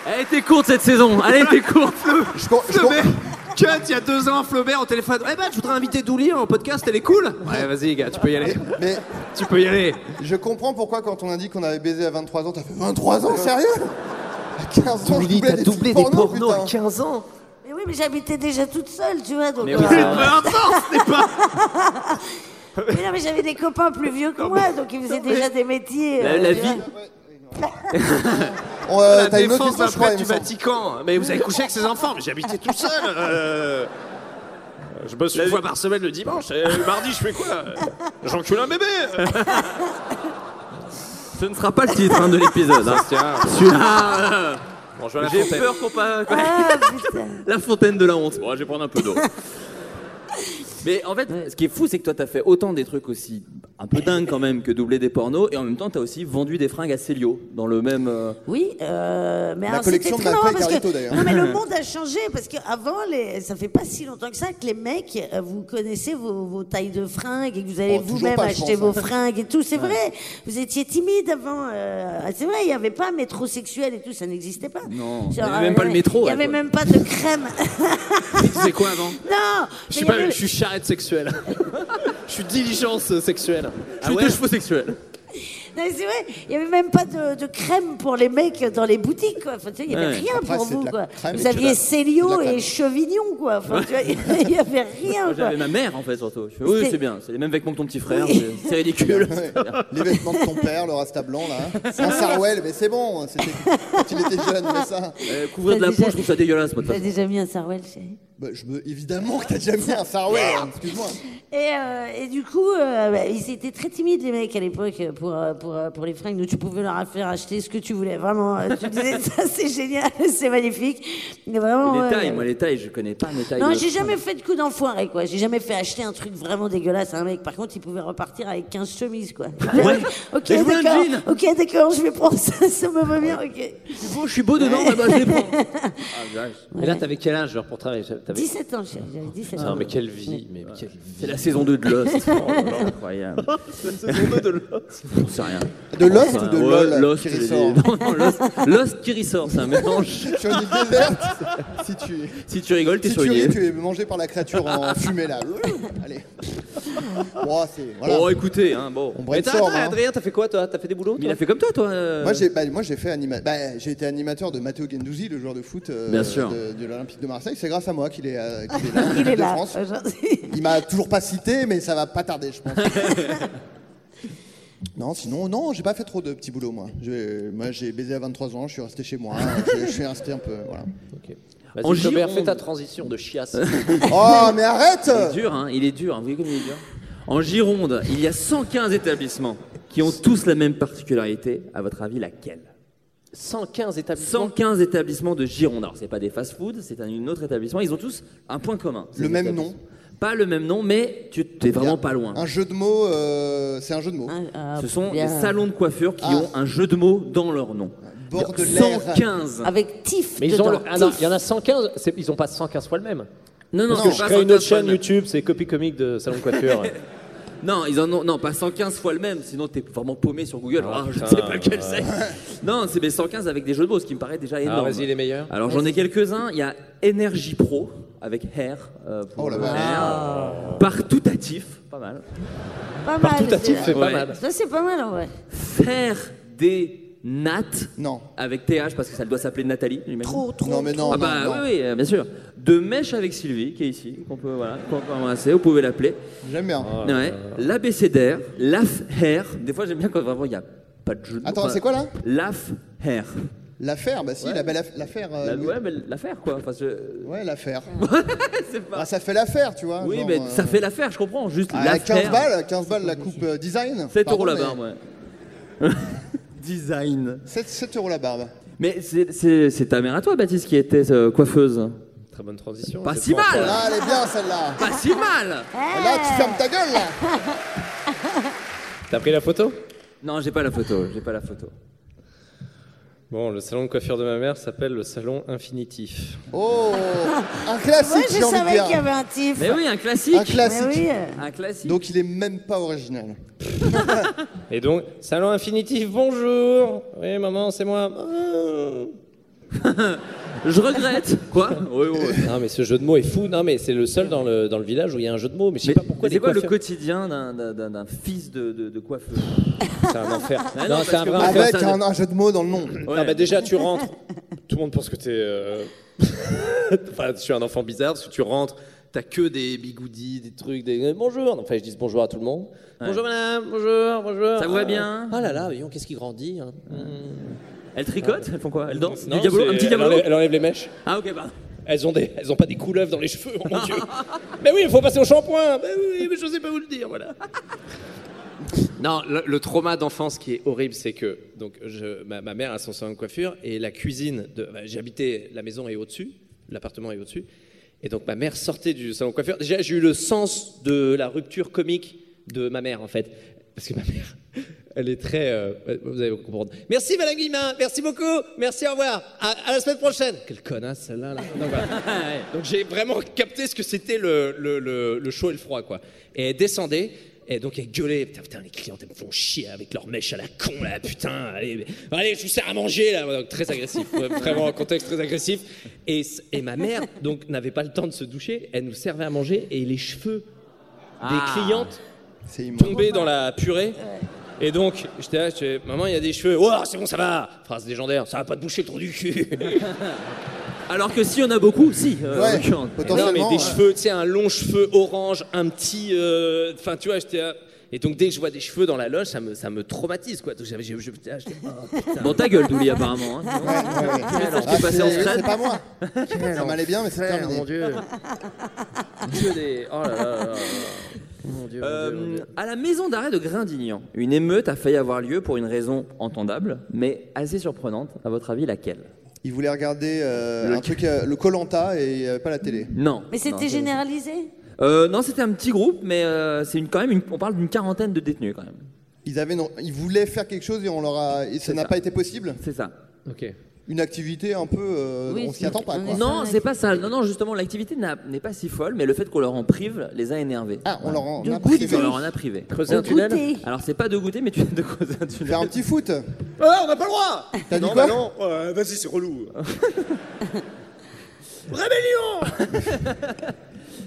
[SPEAKER 7] Elle était courte cette saison, elle était courte
[SPEAKER 2] Je com- je com-
[SPEAKER 5] Cut, il y a deux ans, Flaubert au téléphone. Eh ben, je voudrais inviter Douli en podcast, elle est cool. Ouais, vas-y, gars, tu peux y aller.
[SPEAKER 2] Mais
[SPEAKER 5] Tu peux y aller.
[SPEAKER 2] je comprends pourquoi quand on a dit qu'on avait baisé à 23 ans, t'as fait 23 ans, sérieux À 15 ans, je doublais des, trucs pornos, putain.
[SPEAKER 12] 15 ans.
[SPEAKER 8] Mais oui, mais j'habitais déjà toute seule, tu vois. Donc,
[SPEAKER 7] Mais
[SPEAKER 8] euh,
[SPEAKER 7] oui, c'est-
[SPEAKER 5] Peu importe, c'est pas.
[SPEAKER 8] mais non, mais j'avais des copains plus vieux que moi, donc ils faisaient déjà des métiers.
[SPEAKER 7] La-
[SPEAKER 8] euh,
[SPEAKER 7] la
[SPEAKER 8] tu
[SPEAKER 7] vie.
[SPEAKER 8] vois.
[SPEAKER 2] On, euh,
[SPEAKER 5] La
[SPEAKER 2] T'as une autre
[SPEAKER 5] défense
[SPEAKER 2] histoire, je crois,
[SPEAKER 5] après
[SPEAKER 2] il
[SPEAKER 5] du
[SPEAKER 2] me semble.
[SPEAKER 5] Vatican. Mais vous avez couché avec ses enfants, mais j'habitais tout seul. euh. Je bosse une fois par semaine le dimanche. Et le mardi, je fais quoi J'encule un bébé.
[SPEAKER 7] Ce ne sera pas le titre hein, de l'épisode. hein.
[SPEAKER 5] Tiens,
[SPEAKER 7] Celui-là, euh,
[SPEAKER 5] bon, je vais à la
[SPEAKER 7] j'ai
[SPEAKER 5] fontaine.
[SPEAKER 7] peur qu'on pas...
[SPEAKER 8] Ah, putain.
[SPEAKER 7] La fontaine de la honte. Bon, je vais prendre un peu d'eau. Mais en fait, ce qui est fou, c'est que toi, t'as fait autant des trucs aussi un peu dingue quand même que doubler des pornos et en même temps t'as aussi vendu des fringues à Célio dans le même euh,
[SPEAKER 8] Oui, euh, mais
[SPEAKER 7] La
[SPEAKER 8] alors,
[SPEAKER 7] collection
[SPEAKER 8] c'était
[SPEAKER 7] de
[SPEAKER 8] très
[SPEAKER 7] Mappa et
[SPEAKER 8] marrant parce que-
[SPEAKER 7] Carlito, d'ailleurs.
[SPEAKER 8] Non, mais le monde a changé parce qu'avant, les... ça fait pas si longtemps que ça que les mecs, euh, vous connaissez vos, vos tailles de fringues et que vous allez
[SPEAKER 13] Oh, toujours
[SPEAKER 8] vous-même
[SPEAKER 13] pas, je
[SPEAKER 8] acheter
[SPEAKER 13] pense,
[SPEAKER 8] vos
[SPEAKER 13] hein.
[SPEAKER 8] fringues et tout. C'est
[SPEAKER 13] Ouais.
[SPEAKER 8] vrai, vous étiez timide avant. euh, C'est vrai, il n'y avait pas métrosexuel et tout, ça n'existait pas.
[SPEAKER 7] Non,
[SPEAKER 8] Genre, euh,
[SPEAKER 7] il y avait même pas le métro, hein,
[SPEAKER 8] Il n'y
[SPEAKER 7] à
[SPEAKER 8] avait
[SPEAKER 7] l'époque.
[SPEAKER 8] même pas de crème.
[SPEAKER 14] C'est quoi avant
[SPEAKER 8] non,
[SPEAKER 14] Je
[SPEAKER 8] mais
[SPEAKER 14] suis
[SPEAKER 8] il y
[SPEAKER 14] pas,
[SPEAKER 8] avait-
[SPEAKER 14] je suis charrette sexuelle. Je suis diligence sexuelle.
[SPEAKER 7] Ah
[SPEAKER 14] Je suis deux chevaux sexuels.
[SPEAKER 8] Non, mais c'est vrai, il n'y avait même pas de, de crème pour les mecs dans les boutiques. Quoi. Enfin, tu sais, il n'y avait
[SPEAKER 14] Ouais.
[SPEAKER 8] rien
[SPEAKER 14] Après,
[SPEAKER 8] pour
[SPEAKER 14] c'est de
[SPEAKER 8] vous.
[SPEAKER 14] la
[SPEAKER 8] Quoi.
[SPEAKER 14] crème et
[SPEAKER 8] Vous
[SPEAKER 14] de la-
[SPEAKER 8] aviez Célio
[SPEAKER 7] de la crème.
[SPEAKER 8] et Chevignon. Quoi. Enfin, tu vois, il n'y avait rien. Quoi.
[SPEAKER 7] J'avais ma mère en fait surtout. Je fais, oui
[SPEAKER 8] C'est-
[SPEAKER 7] c'est bien, c'est les mêmes vêtements que ton petit frère, c'est- c'est ridicule.
[SPEAKER 2] Les vêtements de ton père, le rasta blanc là. C'est un sarouel, mais c'est bon, c'était quand il était jeune, mais ça.
[SPEAKER 7] Euh, couvrir de la peau, je trouve ça dégueulasse moi de
[SPEAKER 8] T'as
[SPEAKER 7] toute
[SPEAKER 8] déjà mis un sarouel chérie
[SPEAKER 2] Bah, je me... Évidemment que t'as déjà mis un sarouel, hein, excuse-moi.
[SPEAKER 8] et, euh, et du coup, euh, bah, ils étaient très timides les mecs à l'époque euh, pour, euh, pour, euh, pour les fringues. Nous, tu pouvais leur faire acheter ce que tu voulais. Vraiment, euh, tu disais ça, c'est génial, c'est magnifique. Mais
[SPEAKER 7] façon.
[SPEAKER 8] vraiment,
[SPEAKER 7] Les
[SPEAKER 8] ouais,
[SPEAKER 7] tailles,
[SPEAKER 8] ouais.
[SPEAKER 7] moi les tailles, je connais pas mes tailles.
[SPEAKER 8] Non,
[SPEAKER 7] de-
[SPEAKER 8] j'ai jamais fait de coup d'enfoiré, quoi. J'ai jamais fait acheter un truc vraiment dégueulasse à un mec. Par contre, il pouvait repartir avec 15 chemises, quoi.
[SPEAKER 7] Ah
[SPEAKER 8] ok,
[SPEAKER 7] Mais je voulais un
[SPEAKER 8] d'accord.
[SPEAKER 7] jean.
[SPEAKER 8] Ok, d'accord, je vais prendre ça, ça me va
[SPEAKER 7] Ah
[SPEAKER 8] bien, ok.
[SPEAKER 7] je suis beau dedans, bah, bah, je les prends.
[SPEAKER 14] Et là, t'avais quel âge genre, pour travailler T'avais-
[SPEAKER 8] 17 ans, chérie, j'avais 17
[SPEAKER 14] Putain,
[SPEAKER 8] ans.
[SPEAKER 14] Ah, mais quelle vie, mais quelle vie.
[SPEAKER 7] C'est la saison 2 de Lost. Oh là là, incroyable. On sait rien. Ah,
[SPEAKER 2] De Lost ou de
[SPEAKER 7] Ouais,
[SPEAKER 2] LOL
[SPEAKER 7] Lost
[SPEAKER 2] qui
[SPEAKER 7] je l'ai
[SPEAKER 2] ressort
[SPEAKER 7] dit. Non, non, Lost, Lost qui ressort, c'est un mélange.
[SPEAKER 2] Tu as une idée verte Si tu,
[SPEAKER 7] Si tu rigoles, t'es
[SPEAKER 2] si
[SPEAKER 7] sur
[SPEAKER 2] tu
[SPEAKER 7] une
[SPEAKER 2] ris,
[SPEAKER 7] île.
[SPEAKER 2] tu es mangé par la créature en fumée là. Allez. Bon, c'est. Voilà.
[SPEAKER 7] Oh, écoutez, hein, bon.
[SPEAKER 2] On
[SPEAKER 7] Mais
[SPEAKER 2] brainstorm,
[SPEAKER 7] attends,
[SPEAKER 2] hein.
[SPEAKER 7] Adrien, t'as fait quoi, toi T'as fait des boulots toi Il a fait comme toi, toi. euh.
[SPEAKER 2] Moi j'ai bah, moi, j'ai fait anima- bah, j'ai été animateur de Matteo Gendouzi, le joueur de foot euh,
[SPEAKER 7] Bien sûr.
[SPEAKER 2] de, de l'Olympique de Marseille. C'est grâce à moi qu'il est, euh, qu'il est là.
[SPEAKER 8] Il est
[SPEAKER 2] de
[SPEAKER 8] là.
[SPEAKER 2] France.
[SPEAKER 8] aujourd'hui.
[SPEAKER 2] Il m'a toujours pas cité, mais ça va pas tarder, je pense. non, sinon, non, j'ai pas fait trop de petits boulots, moi. J'ai- Moi, j'ai baisé à 23 ans, je suis resté chez moi. je, je suis resté un peu, voilà.
[SPEAKER 14] Vas-y,
[SPEAKER 7] En
[SPEAKER 14] Chabert,
[SPEAKER 7] Gironde.
[SPEAKER 14] fais ta transition de chiasse.
[SPEAKER 2] Oh, mais arrête
[SPEAKER 7] Il est dur, hein, il est dur. hein, Vous voyez comme il est dur En Gironde, il y a 115 établissements qui ont tous la même particularité. À votre avis, laquelle
[SPEAKER 14] 115 établissements.
[SPEAKER 7] 115 établissements de Gironde. Alors, c'est pas des fast-food, c'est un une autre établissement. Ils ont tous un point commun.
[SPEAKER 2] Le même nom.
[SPEAKER 7] Pas le même nom, mais tu t'es vraiment pas loin.
[SPEAKER 2] Un jeu de mots, euh, c'est un jeu de
[SPEAKER 7] Ah.
[SPEAKER 2] mots.
[SPEAKER 7] Ce sont
[SPEAKER 8] Ah, bien.
[SPEAKER 7] les salons de coiffure qui
[SPEAKER 2] Ah.
[SPEAKER 7] ont un jeu de mots dans leur nom.
[SPEAKER 2] Bordelaire.
[SPEAKER 7] 115.
[SPEAKER 8] Avec Tiff.
[SPEAKER 14] Mais ils ont
[SPEAKER 8] dedans,
[SPEAKER 14] le- ah non,
[SPEAKER 8] Tiff.
[SPEAKER 14] il y en a 115, c'est- ils ont pas 115 fois le même.
[SPEAKER 7] Non, non,
[SPEAKER 14] Parce que
[SPEAKER 7] c'est
[SPEAKER 14] je
[SPEAKER 7] pas
[SPEAKER 14] crée une autre
[SPEAKER 7] 115 fois le
[SPEAKER 14] chaîne
[SPEAKER 7] même.
[SPEAKER 14] YouTube, c'est Copy Comique de Salon de Coiffure.
[SPEAKER 7] Non, ils en ont, non, pas 115 fois le même, sinon t'es vraiment paumé sur Google. Ah, je ne
[SPEAKER 14] putain,
[SPEAKER 7] sais pas
[SPEAKER 14] ouais.
[SPEAKER 7] lequel c'est. Non, c'est des 115 avec des jeux de mots, ce qui me paraît déjà énorme.
[SPEAKER 14] Alors, Ah, vas-y, les meilleurs.
[SPEAKER 7] Alors j'en ai quelques-uns. Il y a Energy Pro avec Hair. euh, pour
[SPEAKER 14] Oh la
[SPEAKER 7] le
[SPEAKER 14] vache.
[SPEAKER 7] hair.
[SPEAKER 14] Ah.
[SPEAKER 7] Partoutatif, pas mal.
[SPEAKER 8] Pas
[SPEAKER 7] Partout
[SPEAKER 8] mal.
[SPEAKER 7] à Tiff, c'est pas
[SPEAKER 8] Ouais.
[SPEAKER 7] mal.
[SPEAKER 8] Ça, c'est pas mal, en vrai.
[SPEAKER 7] Faire des nattes.
[SPEAKER 2] Non.
[SPEAKER 7] Avec TH parce que ça doit s'appeler Nathalie. j'imagine.
[SPEAKER 8] Trop, trop,
[SPEAKER 2] Non, mais non,
[SPEAKER 7] Ah
[SPEAKER 2] non,
[SPEAKER 7] bah
[SPEAKER 2] non.
[SPEAKER 7] oui, oui, euh, bien sûr. De mèche avec Sylvie qui est ici, qu'on peut voilà, qu'on peut embrasser, vous pouvez l'appeler.
[SPEAKER 2] J'aime bien.
[SPEAKER 7] Ouais. L'abécédaire, l'af hair. Des fois j'aime bien quand vraiment il n'y a pas de jeu. de mots.
[SPEAKER 2] Attends,
[SPEAKER 7] Enfin,
[SPEAKER 2] c'est quoi là
[SPEAKER 7] L'af hair.
[SPEAKER 2] L'affaire, bah si, la belle aff- l'affaire. euh,
[SPEAKER 7] La-
[SPEAKER 2] Louis.
[SPEAKER 7] Bah, ouais, mais l'affaire quoi. Enfin, je-
[SPEAKER 2] Ouais, l'affaire. Ah, ça fait l'affaire, tu vois.
[SPEAKER 7] Oui,
[SPEAKER 2] genre,
[SPEAKER 7] mais
[SPEAKER 2] euh,
[SPEAKER 7] ça fait l'affaire, je comprends. Juste
[SPEAKER 2] Ah, la
[SPEAKER 7] l'affaire.
[SPEAKER 2] 15 balles, 15 balles la coupe euh, design.
[SPEAKER 7] 7
[SPEAKER 2] Pardon,
[SPEAKER 7] euros la
[SPEAKER 2] mais-
[SPEAKER 7] barbe, ouais. Design.
[SPEAKER 2] 7, 7 euros la barbe.
[SPEAKER 7] Mais c'est- c'est c'est ta mère à toi, Baptiste, qui était euh, coiffeuse.
[SPEAKER 14] Très bonne transition.
[SPEAKER 7] Pas
[SPEAKER 14] je
[SPEAKER 7] si
[SPEAKER 14] pense,
[SPEAKER 7] mal.
[SPEAKER 14] ouais.
[SPEAKER 2] Là, Ah, elle est bien celle-là.
[SPEAKER 7] Pas si mal
[SPEAKER 2] Ah. Là, tu fermes ta gueule là.
[SPEAKER 7] hein.
[SPEAKER 14] T'as pris la photo
[SPEAKER 7] Non, j'ai pas la photo, j'ai pas la photo.
[SPEAKER 5] Bon, le salon de coiffure de ma mère s'appelle le salon infinitif.
[SPEAKER 2] Oh, un classique.
[SPEAKER 8] Moi,
[SPEAKER 2] j'ai
[SPEAKER 8] je
[SPEAKER 2] envie de
[SPEAKER 8] savais
[SPEAKER 2] dire.
[SPEAKER 8] qu'il y avait un Tiff.
[SPEAKER 7] Mais oui, un classique.
[SPEAKER 2] Un classique.
[SPEAKER 8] Mais oui.
[SPEAKER 7] Un classique.
[SPEAKER 2] Donc, il est même pas original.
[SPEAKER 5] Et donc, salon infinitif, bonjour Oui, maman, c'est moi. Ah.
[SPEAKER 7] Je regrette Quoi
[SPEAKER 5] Non, mais ce jeu de mots est fou. Non, mais c'est le seul dans le, dans le village où il y a un jeu de mots. Mais je sais pas pourquoi
[SPEAKER 7] Mais
[SPEAKER 5] les
[SPEAKER 7] C'est quoi le
[SPEAKER 5] coiffeurs-
[SPEAKER 7] quotidien d'un- d'un d'un- d'un fils de, de, de coiffeur
[SPEAKER 5] C'est un enfer.
[SPEAKER 7] Ah non,
[SPEAKER 5] Non,
[SPEAKER 7] parce
[SPEAKER 5] c'est un
[SPEAKER 7] que
[SPEAKER 5] vrai
[SPEAKER 7] moi,
[SPEAKER 5] enfer.
[SPEAKER 2] Avec un, un jeu de mots dans le nom.
[SPEAKER 5] Non, bah déjà, tu rentres. Tout le monde pense que t'es. euh, enfin, tu es un enfant bizarre parce que tu rentres, t'as que des bigoudis, des trucs, des. euh, Bonjour Enfin, je dis bonjour à tout le monde. Bonjour madame, bonjour, bonjour.
[SPEAKER 7] Ça vous va bien
[SPEAKER 5] Ah là là, voyons, qu'est-ce qui grandit hein.
[SPEAKER 7] Elles tricotent Elles font quoi Elles dansent
[SPEAKER 5] Non,
[SPEAKER 7] Du diabolo
[SPEAKER 5] c'est-
[SPEAKER 7] Un petit
[SPEAKER 5] elle
[SPEAKER 7] diabolo
[SPEAKER 5] enlève- Elle enlève les mèches.
[SPEAKER 7] Ah, ok, pardon.
[SPEAKER 5] Elles ont, des, elles ont pas des couleuvres dans les cheveux, oh mon dieu. mais oui, il faut passer au shampoing. Mais oui, mais je sais pas vous le dire, voilà. Non, le, le trauma d'enfance qui est horrible, c'est que donc je- ma, ma mère a son salon de coiffure et la cuisine. De, bah, J'habitais la maison est au-dessus, l'appartement est au-dessus, et donc ma mère sortait du salon de coiffure. Déjà, j'ai eu le sens de la rupture comique de ma mère en fait. parce que ma mère, elle est très. euh, vous allez comprendre. Merci Madame Guillemin, merci beaucoup, merci, au revoir, à, à la semaine prochaine. Quelle connasse celle-là. là. Donc, voilà. Donc, j'ai vraiment capté ce que c'était le, le- le- le chaud et le froid quoi. Et elle descendait. Et donc elle gueulait, putain, putain, les clientes elles me font chier avec leur mèche à la con là, putain, allez, allez je vous sers à manger là, donc très agressif, ouais, vraiment un contexte très agressif. Et, s- et ma mère, donc, n'avait pas le temps de se doucher, elle nous servait à manger et les cheveux
[SPEAKER 15] Ah.
[SPEAKER 5] des clientes tombaient dans la purée. Et donc, j'étais là, je fais, maman, il y a des cheveux. Oh, c'est bon, ça va Phrase légendaire, ça va pas te boucher le trou du cul Alors que si on a beaucoup, si.
[SPEAKER 7] euh, Ouais, en l'occurrence.
[SPEAKER 5] non, mais
[SPEAKER 7] potentiellement,
[SPEAKER 5] des
[SPEAKER 7] ouais.
[SPEAKER 5] cheveux, tu sais, un long cheveu orange, un petit. euh, Enfin, tu vois, j'étais là. Et donc, dès que je vois des cheveux dans la loge, ça me, ça me traumatise, quoi. Donc, j'avais. j'ai- j'ai- j'étais là, j'étais, oh, putain.
[SPEAKER 7] Dans ta gueule, Douli, apparemment. hein.
[SPEAKER 5] Quel
[SPEAKER 7] Ça, je t'ai passé en
[SPEAKER 5] enfer.
[SPEAKER 7] scred.
[SPEAKER 2] Ah, C'est pas moi. Ça m'allait bien, mais c'est
[SPEAKER 7] enfer,
[SPEAKER 2] terminé.
[SPEAKER 7] mon Dieu. Dieu des- Oh là là là là là. Mon Dieu, mon Dieu, mon Dieu. À la maison d'arrêt de Grindignan, une émeute a failli avoir lieu pour une raison entendable, mais assez surprenante. À votre avis, laquelle
[SPEAKER 2] Il voulait regarder euh, un truc, euh, le Colanta, et il n'y avait pas la télé.
[SPEAKER 7] Non.
[SPEAKER 8] Mais
[SPEAKER 7] Non,
[SPEAKER 8] c'était
[SPEAKER 7] c'est-
[SPEAKER 8] généralisé
[SPEAKER 7] Euh, non, c'était un petit groupe, mais euh, c'est une, quand même une- on parle d'une quarantaine de détenus quand même.
[SPEAKER 2] Ils, avaient, non, ils voulaient faire quelque chose et, on leur a, et ça n'a pas été possible.
[SPEAKER 7] C'est ça.
[SPEAKER 5] Ok.
[SPEAKER 2] Une activité un peu. euh, on s'y attend pas. Quoi.
[SPEAKER 7] Non, c'est pas ça. Non, non, justement, l'activité n'a- n'est pas si folle, mais le fait qu'on leur en prive les a énervés. Ah,
[SPEAKER 2] on leur en a privé.
[SPEAKER 7] On leur en a privé.
[SPEAKER 2] Creuser un De tunnel goûter.
[SPEAKER 7] Alors, c'est pas de goûter, mais tu de creuser un tunnel.
[SPEAKER 2] Faire un petit foot
[SPEAKER 6] Ah, on n'a pas le droit
[SPEAKER 2] T'as dit
[SPEAKER 6] Non,
[SPEAKER 2] quoi
[SPEAKER 6] bah non, ouais, vas-y, c'est relou. Rébellion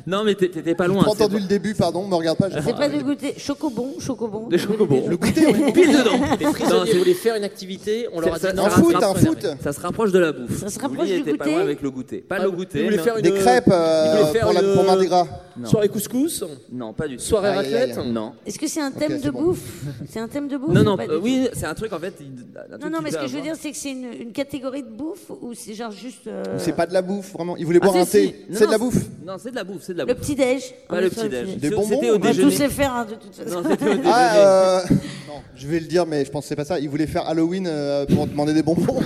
[SPEAKER 7] Non, mais t'é- t'étais pas
[SPEAKER 2] J'ai
[SPEAKER 7] loin.
[SPEAKER 2] pas entendu le début, pardon, me regarde pas. j'ai-
[SPEAKER 8] C'est pas de goûter. Chocobon, chocobon.
[SPEAKER 7] Des chocobons.
[SPEAKER 2] Le goûter, oui.
[SPEAKER 7] Pile dedans.
[SPEAKER 8] Les prisonniers
[SPEAKER 7] voulaient faire une activité,
[SPEAKER 8] on leur a dit non.
[SPEAKER 2] Un foot,
[SPEAKER 5] hein.
[SPEAKER 2] un foot.
[SPEAKER 7] Ça se rapproche de la bouffe.
[SPEAKER 8] Ça se rapproche
[SPEAKER 7] Oli
[SPEAKER 8] du
[SPEAKER 7] était pas
[SPEAKER 8] goûter.
[SPEAKER 7] loin avec le goûter. Pas
[SPEAKER 5] Ah,
[SPEAKER 7] le goûter.
[SPEAKER 2] ils voulaient
[SPEAKER 7] mais-
[SPEAKER 2] faire une- Des crêpes, euh,
[SPEAKER 7] Ils voulaient faire
[SPEAKER 2] pour la-
[SPEAKER 7] une-
[SPEAKER 2] pour Mardi Gras.
[SPEAKER 5] euh,
[SPEAKER 7] Non.
[SPEAKER 6] Soirée couscous
[SPEAKER 7] Non, pas du tout.
[SPEAKER 6] Soirée Aïe, aïe, aïe. raclette
[SPEAKER 7] Non.
[SPEAKER 8] Est-ce que c'est un thème
[SPEAKER 7] Ok,
[SPEAKER 8] de
[SPEAKER 7] c'est bon.
[SPEAKER 8] bouffe C'est un thème de bouffe
[SPEAKER 7] Non,
[SPEAKER 8] ou
[SPEAKER 7] non,
[SPEAKER 8] pas du
[SPEAKER 7] euh,
[SPEAKER 8] tout
[SPEAKER 7] oui, c'est un truc en fait. il- un truc
[SPEAKER 8] Non, non,
[SPEAKER 7] qui
[SPEAKER 8] mais ce
[SPEAKER 7] doit
[SPEAKER 8] que je veux
[SPEAKER 7] avoir.
[SPEAKER 8] dire, c'est que c'est une, une catégorie de bouffe ou c'est genre juste. euh,
[SPEAKER 2] Ou C'est pas de la bouffe, vraiment. Ils voulaient
[SPEAKER 8] Ah,
[SPEAKER 2] boire
[SPEAKER 8] si,
[SPEAKER 2] un
[SPEAKER 8] si.
[SPEAKER 2] thé.
[SPEAKER 8] Non,
[SPEAKER 2] C'est de
[SPEAKER 8] non,
[SPEAKER 2] la
[SPEAKER 8] c'est-
[SPEAKER 2] bouffe.
[SPEAKER 7] Non, c'est de la bouffe, c'est de la
[SPEAKER 8] Le
[SPEAKER 7] bouffe.
[SPEAKER 8] petit-déj.
[SPEAKER 7] Pas
[SPEAKER 8] On
[SPEAKER 7] le
[SPEAKER 8] est sur
[SPEAKER 7] petit-déj.
[SPEAKER 2] Des bonbons,
[SPEAKER 7] C'était au
[SPEAKER 2] on va
[SPEAKER 8] On va tous
[SPEAKER 7] déjeuner.
[SPEAKER 8] les faire, hein, de toute façon.
[SPEAKER 7] Non, c'était au déjeuner.
[SPEAKER 2] Ah, euh, non, je vais le dire, mais je pensais pas ça. Ils voulaient faire Halloween euh, pour demander des bonbons.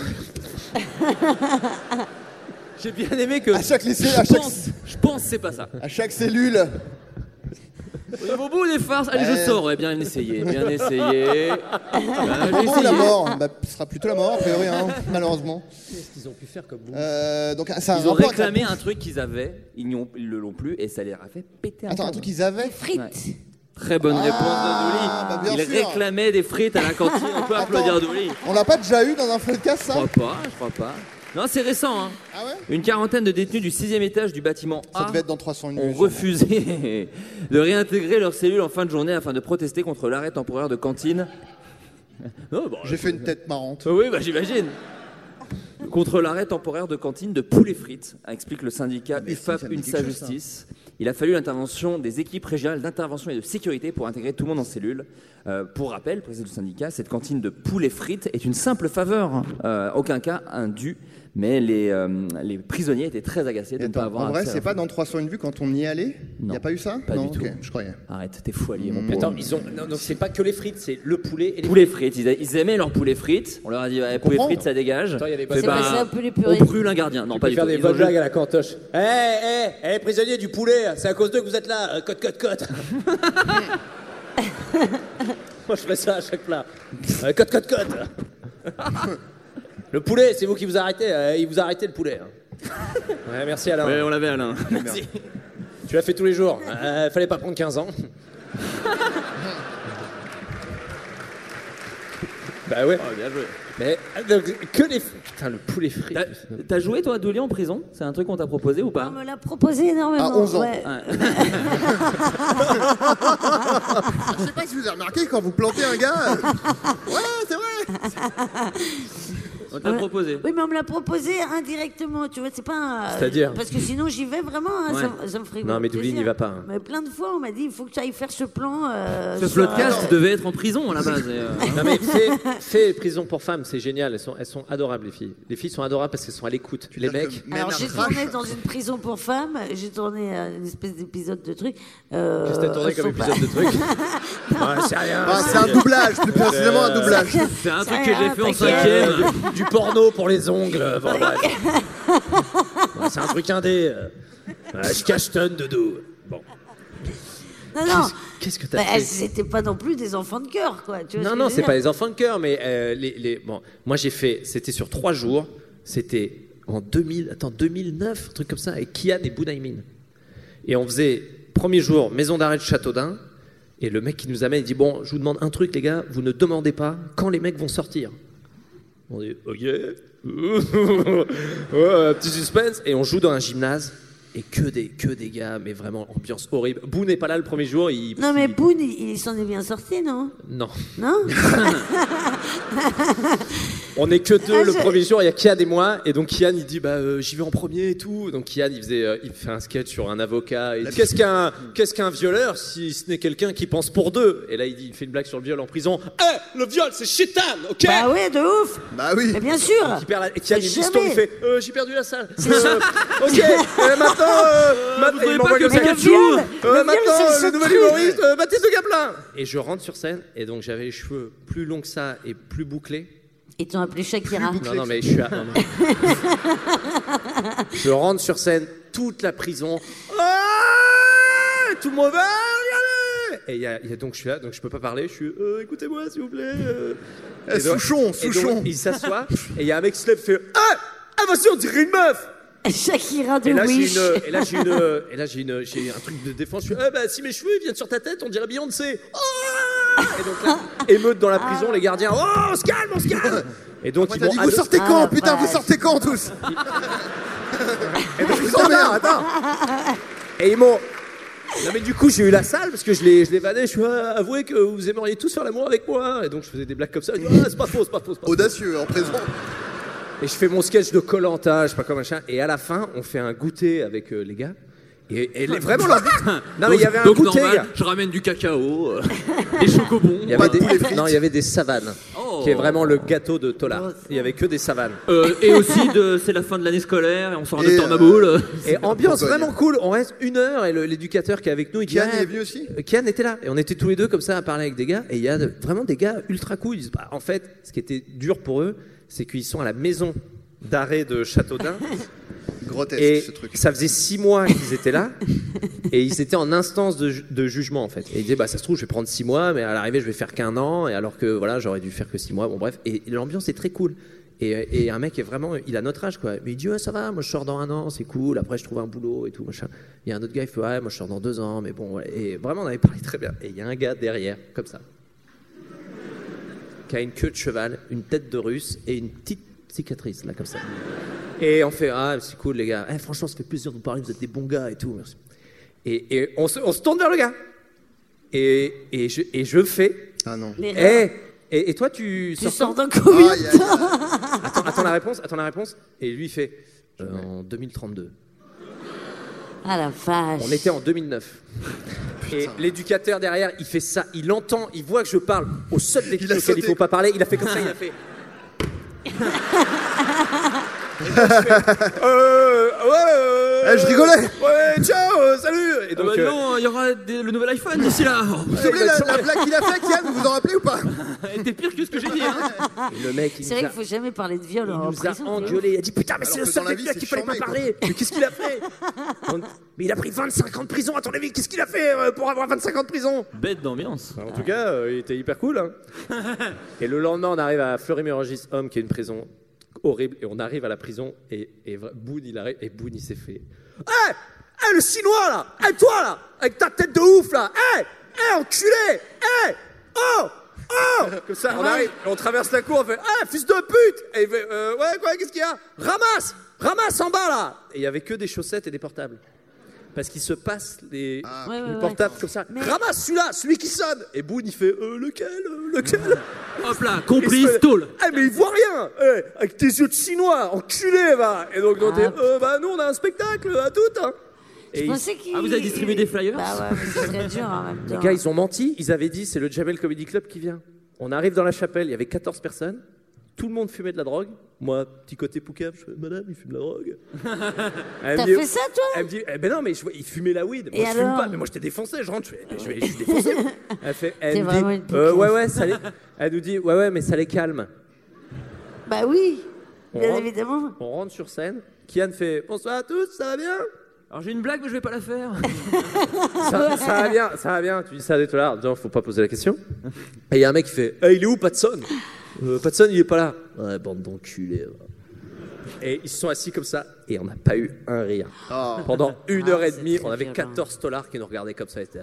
[SPEAKER 7] J'ai bien aimé que.
[SPEAKER 2] À chaque lycée,
[SPEAKER 7] je
[SPEAKER 2] à chaque-
[SPEAKER 7] pense, je pense que c'est pas ça.
[SPEAKER 2] À chaque cellule.
[SPEAKER 7] Au bout des farces, allez, je
[SPEAKER 2] Euh. Ah,
[SPEAKER 7] sors. Ouais, bien essayé, bien essayé.
[SPEAKER 8] Ah,
[SPEAKER 2] Le
[SPEAKER 7] Bien
[SPEAKER 2] bonbon ou la
[SPEAKER 7] essayé.
[SPEAKER 2] mort Bah, Ce sera plutôt la mort, a priori, hein, malheureusement.
[SPEAKER 5] Qu'est-ce qu'ils ont pu faire comme bouffe
[SPEAKER 2] Euh, donc, ça a
[SPEAKER 7] Ils
[SPEAKER 2] rapport
[SPEAKER 7] ont
[SPEAKER 2] avec la
[SPEAKER 7] réclamé
[SPEAKER 2] bouffe.
[SPEAKER 7] un truc qu'ils avaient, ils, n'y ont- ils le l'ont plus et ça les a fait péter un
[SPEAKER 2] Attends, un
[SPEAKER 7] câble.
[SPEAKER 2] truc qu'ils avaient
[SPEAKER 8] Frites.
[SPEAKER 7] Très bonne
[SPEAKER 2] Ah,
[SPEAKER 7] réponse de
[SPEAKER 2] bah,
[SPEAKER 7] Douli.
[SPEAKER 2] bien
[SPEAKER 7] Ils
[SPEAKER 2] sûr.
[SPEAKER 7] réclamaient des frites à la cantine. On peut applaudir Douli.
[SPEAKER 2] On l'a pas déjà eu dans un podcast, ça
[SPEAKER 7] Je crois pas, je crois pas. Non, c'est récent. Hein. Une quarantaine de détenus du sixième étage du bâtiment
[SPEAKER 2] Ah Ça
[SPEAKER 7] A
[SPEAKER 2] devait être dans 301
[SPEAKER 7] ont
[SPEAKER 2] nuits.
[SPEAKER 7] refusé de réintégrer leur cellule en fin de journée afin de protester contre l'arrêt temporaire de cantine. Oh, bon,
[SPEAKER 2] J'ai fait une tête marrante.
[SPEAKER 7] Oui, bah j'imagine. Contre l'arrêt temporaire de cantine de poulet frites, explique le syndicat
[SPEAKER 15] si, ça
[SPEAKER 7] UFAP
[SPEAKER 15] me dit
[SPEAKER 7] UNSA
[SPEAKER 15] quelque chose, ça.
[SPEAKER 7] Justice. Il a fallu l'intervention des équipes régionales d'intervention et de sécurité pour intégrer tout le monde en cellule. Euh, pour rappel, président du syndicat, cette cantine de poulet frites est une simple faveur, euh, aucun cas indu, mais les, euh, les prisonniers étaient très agacés de ne pas
[SPEAKER 2] En
[SPEAKER 7] avoir
[SPEAKER 2] vrai,
[SPEAKER 7] accès à
[SPEAKER 2] c'est
[SPEAKER 7] la
[SPEAKER 2] pas dans 301 vues quand on y est allé Il n'y a pas eu ça
[SPEAKER 7] Pas
[SPEAKER 2] Non,
[SPEAKER 7] du tout.
[SPEAKER 2] ok, je croyais.
[SPEAKER 7] Arrête, t'es fou allié, mon pauvre.
[SPEAKER 5] Mmh. Attends, ils ont. Non, donc c'est pas que les frites, c'est le poulet et les
[SPEAKER 7] Poulet frites, ils, a- ils aimaient leur poulet frites. On leur a dit, ouais, poulet
[SPEAKER 5] comprends.
[SPEAKER 7] frites, ça dégage.
[SPEAKER 5] Attends, il y a des
[SPEAKER 7] Fait,
[SPEAKER 5] bonnes- C'est pas ça, poulet purée.
[SPEAKER 7] On brûle un gardien. Non,
[SPEAKER 5] Tu
[SPEAKER 7] pas
[SPEAKER 5] peux
[SPEAKER 7] du
[SPEAKER 5] faire
[SPEAKER 7] tout.
[SPEAKER 5] des
[SPEAKER 7] Ils
[SPEAKER 5] bonnes
[SPEAKER 7] ont juste-
[SPEAKER 5] blagues à la cantoche. Eh, eh, eh, prisonnier du poulet, c'est à cause d'eux que vous êtes là. euh, Cote, cote, cote. Moi, je fais ça à chaque plat. Euh, cote, cote, cote. le poulet, c'est vous qui vous arrêtez. euh, il vous a arrêté le poulet. hein. Ouais, merci
[SPEAKER 16] Euh,
[SPEAKER 5] Alain.
[SPEAKER 7] Ouais, on l'avait Alain.
[SPEAKER 5] Merci. Tu l'as fait tous les jours. Euh, fallait pas prendre 15 ans. bah ouais.
[SPEAKER 7] bien joué.
[SPEAKER 5] Mais euh, donc, que les. Putain, le poulet frit.
[SPEAKER 7] T'as- T'as joué toi à Doulé en prison C'est un truc qu'on t'a proposé ou pas
[SPEAKER 8] On me l'a proposé énormément.
[SPEAKER 7] À 11 ans.
[SPEAKER 8] ouais.
[SPEAKER 2] Je sais pas si vous avez remarqué, quand vous plantez un gars. euh, Ouais, c'est vrai
[SPEAKER 7] On t'a proposé.
[SPEAKER 8] Oui, mais on me l'a proposé indirectement, tu vois, c'est pas. un-
[SPEAKER 5] C'est-à-dire
[SPEAKER 8] Parce que sinon j'y vais vraiment, hein,
[SPEAKER 5] Ouais.
[SPEAKER 8] ça, me- ça me ferait.
[SPEAKER 5] Non, mais Douli
[SPEAKER 8] plaisir.
[SPEAKER 5] n'y va pas, hein.
[SPEAKER 8] Mais plein de fois, on m'a dit il faut que tu ailles faire ce plan. euh,
[SPEAKER 7] Ce
[SPEAKER 8] sur-
[SPEAKER 7] podcast devait être en prison à la base. et, euh,
[SPEAKER 5] Non mais fais, fais prison pour femmes, c'est génial. Elles sont, elles sont adorables les filles. Les filles sont adorables parce qu'elles sont à l'écoute. Les mecs.
[SPEAKER 8] Alors j'ai tourné dans une prison pour femmes, j'ai tourné euh, une espèce d'épisode de truc. euh,
[SPEAKER 5] Qu'est-ce que t'as tourné
[SPEAKER 8] elles
[SPEAKER 5] comme
[SPEAKER 8] sont pas-
[SPEAKER 5] épisode de truc Ouais, c'est rien.
[SPEAKER 2] Ah, c'est un doublage, plus précisément
[SPEAKER 5] Euh,
[SPEAKER 2] un doublage.
[SPEAKER 7] C'est un truc
[SPEAKER 8] Ça,
[SPEAKER 7] que j'ai
[SPEAKER 8] ah,
[SPEAKER 7] fait en
[SPEAKER 8] t'inquiète.
[SPEAKER 7] cinquième.
[SPEAKER 5] Du, du porno pour les ongles. Bon, bref. euh. Ouais, c'est un truc indé. Euh, je cache tonne de dos. Bon.
[SPEAKER 8] Non, non.
[SPEAKER 5] Qu'est-ce que t'as
[SPEAKER 8] Bah,
[SPEAKER 5] fait
[SPEAKER 8] C'était pas non plus des enfants de cœur, quoi. Tu vois ce
[SPEAKER 5] Non,
[SPEAKER 8] que
[SPEAKER 5] non,
[SPEAKER 8] je veux
[SPEAKER 5] c'est
[SPEAKER 8] dire
[SPEAKER 5] pas les enfants de cœur, mais euh, les, les- bon, moi j'ai fait, c'était sur trois jours, c'était en 2000, attends, 2009, un truc comme ça, avec Kian et Bounaïmin. Et on faisait, premier jour, maison d'arrêt de Châteaudun, et le mec qui nous amène, il dit Bon, je vous demande un truc, les gars, vous ne demandez pas quand les mecs vont sortir. On dit Ok, Ouais, petit suspense, et on joue dans un gymnase. Et que des, que des gars, mais vraiment ambiance horrible. Bou n'est pas là le premier jour, il.
[SPEAKER 8] Non, mais Boone, il, il s'en est bien sorti, non
[SPEAKER 5] Non.
[SPEAKER 8] Non
[SPEAKER 5] On est que deux
[SPEAKER 8] Ah,
[SPEAKER 5] le
[SPEAKER 8] je-
[SPEAKER 5] premier jour, il y a Kian et moi, et donc Kian il dit bah euh, j'y vais en premier et tout. Donc Kian il faisait, euh, il fait un sketch sur un avocat. Il dit, qu'est-ce qu'un qu'est-ce qu'un violeur si ce n'est quelqu'un qui pense pour deux Et là il dit il fait une blague sur le viol en prison. Eh, le viol c'est chétan, ok
[SPEAKER 8] Bah ouais, de ouf
[SPEAKER 5] Bah oui.
[SPEAKER 8] Mais bien sûr.
[SPEAKER 5] Il perd la- et Kian
[SPEAKER 8] Mais
[SPEAKER 5] il piston, il
[SPEAKER 8] jamais.
[SPEAKER 5] fait Euh, j'ai perdu la salle.
[SPEAKER 8] C'est
[SPEAKER 5] Euh,
[SPEAKER 8] ça.
[SPEAKER 5] ok. euh, maintenant, euh, ma-
[SPEAKER 8] trouvez
[SPEAKER 5] il
[SPEAKER 8] pas
[SPEAKER 5] m'envoie
[SPEAKER 8] que
[SPEAKER 5] le
[SPEAKER 8] le
[SPEAKER 5] Pikachu.
[SPEAKER 8] viol,
[SPEAKER 5] Euh,
[SPEAKER 8] le viol,
[SPEAKER 5] maintenant,
[SPEAKER 8] c'est le
[SPEAKER 5] euh, le nouvel
[SPEAKER 8] secret.
[SPEAKER 5] humoriste euh, Baptiste de Gablin. Et je rentre sur scène et donc j'avais les cheveux plus longs que ça et plus bouclés.
[SPEAKER 8] Ils t'ont appelé Shakira.
[SPEAKER 5] Non, non, mais je suis à... non, non. je rentre sur scène, toute la prison. Ah, tout le monde va, regardez Et il y a, il y a- donc je suis là, donc je peux pas parler, je suis... euh, écoutez-moi, s'il vous plaît. euh.
[SPEAKER 17] Eh,
[SPEAKER 5] Et donc-
[SPEAKER 17] Souchon,
[SPEAKER 5] et donc,
[SPEAKER 17] Souchon.
[SPEAKER 5] il s'assoit, et il y a un mec qui se lève, fait... Ah, ah vas-y, on dirait une meuf
[SPEAKER 8] Shakira de
[SPEAKER 5] et là, j'ai
[SPEAKER 8] Wish.
[SPEAKER 5] une, euh, et là, j'ai une, et là, j'ai une, j'ai un truc de défense. Je suis, ah bah, si mes cheveux ils viennent sur ta tête, on dirait Beyoncé. Oh et donc là, émeute dans la prison, les gardiens. Oh, on se calme, on se calme. Et donc,
[SPEAKER 2] Moi,
[SPEAKER 5] ils
[SPEAKER 2] t'as
[SPEAKER 5] m'ont
[SPEAKER 2] dit, vous
[SPEAKER 5] ado-
[SPEAKER 2] sortez quand, putain, vous sortez quand tous
[SPEAKER 5] Et donc,
[SPEAKER 2] Putain, merde.
[SPEAKER 5] attends. Et ils m'ont. Non, mais du coup, j'ai eu la salle parce que je l'ai, je l'ai vanné. Je suis, ah, avouez que vous aimeriez tous faire l'amour avec moi. Et donc, je faisais des blagues comme ça. Je dis, Ah, c'est pas faux, c'est pas faux. Audacieux, en présent. Et je fais mon sketch de Colanta, je sais pas comment machin. Et à la fin, on fait un goûter avec euh, les gars. Et, et les- vraiment, l'ambiance. Non, mais il y avait un
[SPEAKER 6] donc,
[SPEAKER 5] goûter,
[SPEAKER 6] normal,
[SPEAKER 5] gars.
[SPEAKER 6] Je ramène du cacao, euh, des chocobons.
[SPEAKER 5] Il y avait des, non, il y avait des savanes, qui
[SPEAKER 6] Oh.
[SPEAKER 5] est vraiment le gâteau de Tola. Il y avait que des savanes.
[SPEAKER 16] Euh, et aussi, de, c'est la fin de l'année scolaire et on sort
[SPEAKER 5] Et,
[SPEAKER 16] de
[SPEAKER 5] euh,
[SPEAKER 16] Tornaboule.
[SPEAKER 5] Et ambiance vraiment cool. On reste une heure et le- l'éducateur qui est avec nous, il dit,
[SPEAKER 16] Kian
[SPEAKER 5] Ah,
[SPEAKER 16] est venu
[SPEAKER 2] aussi
[SPEAKER 5] euh, Kian était là et on était tous les deux comme ça à parler avec des gars et il y a de- vraiment des gars ultra cool. Ils disent, Bah, en fait, ce qui était dur pour eux, c'est qu'ils sont à la maison d'arrêt de Châteaudun.
[SPEAKER 2] Grotesque
[SPEAKER 5] Et
[SPEAKER 2] ce truc.
[SPEAKER 5] ça faisait six mois qu'ils étaient là et ils étaient en instance de, ju- de jugement en fait. Et ils disaient bah ça se trouve je vais prendre six mois mais à l'arrivée je vais faire qu'un an et alors que voilà j'aurais dû faire que six mois. Bon bref et l'ambiance est très cool. Et, et un mec est vraiment il a notre âge quoi. Mais il dit ouais, ça va moi je sors dans un an c'est cool après je trouve un boulot et tout machin. Il y a un autre gars il fait ouais moi je sors dans deux ans mais bon voilà. et vraiment on avait parlé très bien. Et il y a un gars derrière comme ça qui a une queue de cheval, une tête de russe et une petite cicatrice, là, comme ça. Et on fait, ah, c'est cool, les gars. Eh, franchement, ça fait plaisir de vous parler, vous êtes des bons gars et tout. Merci. Et, et on, se, on se tourne vers le gars. Et, et, je, et je fais. Ah non.
[SPEAKER 8] Mais-
[SPEAKER 5] et, et toi, tu.
[SPEAKER 8] Tu sors d'un combien
[SPEAKER 5] Ah,
[SPEAKER 8] de
[SPEAKER 5] attends, attends la réponse, attends la réponse. Et lui, il fait. euh, en 2032.
[SPEAKER 8] Ah la vache.
[SPEAKER 5] On était en 2009. Et l'éducateur derrière, il fait ça, il entend, il voit que je parle au seul des auquel il faut pas parler, il a fait comme ça, il a fait. Euh, ouais, euh,
[SPEAKER 2] Eh, je rigolais.
[SPEAKER 5] Ouais, ciao, euh, salut Et
[SPEAKER 16] Ah bah non, il y aura des- le nouvel iPhone d'ici là. Oh, bah,
[SPEAKER 2] Vous vous souvenez la, la blague qu'il a faite, Kian Vous vous en rappelez ou pas
[SPEAKER 16] C'était pire que ce que j'ai dit. hein.
[SPEAKER 5] le mec, il
[SPEAKER 8] C'est vrai qu'il faut jamais parler de viol en
[SPEAKER 5] nous a
[SPEAKER 8] prison.
[SPEAKER 5] engueulé. Il a dit putain, mais c'est le
[SPEAKER 8] Alors que
[SPEAKER 5] seul
[SPEAKER 8] dans la
[SPEAKER 5] mec
[SPEAKER 8] vie,
[SPEAKER 5] là
[SPEAKER 8] c'est
[SPEAKER 5] qu'il fallait pas
[SPEAKER 8] charmé, quoi.
[SPEAKER 5] parler. Mais qu'est-ce qu'il a fait Donc, Mais il a pris 25 ans de prison. À ton avis, qu'est-ce qu'il a fait euh, pour avoir 25 ans de prison
[SPEAKER 16] Bête d'ambiance.
[SPEAKER 5] En tout cas, euh, il était hyper cool. hein. et le lendemain, on arrive à Fleury-Mérogis, homme, qui est une prison horrible. Et on arrive à la prison et, et vra- Boone, il arrive et Boone, il s'est fait. Eh Eh, le chinois là Eh, toi là Avec ta tête de ouf là Eh Eh, enculé Eh Oh Oh Comme ça, on arrive, on traverse la cour, on fait Eh, fils de pute Et il fait Euh, Ouais, quoi, qu'est-ce qu'il y a Ramasse Ramasse en bas là Et il y avait que des chaussettes et des portables. Parce qu'il se passe
[SPEAKER 17] Ouais,
[SPEAKER 5] les, les
[SPEAKER 17] Ah. ouais, ouais.
[SPEAKER 5] portables comme ça. Ramasse celui-là, celui qui sonne Et Boone, il fait Euh, lequel Euh, Lequel
[SPEAKER 16] Hop là,
[SPEAKER 5] il
[SPEAKER 16] complice,
[SPEAKER 5] se-
[SPEAKER 16] tôle.
[SPEAKER 5] Eh, mais il voit rien Eh, Avec tes yeux de chinois, enculé, va Et donc, dans tes- Euh, bah, nous, on a un spectacle, à toutes hein. Et il-
[SPEAKER 16] Ah, vous avez distribué des flyers
[SPEAKER 8] Bah ouais, mais c'est très dur en même
[SPEAKER 5] Les
[SPEAKER 8] temps.
[SPEAKER 5] gars, ils ont menti, ils avaient dit c'est le Jamel Comedy Club qui vient. On arrive dans la chapelle, il y avait 14 personnes, tout le monde fumait de la drogue. Moi, petit côté poucave, je fais Madame, il fume de la drogue. Elle me
[SPEAKER 8] T'as
[SPEAKER 5] dit-
[SPEAKER 8] fait ça, toi
[SPEAKER 5] Elle me dit eh Ben non, mais je, vois- il fumait la weed. Moi,
[SPEAKER 8] Et
[SPEAKER 5] je fume
[SPEAKER 8] alors
[SPEAKER 5] pas, mais moi, je t'ai défoncé, je rentre, je, fais, je, vais- je suis défoncé. Elle, fait, elle
[SPEAKER 8] T'es
[SPEAKER 5] me
[SPEAKER 8] vraiment
[SPEAKER 5] dit
[SPEAKER 8] une poucave.
[SPEAKER 5] Euh, Ouais, ouais, ça les- elle nous dit Ouais, ouais, mais ça les calme.
[SPEAKER 8] Bah oui,
[SPEAKER 5] On
[SPEAKER 8] bien
[SPEAKER 5] rentre-
[SPEAKER 8] évidemment.
[SPEAKER 5] On rentre sur scène, Kian fait Bonsoir à tous, ça va bien
[SPEAKER 16] Alors j'ai une blague, mais je vais pas la faire.
[SPEAKER 5] ça, ça va bien, ça va bien. Tu dis ça à des tolards, genre, faut pas poser la question. Et il y a un mec qui fait Eh, Il est où, Patson Euh, Patson, il est pas là. Ouais, bande d'enculés. va. Et ils se sont assis comme ça et on n'a pas eu un rire.
[SPEAKER 18] Oh.
[SPEAKER 5] Pendant une
[SPEAKER 18] Ah,
[SPEAKER 5] heure et
[SPEAKER 18] c'est
[SPEAKER 5] demie,
[SPEAKER 18] très
[SPEAKER 5] on avait
[SPEAKER 18] violent.
[SPEAKER 5] 14 tolards qui nous regardaient comme ça. Et, c'était-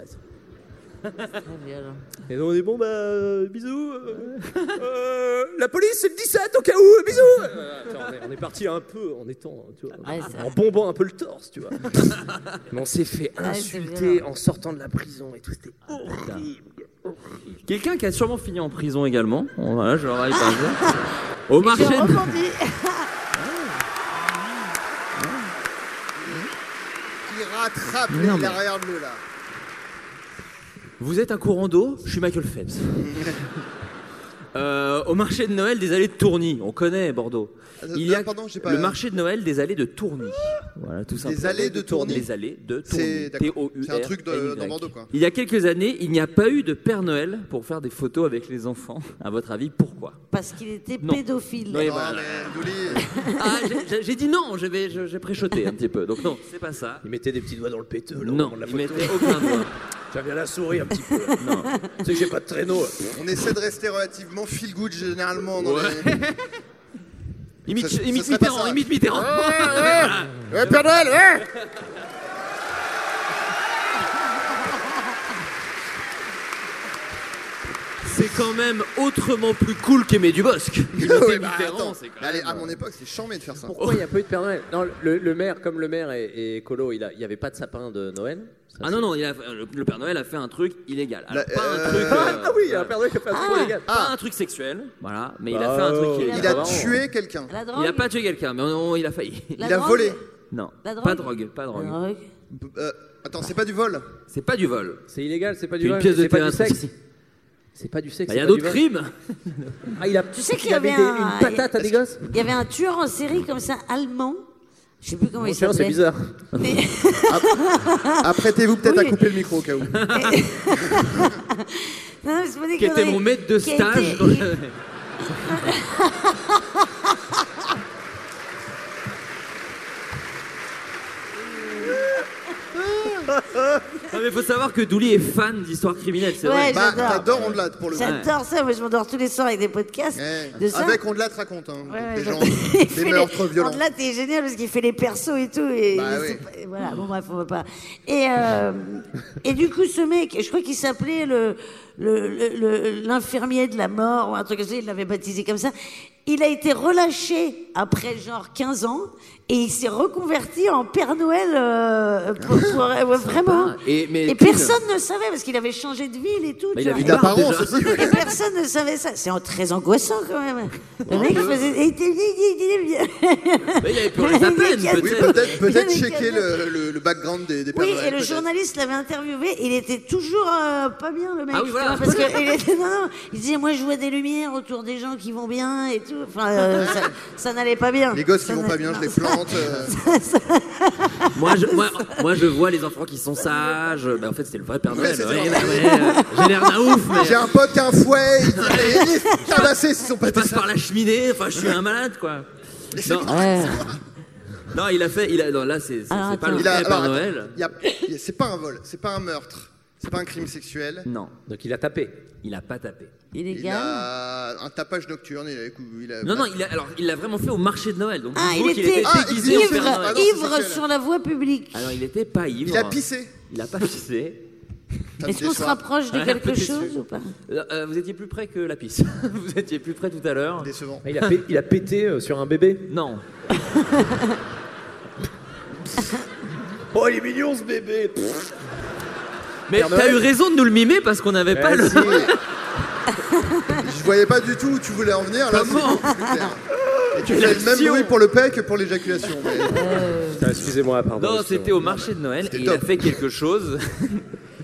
[SPEAKER 5] et donc on dit Bon, bah, euh, bisous. euh, euh, la police, c'est le 17 au cas où, euh, bisous. Euh, attends, on est- on est parti un peu en étant, euh, tu vois, en bombant un peu le torse, tu vois. Mais on s'est fait
[SPEAKER 18] Ah, c'est
[SPEAKER 5] insulter
[SPEAKER 18] violent.
[SPEAKER 5] en sortant de la prison et tout. C'était horrible.
[SPEAKER 7] Quelqu'un qui a sûrement fini en prison également. Bon, voilà, je le rappelle par exemple. Au marché.
[SPEAKER 8] J'ai
[SPEAKER 7] de-
[SPEAKER 8] rebondi.
[SPEAKER 2] Il rattrape
[SPEAKER 7] Non,
[SPEAKER 2] les
[SPEAKER 7] mais-
[SPEAKER 2] derrière bleu là.
[SPEAKER 7] Vous êtes un courant d'eau, je suis Michael Phelps. Euh, au marché de Noël des allées de Tourny, on connaît Bordeaux. Il y a
[SPEAKER 2] Ah, pardon, j'ai pas-
[SPEAKER 7] le marché de Noël des allées de Tourny. Voilà, tout simplement.
[SPEAKER 2] allées de Tourny.
[SPEAKER 7] Les allées de Tourny.
[SPEAKER 2] C'est d'accord.
[SPEAKER 7] T-O-U-R-N-Y.
[SPEAKER 2] C'est un truc de- dans Bordeaux quoi.
[SPEAKER 7] Il y a quelques années, il n'y a pas eu de Père Noël pour faire des photos avec les enfants. À votre avis, pourquoi
[SPEAKER 8] Parce qu'il était
[SPEAKER 7] Non.
[SPEAKER 8] pédophile.
[SPEAKER 2] Oh,
[SPEAKER 7] Oui, voilà. Ah, j'ai- j'ai- j'ai dit non, je vais- je- j'ai préchoté un petit peu. Donc non, c'est pas ça.
[SPEAKER 5] Il mettait des petits doigts dans le péteux, là, au
[SPEAKER 7] Non,
[SPEAKER 5] moment de la
[SPEAKER 7] il
[SPEAKER 5] photo.
[SPEAKER 7] mettait aucun doigt.
[SPEAKER 5] Tiens, viens la souris un petit peu. Non. Tu sais que j'ai pas de traîneau.
[SPEAKER 2] On essaie de rester relativement feel good généralement. Dans
[SPEAKER 5] Ouais.
[SPEAKER 2] les...
[SPEAKER 7] Imite,
[SPEAKER 2] Ça- ça Oh
[SPEAKER 7] imite
[SPEAKER 2] serait pas
[SPEAKER 7] Mitterrand,
[SPEAKER 2] ça.
[SPEAKER 7] imite Mitterrand.
[SPEAKER 2] Ouais, ouais. Ouais, Père Noël, ouais.
[SPEAKER 7] C'est quand même autrement plus cool qu'Aimé Dubosc. Imiter
[SPEAKER 2] Ouais, bah,
[SPEAKER 7] Mitterrand,
[SPEAKER 2] attends.
[SPEAKER 7] c'est quand
[SPEAKER 2] Mais allez,
[SPEAKER 7] même,
[SPEAKER 2] à
[SPEAKER 7] euh,
[SPEAKER 2] mon époque, c'est chambé de faire ça.
[SPEAKER 5] Pourquoi il n'y a pas eu de Père Noël Non, le, le maire, comme le maire est, est colo, il n'y avait pas de sapin de Noël.
[SPEAKER 7] Ah non, non, il a- le, le Père Noël a fait un truc illégal. Alors, pas un truc. euh,
[SPEAKER 5] Bah, Ah oui, il y a un Père Noël qui a fait un truc illégal.
[SPEAKER 7] Pas un truc sexuel, voilà, mais il a
[SPEAKER 5] Bah,
[SPEAKER 7] fait un
[SPEAKER 5] oh.
[SPEAKER 7] truc. illégal.
[SPEAKER 2] Il a
[SPEAKER 7] Vraiment.
[SPEAKER 2] tué quelqu'un.
[SPEAKER 8] La
[SPEAKER 7] Il a
[SPEAKER 8] drogue.
[SPEAKER 7] pas tué quelqu'un, mais on- on- il a failli.
[SPEAKER 8] La Il a drogue. volé.
[SPEAKER 7] Non,
[SPEAKER 8] La drogue.
[SPEAKER 7] pas de drogue, pas de drogue.
[SPEAKER 2] Euh, attends, c'est pas du vol
[SPEAKER 7] C'est pas du vol.
[SPEAKER 5] C'est illégal, c'est pas
[SPEAKER 7] C'est
[SPEAKER 5] du
[SPEAKER 7] une
[SPEAKER 5] vol,
[SPEAKER 7] pièce de
[SPEAKER 5] c'est pas du
[SPEAKER 7] théâtre.
[SPEAKER 5] sexe. C'est pas du sexe.
[SPEAKER 7] Bah, il y a
[SPEAKER 5] c'est pas du
[SPEAKER 7] d'autres
[SPEAKER 5] vol.
[SPEAKER 7] crimes.
[SPEAKER 5] Ah, il a.
[SPEAKER 8] Tu sais qu'il
[SPEAKER 5] il
[SPEAKER 8] y avait
[SPEAKER 5] des-
[SPEAKER 8] un-
[SPEAKER 5] une patate à des gosses.
[SPEAKER 8] Il y avait un tueur en série comme ça, allemand. Je sais plus comment
[SPEAKER 5] Mon
[SPEAKER 8] il
[SPEAKER 5] chien,
[SPEAKER 8] s'appelait.
[SPEAKER 5] c'est bizarre.
[SPEAKER 2] Apprêtez-vous peut-être à couper le micro au cas où. Bah,
[SPEAKER 8] Non, mais c'est pas des
[SPEAKER 7] Qui était
[SPEAKER 8] conneries.
[SPEAKER 7] mon maître de
[SPEAKER 8] Qui a
[SPEAKER 7] stage.
[SPEAKER 8] été-
[SPEAKER 7] dans le- Non, mais faut savoir que Douli est fan d'histoire criminelle, c'est vrai.
[SPEAKER 8] Ouais, Bah, j'adore.
[SPEAKER 2] J'adore Ondelat pour le coup.
[SPEAKER 8] J'adore ça, moi je m'endors tous les soirs avec des podcasts de ça.
[SPEAKER 2] Eh, Avec Ondelat raconte, hein.
[SPEAKER 8] Ouais,
[SPEAKER 2] des
[SPEAKER 8] j'adore.
[SPEAKER 2] gens,
[SPEAKER 8] Il
[SPEAKER 2] des
[SPEAKER 8] fait les- Ah,
[SPEAKER 2] meurtres violents.
[SPEAKER 8] Là, t'es génial parce qu'il fait les persos et tout. Et
[SPEAKER 2] Bah
[SPEAKER 8] et
[SPEAKER 2] oui.
[SPEAKER 8] c'est pas- et voilà, bon, bref, on va pas. Et, euh, et du coup, ce mec, je crois qu'il s'appelait le- le- le- le- l'infirmier de la mort ou un truc comme ça, il l'avait baptisé comme ça. Il a été relâché après genre 15 ans et il s'est reconverti en Père Noël euh, pour- pour- ouais, vraiment.
[SPEAKER 7] Et, mais
[SPEAKER 8] Et
[SPEAKER 7] Thune-
[SPEAKER 8] personne ne savait parce qu'il avait changé de ville et tout.
[SPEAKER 7] Bah,
[SPEAKER 8] tu
[SPEAKER 7] il
[SPEAKER 8] vois.
[SPEAKER 7] avait une barbe déjà.
[SPEAKER 8] Et personne ne savait ça. C'est en- très angoissant quand même. Le mec faisait. Il était
[SPEAKER 7] Mais il avait plus
[SPEAKER 8] rien
[SPEAKER 7] à peine,
[SPEAKER 2] Oui,
[SPEAKER 7] peut-être.
[SPEAKER 2] peut-être peut
[SPEAKER 8] Mais
[SPEAKER 2] checker le, le- le background des, des Pères
[SPEAKER 8] Oui,
[SPEAKER 2] Noël,
[SPEAKER 8] et le
[SPEAKER 2] peut-être.
[SPEAKER 8] journaliste l'avait interviewé. Il était toujours euh, pas bien, le mec.
[SPEAKER 7] Ah oui,
[SPEAKER 8] tu
[SPEAKER 7] voilà.
[SPEAKER 8] vois, parce que il, était- non, non, il disait Moi, je vois des lumières autour des gens qui vont bien et tout. Enfin, euh, ça, ça n'allait pas bien.
[SPEAKER 2] Les gosses qui
[SPEAKER 8] Ça
[SPEAKER 2] vont
[SPEAKER 8] n'a-
[SPEAKER 2] pas bien, je
[SPEAKER 8] non,
[SPEAKER 2] les
[SPEAKER 8] ça-
[SPEAKER 2] plante. euh.
[SPEAKER 7] Moi je, moi, moi, je vois les enfants qui sont sages. Bah, en fait, c'était le vrai Père Noël.
[SPEAKER 2] c'est vrai.
[SPEAKER 7] ouais, ouais, ouais. J'ai l'air d'un ouf, mais
[SPEAKER 2] J'ai un pote qui a un fouet, il ah bah, est tabassé sur son
[SPEAKER 7] je
[SPEAKER 2] pâté.
[SPEAKER 7] passe par la cheminée. Enfin, je suis un malade, quoi. Non, non, il a fait. Il a, non, là, c'est c'est-
[SPEAKER 2] Alors,
[SPEAKER 7] c'est pas le
[SPEAKER 2] Il a-
[SPEAKER 7] vrai Père
[SPEAKER 2] alors,
[SPEAKER 7] Noël.
[SPEAKER 2] attends, il y a- il y a- C'est pas un vol, c'est pas un meurtre, c'est pas un crime sexuel.
[SPEAKER 7] Non.
[SPEAKER 5] Donc il a tapé.
[SPEAKER 7] Il a pas tapé.
[SPEAKER 2] Il a un tapage nocturne. Il a, il a-
[SPEAKER 7] Non, non, il a, alors, il l'a vraiment fait au marché de Noël. Donc,
[SPEAKER 8] Ah,
[SPEAKER 7] il
[SPEAKER 8] il
[SPEAKER 7] faut
[SPEAKER 8] était,
[SPEAKER 7] qu'il était déguisé en Père
[SPEAKER 8] ivre,
[SPEAKER 7] Noël.
[SPEAKER 8] ivre sur la voie publique.
[SPEAKER 2] Ah,
[SPEAKER 7] Alors, il était pas ivre.
[SPEAKER 2] Il a pissé.
[SPEAKER 7] Il a pas pissé.
[SPEAKER 8] Est-ce qu'on se rapproche de
[SPEAKER 7] Ouais,
[SPEAKER 8] quelque
[SPEAKER 7] peut-être
[SPEAKER 8] chose
[SPEAKER 7] sûr.
[SPEAKER 8] ou pas
[SPEAKER 7] Euh, euh, vous étiez plus près que la pisse. vous étiez plus près tout à l'heure.
[SPEAKER 2] Décevant.
[SPEAKER 5] Ah, Il a, pé- il a pété euh, sur un bébé.
[SPEAKER 7] Non.
[SPEAKER 5] Oh, il est mignon ce bébé.
[SPEAKER 7] Mais
[SPEAKER 5] Père
[SPEAKER 7] t'as
[SPEAKER 5] Noël.
[SPEAKER 7] eu raison de nous le mimer parce qu'on n'avait pas
[SPEAKER 5] Eh,
[SPEAKER 7] le.
[SPEAKER 5] si.
[SPEAKER 2] Je voyais pas du tout où tu voulais en venir. Là,
[SPEAKER 7] Comment
[SPEAKER 2] c'est plus clair. Et tu
[SPEAKER 7] Mais
[SPEAKER 2] fais le même
[SPEAKER 7] l'action.
[SPEAKER 2] bruit pour le pec que pour l'éjaculation. mais-
[SPEAKER 5] Putain, excusez-moi, pardon.
[SPEAKER 7] Non, c'était au marché de Noël et il a
[SPEAKER 2] top.
[SPEAKER 7] fait quelque chose.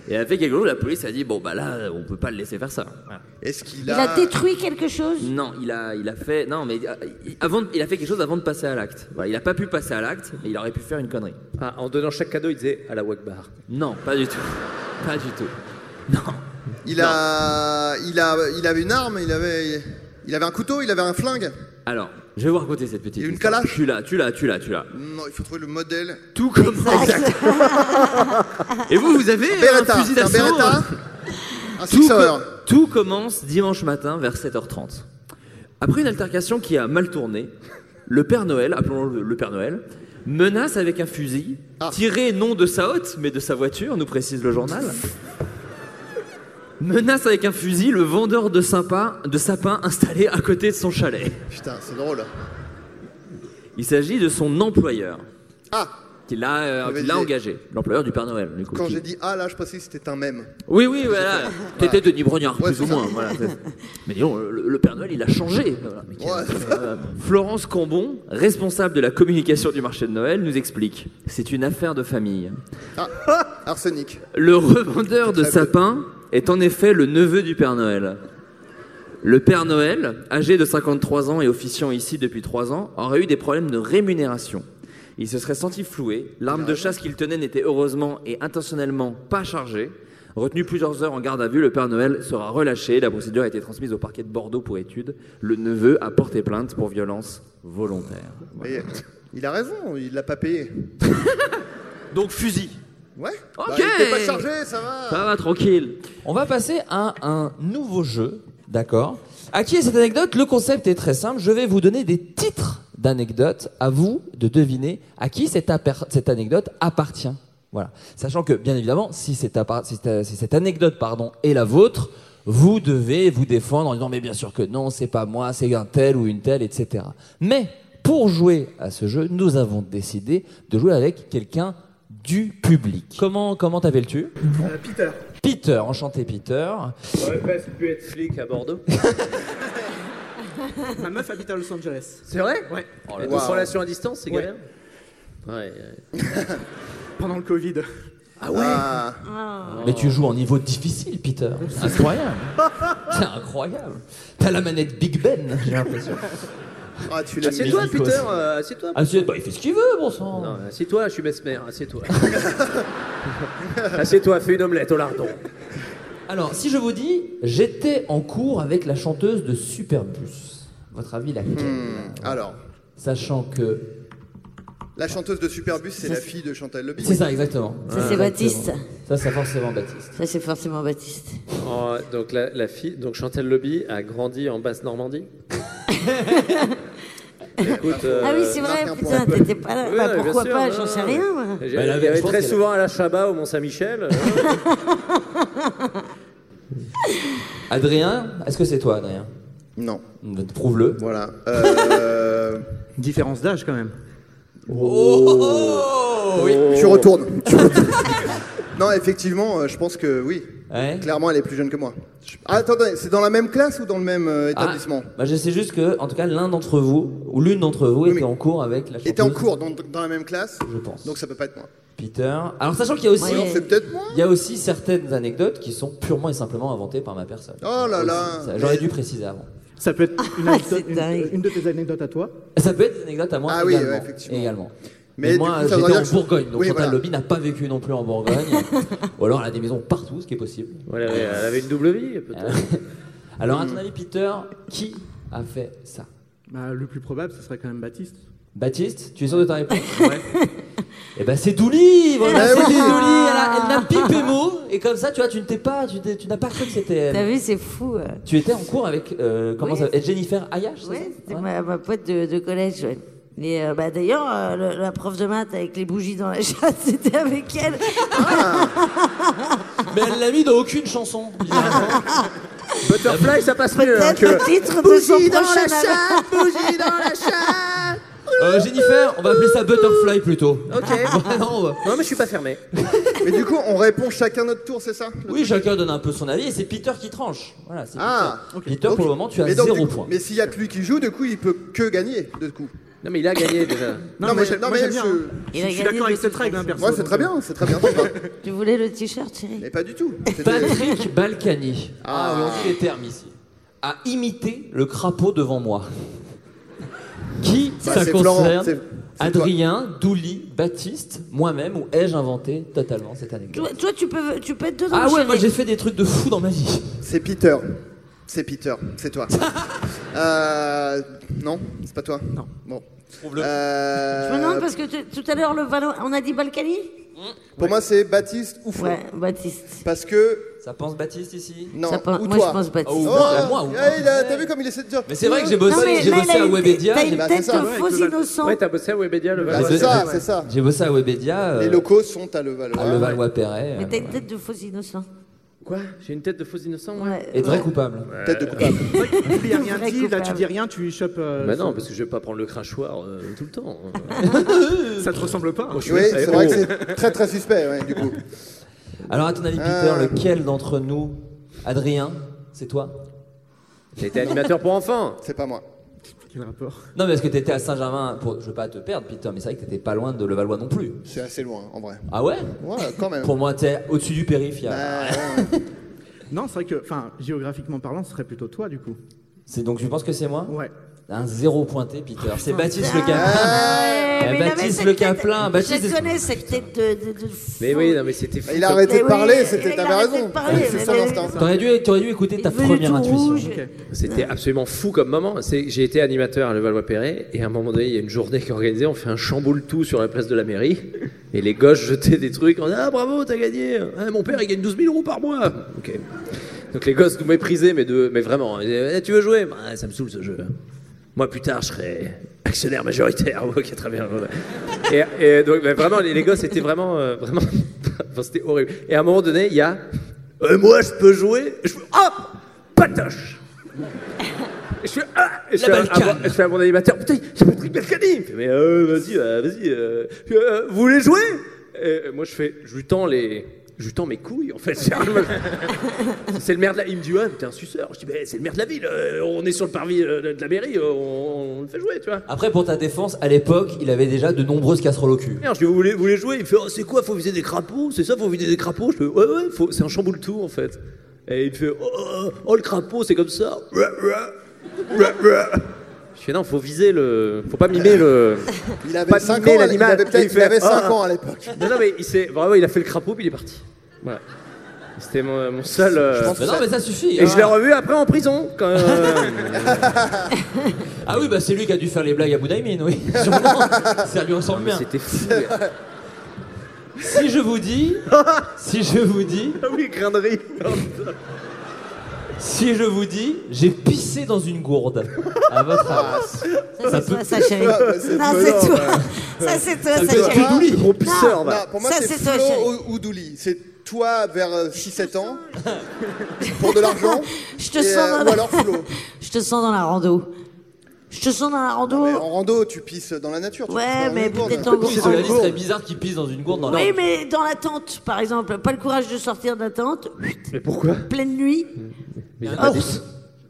[SPEAKER 7] Il a fait quelque chose, la police a dit bon bah là on peut pas le laisser faire ça. Voilà.
[SPEAKER 2] Est-ce qu'il
[SPEAKER 8] Il a détruit quelque chose
[SPEAKER 7] Non, il a, il a fait non mais euh, il- avant de- il a fait quelque chose avant de passer à l'acte. Voilà, il a pas pu passer à l'acte, mais il aurait pu faire une connerie.
[SPEAKER 5] Ah, en donnant chaque cadeau, il disait à la Wakbar.
[SPEAKER 7] Non, pas du tout, pas du tout.
[SPEAKER 2] Il a, il a, il avait une arme. Il avait, il avait un couteau. Il avait un flingue.
[SPEAKER 7] Alors, je vais vous raconter cette petite.
[SPEAKER 19] une
[SPEAKER 7] histoire.
[SPEAKER 19] calache
[SPEAKER 7] Tu l'as, tu l'as, tu l'as, tu l'as.
[SPEAKER 19] Non, il faut trouver le modèle.
[SPEAKER 7] Tout comme Et vous, vous avez
[SPEAKER 19] Un Beretta,
[SPEAKER 7] un fusil
[SPEAKER 19] c'est un
[SPEAKER 7] d'assaut hein.
[SPEAKER 19] Beretta, un
[SPEAKER 7] tout,
[SPEAKER 19] Sixer.
[SPEAKER 7] tout commence dimanche matin vers 7h30. Après une altercation qui a mal tourné, le Père Noël, appelons-le le Père Noël, menace avec un fusil,
[SPEAKER 19] Ah.
[SPEAKER 7] tiré non de sa hotte, mais de sa voiture, nous précise le journal. menace avec un fusil le vendeur de, sympa, de sapin installé à côté de son chalet.
[SPEAKER 2] Putain, c'est drôle.
[SPEAKER 7] Il s'agit de son employeur.
[SPEAKER 2] Ah.
[SPEAKER 7] Qui l'a euh,
[SPEAKER 19] Mauvaise
[SPEAKER 7] qui l'a
[SPEAKER 19] idée.
[SPEAKER 7] engagé. L'employeur du Père Noël, du coup.
[SPEAKER 19] Quand
[SPEAKER 7] qui-
[SPEAKER 19] j'ai dit ah là, je pensais que c'était un mème.
[SPEAKER 7] Oui, oui, voilà. T'étais Denis Brognard,
[SPEAKER 19] Ouais,
[SPEAKER 7] plus ou
[SPEAKER 19] c'est ça.
[SPEAKER 7] moins. voilà. Mais disons, le, le Père Noël, il a changé. Voilà. Mais quel- Euh, Florence Cambon, responsable de la communication du marché de Noël, nous explique. C'est une affaire de famille.
[SPEAKER 2] Ah, arsenic.
[SPEAKER 7] Le revendeur de sapins est en effet le neveu du Père Noël. Le Père Noël, âgé de 53 ans et officiant ici depuis 3 ans, aurait eu des problèmes de rémunération. Il se serait senti floué, l'arme de chasse qu'il tenait n'était heureusement et intentionnellement pas chargée. Retenu plusieurs heures en garde à vue, le Père Noël sera relâché. La procédure a été transmise au parquet de Bordeaux pour étude. Le neveu a porté plainte pour violence volontaire.
[SPEAKER 2] Mais euh, il a raison, il l'a pas payé.
[SPEAKER 7] Donc fusil.
[SPEAKER 2] Ouais.
[SPEAKER 7] Ok.
[SPEAKER 2] Bah, il était pas chargé, ça va.
[SPEAKER 7] Ça va, tranquille.
[SPEAKER 5] On va passer à un nouveau jeu, d'accord À qui est cette anecdote Le concept est très simple. Je vais vous donner des titres d'anecdotes à vous de deviner à qui cette, aper- cette anecdote appartient. Voilà. Sachant que, bien évidemment, si, cette appar- si cette- si cette anecdote pardon, est la vôtre, vous devez vous défendre en disant mais bien sûr que non, c'est pas moi, c'est un tel ou une telle, etc. Mais pour jouer à ce jeu, nous avons décidé de jouer avec quelqu'un du public. Comment comment t'appelles-tu
[SPEAKER 20] Euh,
[SPEAKER 21] Peter.
[SPEAKER 5] Peter, enchanté Peter.
[SPEAKER 21] J'aurais presque pu être flic à Bordeaux. Ma meuf habite à Los Angeles.
[SPEAKER 20] C'est vrai
[SPEAKER 21] Ouais.
[SPEAKER 20] Oh là là. Wow. Relation à distance, c'est
[SPEAKER 21] Ouais.
[SPEAKER 20] galère Ouais,
[SPEAKER 21] Pendant le Covid.
[SPEAKER 5] Ah ouais
[SPEAKER 8] Ah.
[SPEAKER 5] Mais tu joues en niveau difficile, Peter. C'est incroyable. C'est incroyable. T'as la manette Big Ben, j'ai l'impression.
[SPEAKER 2] Ah, tu
[SPEAKER 5] l'as mis
[SPEAKER 20] Assieds-toi,
[SPEAKER 5] vite,
[SPEAKER 20] Peter.
[SPEAKER 5] quoi.
[SPEAKER 20] euh, Assieds-toi.
[SPEAKER 5] Assieds- bah, il fait ce qu'il veut, bon sang.
[SPEAKER 20] Non, assieds-toi, je suis hein, mesmer. Assieds-toi. assieds-toi, Ah, fais une omelette au lardon.
[SPEAKER 5] Alors, si je vous dis, j'étais en cours avec la chanteuse de Superbus. Votre avis, laquelle
[SPEAKER 2] Alors.
[SPEAKER 5] Sachant que.
[SPEAKER 2] La chanteuse de Superbus, c'est
[SPEAKER 5] Ça,
[SPEAKER 2] la
[SPEAKER 5] c'est-
[SPEAKER 2] fille de Chantal Lobby.
[SPEAKER 5] C'est ça, exactement.
[SPEAKER 8] Ça, c'est
[SPEAKER 5] Exactement.
[SPEAKER 8] Baptiste.
[SPEAKER 5] Ça, c'est forcément Baptiste.
[SPEAKER 8] Ça, c'est forcément Baptiste.
[SPEAKER 20] Oh, donc la, la fille, donc Chantal Lobby a grandi en basse Normandie. Écoute,
[SPEAKER 8] Ah oui,
[SPEAKER 2] Euh,
[SPEAKER 8] c'est vrai, putain, t'étais pas là.
[SPEAKER 20] Oui,
[SPEAKER 8] Bah,
[SPEAKER 20] oui, bien
[SPEAKER 8] pourquoi
[SPEAKER 20] sûr,
[SPEAKER 8] pas,
[SPEAKER 20] non,
[SPEAKER 8] j'en sais
[SPEAKER 20] non.
[SPEAKER 8] rien, moi.
[SPEAKER 20] J'ai-
[SPEAKER 5] Bah, elle avait-
[SPEAKER 20] il y avait
[SPEAKER 5] je pense
[SPEAKER 20] très
[SPEAKER 5] qu'elle-
[SPEAKER 20] souvent à la Chabat au Mont-Saint-Michel.
[SPEAKER 5] Adrien, est-ce que c'est toi, Adrien
[SPEAKER 2] Non.
[SPEAKER 5] Bah, Prouve-le.
[SPEAKER 2] Voilà. Euh,
[SPEAKER 21] Différence d'âge quand même.
[SPEAKER 5] Oh.
[SPEAKER 2] Tu retournes. Oh. Tu retournes. non, effectivement, euh, je pense que oui. Clairement, elle est plus jeune que moi. Je- Ah, attendez, c'est dans la même classe ou dans le même euh,
[SPEAKER 5] Ah,
[SPEAKER 2] établissement
[SPEAKER 5] bah, je sais juste que, en tout cas, l'un d'entre vous, ou l'une d'entre vous, était en cours avec la chanteuse.
[SPEAKER 2] Était en cours dans, dans la même classe
[SPEAKER 5] Je pense.
[SPEAKER 2] Donc ça peut pas être moi.
[SPEAKER 5] Peter. Alors, sachant qu'il y a aussi.
[SPEAKER 2] Ou alors, c'est peut-être moi.
[SPEAKER 5] Il y a aussi certaines anecdotes qui sont purement et simplement inventées par ma personne.
[SPEAKER 2] Oh là là.
[SPEAKER 5] Ça, J'aurais dû préciser avant.
[SPEAKER 21] Ça peut être une, anecdote- une- une de tes anecdotes à toi
[SPEAKER 5] Ça peut être une anecdote à moi
[SPEAKER 21] Ah oui,
[SPEAKER 5] également.
[SPEAKER 21] ouais, effectivement.
[SPEAKER 5] également.
[SPEAKER 21] Mais
[SPEAKER 5] Mais,
[SPEAKER 21] du
[SPEAKER 5] moi,
[SPEAKER 21] coup, ça veut
[SPEAKER 5] j'étais
[SPEAKER 21] dire
[SPEAKER 5] en
[SPEAKER 21] que-
[SPEAKER 5] Bourgogne, donc
[SPEAKER 21] Oui,
[SPEAKER 5] Chantal
[SPEAKER 21] voilà.
[SPEAKER 5] Lobby n'a pas vécu non plus en Bourgogne. Ou alors elle a des maisons partout, ce qui est possible.
[SPEAKER 20] Voilà, ouais, elle avait une double vie, peut-être.
[SPEAKER 5] alors, à ton avis, Peter, qui a fait ça
[SPEAKER 21] Bah, le plus probable, ce serait quand même Baptiste.
[SPEAKER 5] Baptiste, tu es sûr de ta réponse Ouais. Eh ben c'est Douli, voilà, c'est Douli, elle a- elle n'a pipé mot, et comme ça, tu vois, tu ne t'es pas, tu, t'es- tu n'as pas cru que c'était elle.
[SPEAKER 8] T'as vu, c'est fou. euh.
[SPEAKER 5] Tu étais en cours avec euh, comment
[SPEAKER 8] Oui.
[SPEAKER 5] ça, Jennifer Ayash c'est
[SPEAKER 8] Ouais, c'était ma, ma pote de, de collège, ouais. Et euh, bah, d'ailleurs, euh, le- la prof de maths avec les bougies dans la chatte, c'était avec elle.
[SPEAKER 5] ça Mais elle l'a mis dans aucune chanson. Butterfly,
[SPEAKER 20] ça passe
[SPEAKER 5] mieux.
[SPEAKER 8] Peut-être le titre de son
[SPEAKER 22] Bougie dans la
[SPEAKER 8] prochain album.
[SPEAKER 22] chatte, bougie dans la chatte.
[SPEAKER 5] Euh, Jennifer, on va appeler ça Butterfly plutôt.
[SPEAKER 20] Ok.
[SPEAKER 5] non,
[SPEAKER 20] mais je suis pas fermé.
[SPEAKER 2] Mais du coup, on répond chacun notre tour, c'est ça
[SPEAKER 5] Oui, chacun donne un peu son avis et c'est Peter qui tranche. Voilà, c'est
[SPEAKER 2] Ah,
[SPEAKER 5] Peter. Peter, pour le moment, tu as
[SPEAKER 2] Mais donc,
[SPEAKER 5] zéro
[SPEAKER 2] du coup-
[SPEAKER 5] point.
[SPEAKER 2] Mais s'il y a que lui qui joue, du coup, il peut que gagner, de coup.
[SPEAKER 20] Non, mais il a gagné déjà.
[SPEAKER 21] Non,
[SPEAKER 2] Non, mais,
[SPEAKER 21] moi,
[SPEAKER 2] je-
[SPEAKER 21] j'ai-
[SPEAKER 2] non,
[SPEAKER 21] moi,
[SPEAKER 2] mais
[SPEAKER 21] j'aime
[SPEAKER 2] je,
[SPEAKER 21] bien, hein.
[SPEAKER 8] Il a
[SPEAKER 21] Je suis
[SPEAKER 8] gagné
[SPEAKER 21] d'accord
[SPEAKER 8] le
[SPEAKER 21] avec cette règle, hein,
[SPEAKER 8] t-shirt.
[SPEAKER 21] perso.
[SPEAKER 2] Ouais, c'est très bien, c'est très bien. c'est pas-
[SPEAKER 8] Tu voulais le t-shirt, chérie
[SPEAKER 2] Mais pas du tout.
[SPEAKER 5] Patrick Balkany.
[SPEAKER 2] Ah.
[SPEAKER 5] Ah, mais on dit les termes ici. A imité le crapaud devant moi. Qui
[SPEAKER 2] Bah,
[SPEAKER 5] ça
[SPEAKER 2] c'est Florent,
[SPEAKER 5] concerne
[SPEAKER 2] c'est-
[SPEAKER 5] Adrien, Douli, Baptiste, moi-même ou ai-je inventé totalement cette anecdote
[SPEAKER 8] Toi, toi, tu, peux, tu peux être dedans.
[SPEAKER 5] Ah ouais, moi
[SPEAKER 8] chérie.
[SPEAKER 5] j'ai fait des trucs de fou dans ma vie.
[SPEAKER 2] C'est Peter. C'est Peter, c'est toi. Euh, non, c'est pas toi. Non. Bon. Euh,
[SPEAKER 8] Je me demande parce que tu- tout à l'heure, le Valo- on a dit Balkany
[SPEAKER 2] Pour moi, c'est Baptiste ou Flo.
[SPEAKER 8] Ouais, Baptiste.
[SPEAKER 2] Parce que.
[SPEAKER 7] Ça pense Baptiste ici
[SPEAKER 2] Non,
[SPEAKER 8] Ça pense-
[SPEAKER 2] ou
[SPEAKER 8] moi,
[SPEAKER 2] toi.
[SPEAKER 8] je pense Baptiste.
[SPEAKER 2] Oh,
[SPEAKER 8] Ah, moi, ou moi.
[SPEAKER 2] eh, il a- T'as vu comme il essaie de dire.
[SPEAKER 7] Mais c'est vrai que j'ai bossé- Non, mais j'ai là, bossé il a à une- Webedia, t'as une j'ai- tête de faux innocent.
[SPEAKER 2] Ouais,
[SPEAKER 5] t'as bossé à Webedia, le
[SPEAKER 2] C'est ça, c'est ça.
[SPEAKER 7] J'ai bossé à Webedia. euh,
[SPEAKER 2] Les locaux sont à Levallois.
[SPEAKER 7] À Levallois-Perret.
[SPEAKER 8] Mais t'as une tête de faux innocent.
[SPEAKER 5] Quoi J'ai une tête de faux innocent,
[SPEAKER 8] moi
[SPEAKER 7] Et de vrai coupable.
[SPEAKER 2] Tête de coupable.
[SPEAKER 6] Il y a rien
[SPEAKER 8] Vrai
[SPEAKER 6] dit, là tu
[SPEAKER 8] coupable.
[SPEAKER 6] dis rien, tu chopes. euh,
[SPEAKER 5] Bah non,
[SPEAKER 6] son-
[SPEAKER 5] parce que je vais pas prendre le crachoir euh, tout le temps.
[SPEAKER 6] ça te ressemble pas.
[SPEAKER 5] Moi, je suis
[SPEAKER 2] Oui,
[SPEAKER 5] resté-
[SPEAKER 2] c'est vrai
[SPEAKER 5] Oh.
[SPEAKER 2] que c'est très très suspect, ouais, du coup.
[SPEAKER 7] Alors, à ton avis, Peter,
[SPEAKER 2] Euh.
[SPEAKER 7] lequel d'entre nous Adrien, c'est toi
[SPEAKER 5] T'étais animateur pour enfants.
[SPEAKER 2] C'est pas moi.
[SPEAKER 6] Quel rapport
[SPEAKER 7] Non, mais est-ce que t'étais à Saint-Germain pour... Je veux pas te perdre, Peter, mais c'est vrai que t'étais pas loin de Levallois non plus.
[SPEAKER 2] C'est assez loin, en vrai.
[SPEAKER 7] Ah ouais
[SPEAKER 2] Ouais, quand même.
[SPEAKER 7] Pour moi, t'es au-dessus du périph'. il y a-
[SPEAKER 2] Bah,
[SPEAKER 6] Non, c'est vrai que, enfin, géographiquement parlant, ce serait plutôt toi du coup.
[SPEAKER 7] C'est donc tu penses que c'est moi
[SPEAKER 6] Ouais.
[SPEAKER 7] Un zéro pointé, Peter. C'est Baptiste Le
[SPEAKER 8] Ouais, mais
[SPEAKER 7] Caplin.
[SPEAKER 8] non,
[SPEAKER 7] Eh,
[SPEAKER 8] mais
[SPEAKER 7] Baptiste
[SPEAKER 8] cette
[SPEAKER 7] Le
[SPEAKER 8] tête-
[SPEAKER 7] Caplin. Baptiste,
[SPEAKER 8] Je connais cette tête de. de- de faux.
[SPEAKER 5] Mais oui, non, mais c'était
[SPEAKER 6] Ah,
[SPEAKER 5] fou.
[SPEAKER 2] Il a arrêté
[SPEAKER 8] Mais
[SPEAKER 2] de
[SPEAKER 8] oui,
[SPEAKER 2] parler,
[SPEAKER 8] mais
[SPEAKER 2] c'était
[SPEAKER 8] il a
[SPEAKER 2] t'avais
[SPEAKER 8] arrêté
[SPEAKER 2] raison.
[SPEAKER 8] de parler,
[SPEAKER 2] C'est
[SPEAKER 8] mais-
[SPEAKER 2] son instinct.
[SPEAKER 7] T'aurais dû, t'aurais dû écouter ta première intuition.
[SPEAKER 5] C'était absolument fou comme moment. C'est- J'ai été animateur à Levallois-Perret et à un moment donné, il y a une journée qui est organisée, on fait un chamboule tout sur la place de la mairie et les gauches jetaient des trucs. On dit Ah bravo, t'as gagné Ah, Mon père, il gagne 12 000 euros par mois Ok. Donc les gosses nous méprisaient, mais, de, mais vraiment. Ils disaient, Eh, tu veux jouer Bah, Ça me saoule ce jeu. Moi, plus tard, je serai actionnaire majoritaire. Ok, très bien. euh. Et, et donc, mais vraiment, les, les gosses étaient vraiment. euh, vraiment enfin, C'était horrible. Et à un moment donné, il y a Euh, Moi, je peux jouer je... Hop Patoche et je fais, ah Et
[SPEAKER 23] La
[SPEAKER 5] je, fais à-
[SPEAKER 23] Balkane.
[SPEAKER 5] à mon- je fais à mon animateur, putain, c'est Patrick Balkany Il me fait, mais euh, vas-y, euh, vas-y. euh. Je fais, Euh, vous voulez jouer Et Moi, je fais, je lui tends les... Je lui tends mes couilles, en fait. c'est le maire de la... Il me dit, ouais, mais t'es un suceur. Je dis, mais c'est le maire de la ville. euh, on est sur le parvis euh, de la mairie. euh, On, on le fait jouer, tu vois.
[SPEAKER 7] Après, pour ta défense, à l'époque, il avait déjà de nombreuses casseroles au cul.
[SPEAKER 5] Merde, je dis, vous voulez, vous voulez jouer Il me fait, oh, c'est quoi Faut viser des crapauds C'est ça, faut viser des crapauds Je fais, ouais, ouais, faut- c'est un chamboule tout, en fait. Et il me fait, oh, oh, oh, le crapaud, c'est comme ça. Ouah, ouah. Ouah, ouah. Je fais, non, faut viser le. Faut pas mimer le.
[SPEAKER 2] Il avait
[SPEAKER 5] pas
[SPEAKER 2] 5 ans,
[SPEAKER 5] mimer
[SPEAKER 2] il avait
[SPEAKER 5] Et
[SPEAKER 2] peut-être
[SPEAKER 5] fait,
[SPEAKER 2] il avait
[SPEAKER 5] ah,
[SPEAKER 2] 5
[SPEAKER 5] ah.
[SPEAKER 2] ans à l'époque.
[SPEAKER 5] Non, non, mais il, s'est- vraiment, il a fait le crapaud, puis il est parti. Voilà. C'était mon, mon seul. euh,
[SPEAKER 7] pense que Mais non, ça- mais ça suffit,
[SPEAKER 5] Et
[SPEAKER 7] hein.
[SPEAKER 5] je l'ai revu après en prison. Quand, euh,
[SPEAKER 7] Ah oui, bah c'est lui qui a dû faire les blagues à Boudaimin, oui. Sûrement. Ça lui ressemble bien.
[SPEAKER 5] C'était fou.
[SPEAKER 7] Si je vous dis, si je vous dis,
[SPEAKER 5] Ah oui, grain de riz.
[SPEAKER 7] si je vous dis, j'ai pissé dans une gourde. À votre avis.
[SPEAKER 8] Ça, c'est
[SPEAKER 7] peut-
[SPEAKER 8] toi, ça, chérie.
[SPEAKER 2] Ah, bah, c'est
[SPEAKER 8] Non,
[SPEAKER 2] Flo,
[SPEAKER 8] c'est toi.
[SPEAKER 2] ouais.
[SPEAKER 8] Ça, c'est toi, ça,
[SPEAKER 2] peut être
[SPEAKER 8] chérie.
[SPEAKER 2] Douli,
[SPEAKER 5] gros
[SPEAKER 8] pisseur,
[SPEAKER 2] Non,
[SPEAKER 8] va.
[SPEAKER 2] Pour moi,
[SPEAKER 8] Ça,
[SPEAKER 2] c'est
[SPEAKER 8] c'est toi, chérie.
[SPEAKER 2] Flo ou, ou Douli. C'est toi vers 6-7 ans, pour de l'argent.
[SPEAKER 8] Je te
[SPEAKER 2] et,
[SPEAKER 8] sens
[SPEAKER 2] euh,
[SPEAKER 8] dans
[SPEAKER 2] Ou
[SPEAKER 8] la-
[SPEAKER 2] alors Flo.
[SPEAKER 8] Je te sens dans la rando. Je te sens dans la rando.
[SPEAKER 2] En rando, tu pisses dans la nature. tu
[SPEAKER 8] Ouais,
[SPEAKER 2] pisses dans une
[SPEAKER 8] mais
[SPEAKER 2] gourde.
[SPEAKER 8] peut-être en
[SPEAKER 7] Cela dit, ce serait bizarre qu'il pisse dans une gourde dans la-
[SPEAKER 8] Oui, mais dans la tente, par exemple. Pas le courage de sortir de la tente.
[SPEAKER 5] Mais pourquoi
[SPEAKER 8] Pleine nuit.
[SPEAKER 5] Mais j'ai
[SPEAKER 8] Un
[SPEAKER 5] pas dit-
[SPEAKER 8] ours.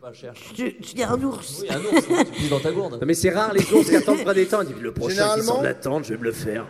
[SPEAKER 7] Bah, cherche.
[SPEAKER 8] Tu, tu y a un ours.
[SPEAKER 7] Oui, un ours, tu pisses dans ta gourde.
[SPEAKER 5] Non, mais c'est rare les ours qui attendent près des temps. Ils disent, le prochain qui
[SPEAKER 2] Généralement-
[SPEAKER 5] sort de la tente, je vais me le faire.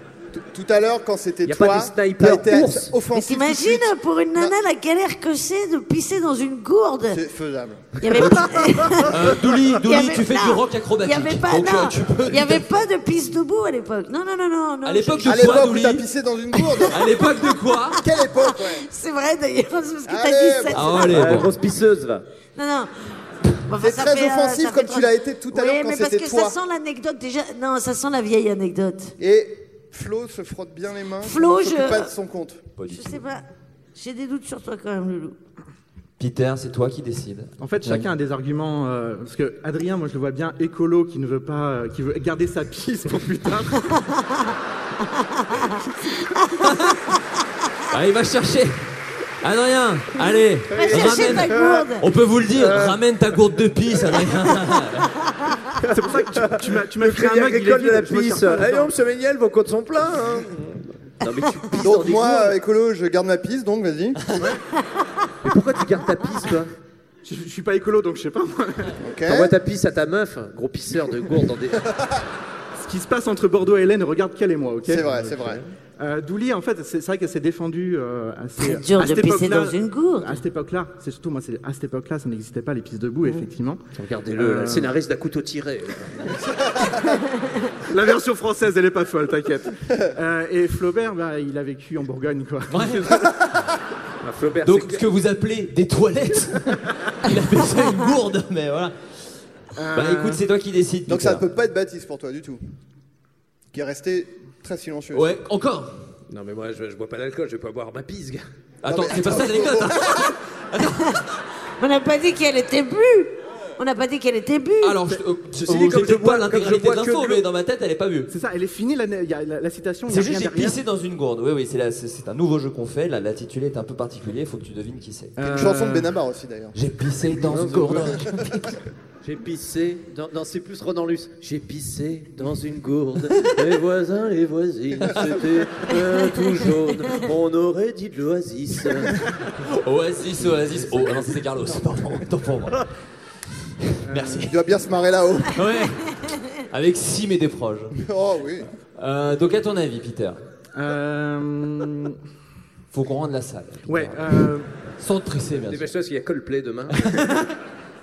[SPEAKER 2] Tout à l'heure, quand c'était
[SPEAKER 5] Y a
[SPEAKER 2] toi,
[SPEAKER 5] pas des snipers
[SPEAKER 2] t'as été
[SPEAKER 5] ours.
[SPEAKER 8] Mais
[SPEAKER 2] offensif. tout de
[SPEAKER 8] t'imagines
[SPEAKER 2] suite.
[SPEAKER 8] pour une nana la galère que c'est de pisser dans une gourde.
[SPEAKER 2] C'est faisable.
[SPEAKER 8] Il y avait pas.
[SPEAKER 7] Euh, Douli,
[SPEAKER 8] Il y
[SPEAKER 7] Douli,
[SPEAKER 8] avait-
[SPEAKER 7] tu fais du
[SPEAKER 8] non.
[SPEAKER 7] rock
[SPEAKER 8] Il
[SPEAKER 7] acrobatique.
[SPEAKER 8] n'y avait pas,
[SPEAKER 7] Donc, euh,
[SPEAKER 8] non.
[SPEAKER 7] tu peux-
[SPEAKER 8] Il y avait pas de pisse debout à l'époque. Non, non, non, non. non.
[SPEAKER 7] À l'époque
[SPEAKER 2] À
[SPEAKER 7] de quoi,
[SPEAKER 2] l'époque où
[SPEAKER 7] Douli
[SPEAKER 2] t'as pissé dans une gourde.
[SPEAKER 7] À l'époque de quoi
[SPEAKER 2] Quelle époque, ouais.
[SPEAKER 8] C'est vrai d'ailleurs, parce que t'as
[SPEAKER 2] Allez,
[SPEAKER 8] dit ça.
[SPEAKER 7] Ah, allez,
[SPEAKER 5] Ah,
[SPEAKER 7] bon.
[SPEAKER 5] grosse pisseuse, va.
[SPEAKER 8] Non, non. Bon, enfin,
[SPEAKER 2] C'est
[SPEAKER 8] ça
[SPEAKER 2] très
[SPEAKER 8] fait, euh,
[SPEAKER 2] offensif
[SPEAKER 8] ça fait
[SPEAKER 2] comme
[SPEAKER 8] trois-
[SPEAKER 2] tu l'as été tout à l'heure
[SPEAKER 8] Oui,
[SPEAKER 2] quand
[SPEAKER 8] mais parce
[SPEAKER 2] c'était
[SPEAKER 8] que
[SPEAKER 2] toi.
[SPEAKER 8] ça sent l'anecdote déjà. Non, ça sent la vieille anecdote.
[SPEAKER 2] Et Flo se frotte bien les mains.
[SPEAKER 8] Flo,
[SPEAKER 2] il s'occupe
[SPEAKER 8] je-
[SPEAKER 2] pas de son compte.
[SPEAKER 8] Je sais pas. J'ai des doutes sur toi quand même, Loulou.
[SPEAKER 7] Peter, c'est toi qui décides.
[SPEAKER 6] En fait, chacun a des arguments. euh, parce que Adrien, moi, je le vois bien écolo qui ne veut pas, euh, qui veut garder sa piste pour plus tard.
[SPEAKER 7] Ah, il va chercher. Adrien, allez,
[SPEAKER 8] Va chercher ta
[SPEAKER 7] ramène.
[SPEAKER 8] gourde.
[SPEAKER 7] On peut vous le dire, ramène ta gourde de pisse, Adrien.
[SPEAKER 6] C'est pour ça que tu, tu m'as, tu m'as fait un
[SPEAKER 5] Crédit
[SPEAKER 6] mug. il
[SPEAKER 5] agricole de
[SPEAKER 6] est vide,
[SPEAKER 5] la
[SPEAKER 6] je me
[SPEAKER 5] pisse.
[SPEAKER 6] tiens pas
[SPEAKER 5] Allez,
[SPEAKER 6] longtemps.
[SPEAKER 5] on se Méniel, vos comptes sont pleins. hein. Non, mais tu pisses dans
[SPEAKER 2] Donc
[SPEAKER 5] des
[SPEAKER 2] moi,
[SPEAKER 5] gourdes.
[SPEAKER 2] euh, écolo, je garde ma pisse, donc vas-y.
[SPEAKER 5] Mais pourquoi tu gardes ta pisse, toi
[SPEAKER 6] Je, je suis pas écolo, donc je sais pas. moi.
[SPEAKER 2] Ok.
[SPEAKER 7] Hein
[SPEAKER 5] T'envoies ta pisse à ta meuf, hein. gros pisseur de gourde dans des.
[SPEAKER 6] Ce qui se passe entre Bordeaux et Hélène, regarde qu'elle et moi, ok
[SPEAKER 2] C'est vrai, c'est vrai.
[SPEAKER 6] Euh, Douli, en fait, c'est c'est vrai qu'elle s'est défendue euh, assez.
[SPEAKER 8] Très dur
[SPEAKER 6] à
[SPEAKER 8] de
[SPEAKER 6] cette
[SPEAKER 8] pisser
[SPEAKER 6] époque-là-
[SPEAKER 8] dans une gourde.
[SPEAKER 6] À cette époque-là, c'est surtout moi, c'est à cette époque-là, ça n'existait pas les pisses debout, effectivement.
[SPEAKER 5] Regardez-le, là,
[SPEAKER 6] Euh,
[SPEAKER 5] le scénariste d'un couteau tiré.
[SPEAKER 6] La version française, elle est pas folle, t'inquiète. Euh, et Flaubert, bah, il a vécu en Bourgogne, quoi.
[SPEAKER 5] Ah, Flaubert,
[SPEAKER 7] Donc,
[SPEAKER 5] c'est
[SPEAKER 7] ce que vous appelez des toilettes, il appelle ça une gourde, mais voilà.
[SPEAKER 6] Euh,
[SPEAKER 2] Bah, écoute, c'est
[SPEAKER 7] toi qui décides.
[SPEAKER 2] Donc ça ne peut pas être Baptiste pour toi du tout. Qui est resté très silencieux.
[SPEAKER 7] Ouais, encore Non, mais moi, je, je bois pas d'alcool, je vais pas boire ma pisse, gars.
[SPEAKER 6] Ah,
[SPEAKER 7] Attends,
[SPEAKER 2] mais
[SPEAKER 7] c'est pas ça
[SPEAKER 2] attends.
[SPEAKER 7] l'anecdote hein.
[SPEAKER 8] On n'a pas dit qu'elle était bu. On n'a pas dit qu'elle était bu.
[SPEAKER 7] Alors, je- euh,
[SPEAKER 6] ceci dit, comme je bois- comme je
[SPEAKER 7] l'intégralité
[SPEAKER 6] bois
[SPEAKER 7] de l'info,
[SPEAKER 6] que de
[SPEAKER 7] mais
[SPEAKER 6] l'eau.
[SPEAKER 7] dans ma tête, elle est pas vue.
[SPEAKER 6] C'est ça, elle est finie la, il y a la- la citation. il y a
[SPEAKER 7] C'est juste
[SPEAKER 6] rien
[SPEAKER 7] j'ai
[SPEAKER 6] derrière.
[SPEAKER 7] pissé dans une gourde. Oui, oui, c'est la- c'est c'est un nouveau jeu qu'on fait. La l'intitulé est un peu particulier. Il faut que tu devines qui c'est.
[SPEAKER 2] Une chanson de Benabar aussi d'ailleurs.
[SPEAKER 7] J'ai pissé dans une gourde.
[SPEAKER 5] J'ai pissé dans. Non, c'est plus Ronan Luce. J'ai pissé dans une gourde. les voisins, les voisines, c'était euh, tout jaune. On aurait dit de l'oasis.
[SPEAKER 7] Oasis, Oasis. Oh, ah non, c'est Carlos. Pardon, autant pour moi. Merci.
[SPEAKER 2] Il doit bien se marrer là-haut.
[SPEAKER 7] Ouais. Avec Sim et des proches.
[SPEAKER 2] Oh oui.
[SPEAKER 7] Euh, donc, à ton avis, Peter
[SPEAKER 6] euh...
[SPEAKER 7] Faut qu'on rende la salle.
[SPEAKER 6] Ouais. Euh...
[SPEAKER 7] Sans te tresser, bien sûr.
[SPEAKER 5] Dépêche-toi, parce qu'il y a Coldplay demain.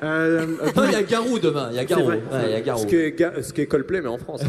[SPEAKER 7] Non, il y a Garou demain. Il y a Garou.
[SPEAKER 6] vrai,
[SPEAKER 7] Ouais,
[SPEAKER 5] Ah,
[SPEAKER 6] c'est vrai.
[SPEAKER 7] il y a Garou.
[SPEAKER 6] Ce qui
[SPEAKER 7] Ce qui est Coldplay, mais en France.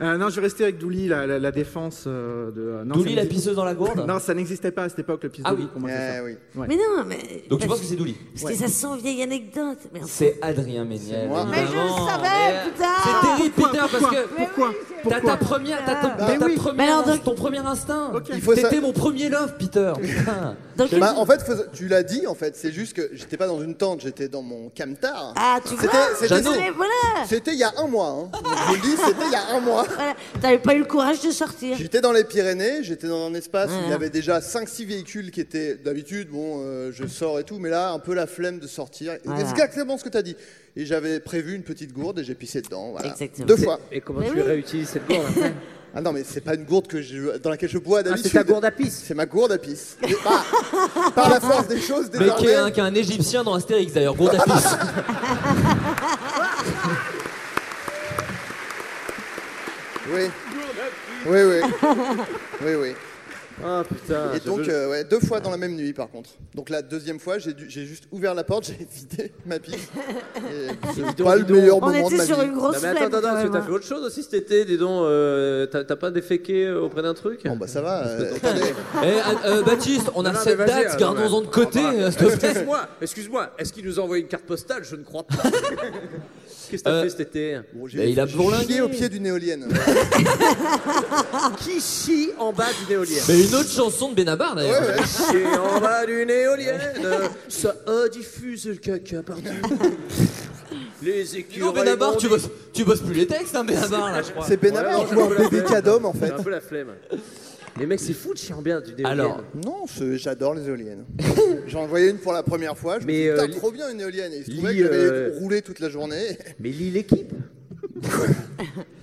[SPEAKER 6] Euh, non, je vais rester avec Douli, la, la- la défense euh, de. euh, non,
[SPEAKER 7] Douli,
[SPEAKER 6] ça
[SPEAKER 7] la
[SPEAKER 6] n'existe-
[SPEAKER 7] pisseuse dans la gourde
[SPEAKER 6] Non, ça n'existait pas à cette époque, le pisse
[SPEAKER 7] Ah
[SPEAKER 6] Douli,
[SPEAKER 7] oui.
[SPEAKER 6] pour moi, c'est
[SPEAKER 2] Eh
[SPEAKER 6] ça. Ouais.
[SPEAKER 8] Mais non, mais.
[SPEAKER 7] Donc, tu penses que c'est Douli
[SPEAKER 8] Parce que ça sent vieille anecdote. Mais enfin,
[SPEAKER 7] C'est Adrien Méniel.
[SPEAKER 8] moi. Mais je le
[SPEAKER 7] évidemment.
[SPEAKER 8] savais,
[SPEAKER 7] Mais-
[SPEAKER 8] putain
[SPEAKER 7] C'est terrible,
[SPEAKER 8] Pourquoi,
[SPEAKER 7] Peter, parce
[SPEAKER 8] pourquoi,
[SPEAKER 7] que. Pourquoi T'as ta première. T'as ton,
[SPEAKER 8] Bah
[SPEAKER 7] t'as ta
[SPEAKER 8] oui.
[SPEAKER 7] première
[SPEAKER 8] Mais alors, donc-
[SPEAKER 7] inst- ton premier instinct.
[SPEAKER 2] Il faut
[SPEAKER 7] T'étais
[SPEAKER 2] ça-
[SPEAKER 7] mon premier love, Peter. Putain.
[SPEAKER 2] Bah, en fait, faut- tu l'as dit en fait, c'est juste que j'étais pas dans une tente, j'étais dans mon camtar.
[SPEAKER 8] Ah, tu
[SPEAKER 2] C'était-
[SPEAKER 8] vois
[SPEAKER 2] c'était-
[SPEAKER 8] Jeannot. Mais voilà.
[SPEAKER 2] C'était il y a un mois. hein. Je vous le dis, c'était il y a un mois.
[SPEAKER 8] Voilà. T'avais pas eu le courage de sortir.
[SPEAKER 2] J'étais dans les Pyrénées, j'étais dans un espace où il y
[SPEAKER 7] Mmh.
[SPEAKER 8] Voilà.
[SPEAKER 2] avait déjà 5-6 véhicules qui étaient d'habitude, bon, euh, je sors et tout, mais là, un peu la flemme de sortir. Et
[SPEAKER 8] Voilà.
[SPEAKER 2] C'est exactement ce que tu as dit. Et j'avais prévu une petite gourde et j'ai pissé dedans. voilà.
[SPEAKER 8] Exactement.
[SPEAKER 2] Deux fois.
[SPEAKER 5] Et comment Mais tu oui. réutilises cette gourde après
[SPEAKER 2] Ah non, mais c'est pas une gourde que je- dans laquelle je bois d'habitude.
[SPEAKER 5] Ah, c'est ta gourde
[SPEAKER 2] à pisse. C'est ma gourde à pisse. Mais par- par la force des choses,
[SPEAKER 7] Mais qui est, un,
[SPEAKER 2] désormais.
[SPEAKER 7] qui est un égyptien dans Astérix d'ailleurs, gros tapis.
[SPEAKER 2] Oui. Oui, oui. Oui, oui.
[SPEAKER 5] Ah putain.
[SPEAKER 2] Et donc, euh, ouais, deux fois dans la même nuit, par contre. Donc la deuxième fois, j'ai dû- j'ai juste ouvert la porte, j'ai vidé ma pipe. Et C'est pas le meilleur moment de ma vie.
[SPEAKER 5] Non, mais attends, attends, est-ce
[SPEAKER 8] hein.
[SPEAKER 5] que t'as fait autre chose aussi cet été Dis donc, euh, t'as t'as pas déféqué euh, auprès d'un truc Bon,
[SPEAKER 2] bah ça va.
[SPEAKER 7] Eh, ah, euh, Baptiste, on a
[SPEAKER 5] Non, non,
[SPEAKER 7] cette
[SPEAKER 5] mais vas-y,
[SPEAKER 7] date,
[SPEAKER 5] euh,
[SPEAKER 7] gardons-en de
[SPEAKER 5] ouais.
[SPEAKER 7] côté.
[SPEAKER 5] Ah, bah,
[SPEAKER 7] euh, s'il te plaît.
[SPEAKER 5] Excuse-moi, excuse-moi, est-ce qu'il nous a envoyé une carte postale Je ne crois pas. Qu'est-ce que t'as
[SPEAKER 7] Euh,
[SPEAKER 5] fait cet été
[SPEAKER 7] bah, il a bourlingué.
[SPEAKER 2] Chier au pied d'une éolienne.
[SPEAKER 5] Qui chie en bas d'une éolienne
[SPEAKER 7] Mais une autre chanson de Benabar d'ailleurs.
[SPEAKER 5] Chier en bas d'une éolienne, ça euh, diffuse le caca partout. Les écureuils.
[SPEAKER 7] Non, Benabar,
[SPEAKER 5] vont
[SPEAKER 7] tu bosses, tu bosses plus les textes, hein, Benabar là, je crois.
[SPEAKER 2] C'est Benabar
[SPEAKER 5] Ouais,
[SPEAKER 2] ou un
[SPEAKER 5] j'ai un peu la flemme.
[SPEAKER 2] BBK d'homme en fait.
[SPEAKER 5] J'ai un peu la flemme. Les mecs, c'est fou de chier en bas d'une éolienne.
[SPEAKER 2] Alors. Non, c'est- j'adore les éoliennes. J'en voyais une pour la première fois. Je me
[SPEAKER 5] Mais,
[SPEAKER 2] suis dit,
[SPEAKER 5] euh,
[SPEAKER 2] putain, trop bien une éolienne. Et il se trouvait
[SPEAKER 5] lis,
[SPEAKER 2] que j'avais
[SPEAKER 5] euh,
[SPEAKER 2] roulé toute la journée.
[SPEAKER 5] Mais lis l'équipe.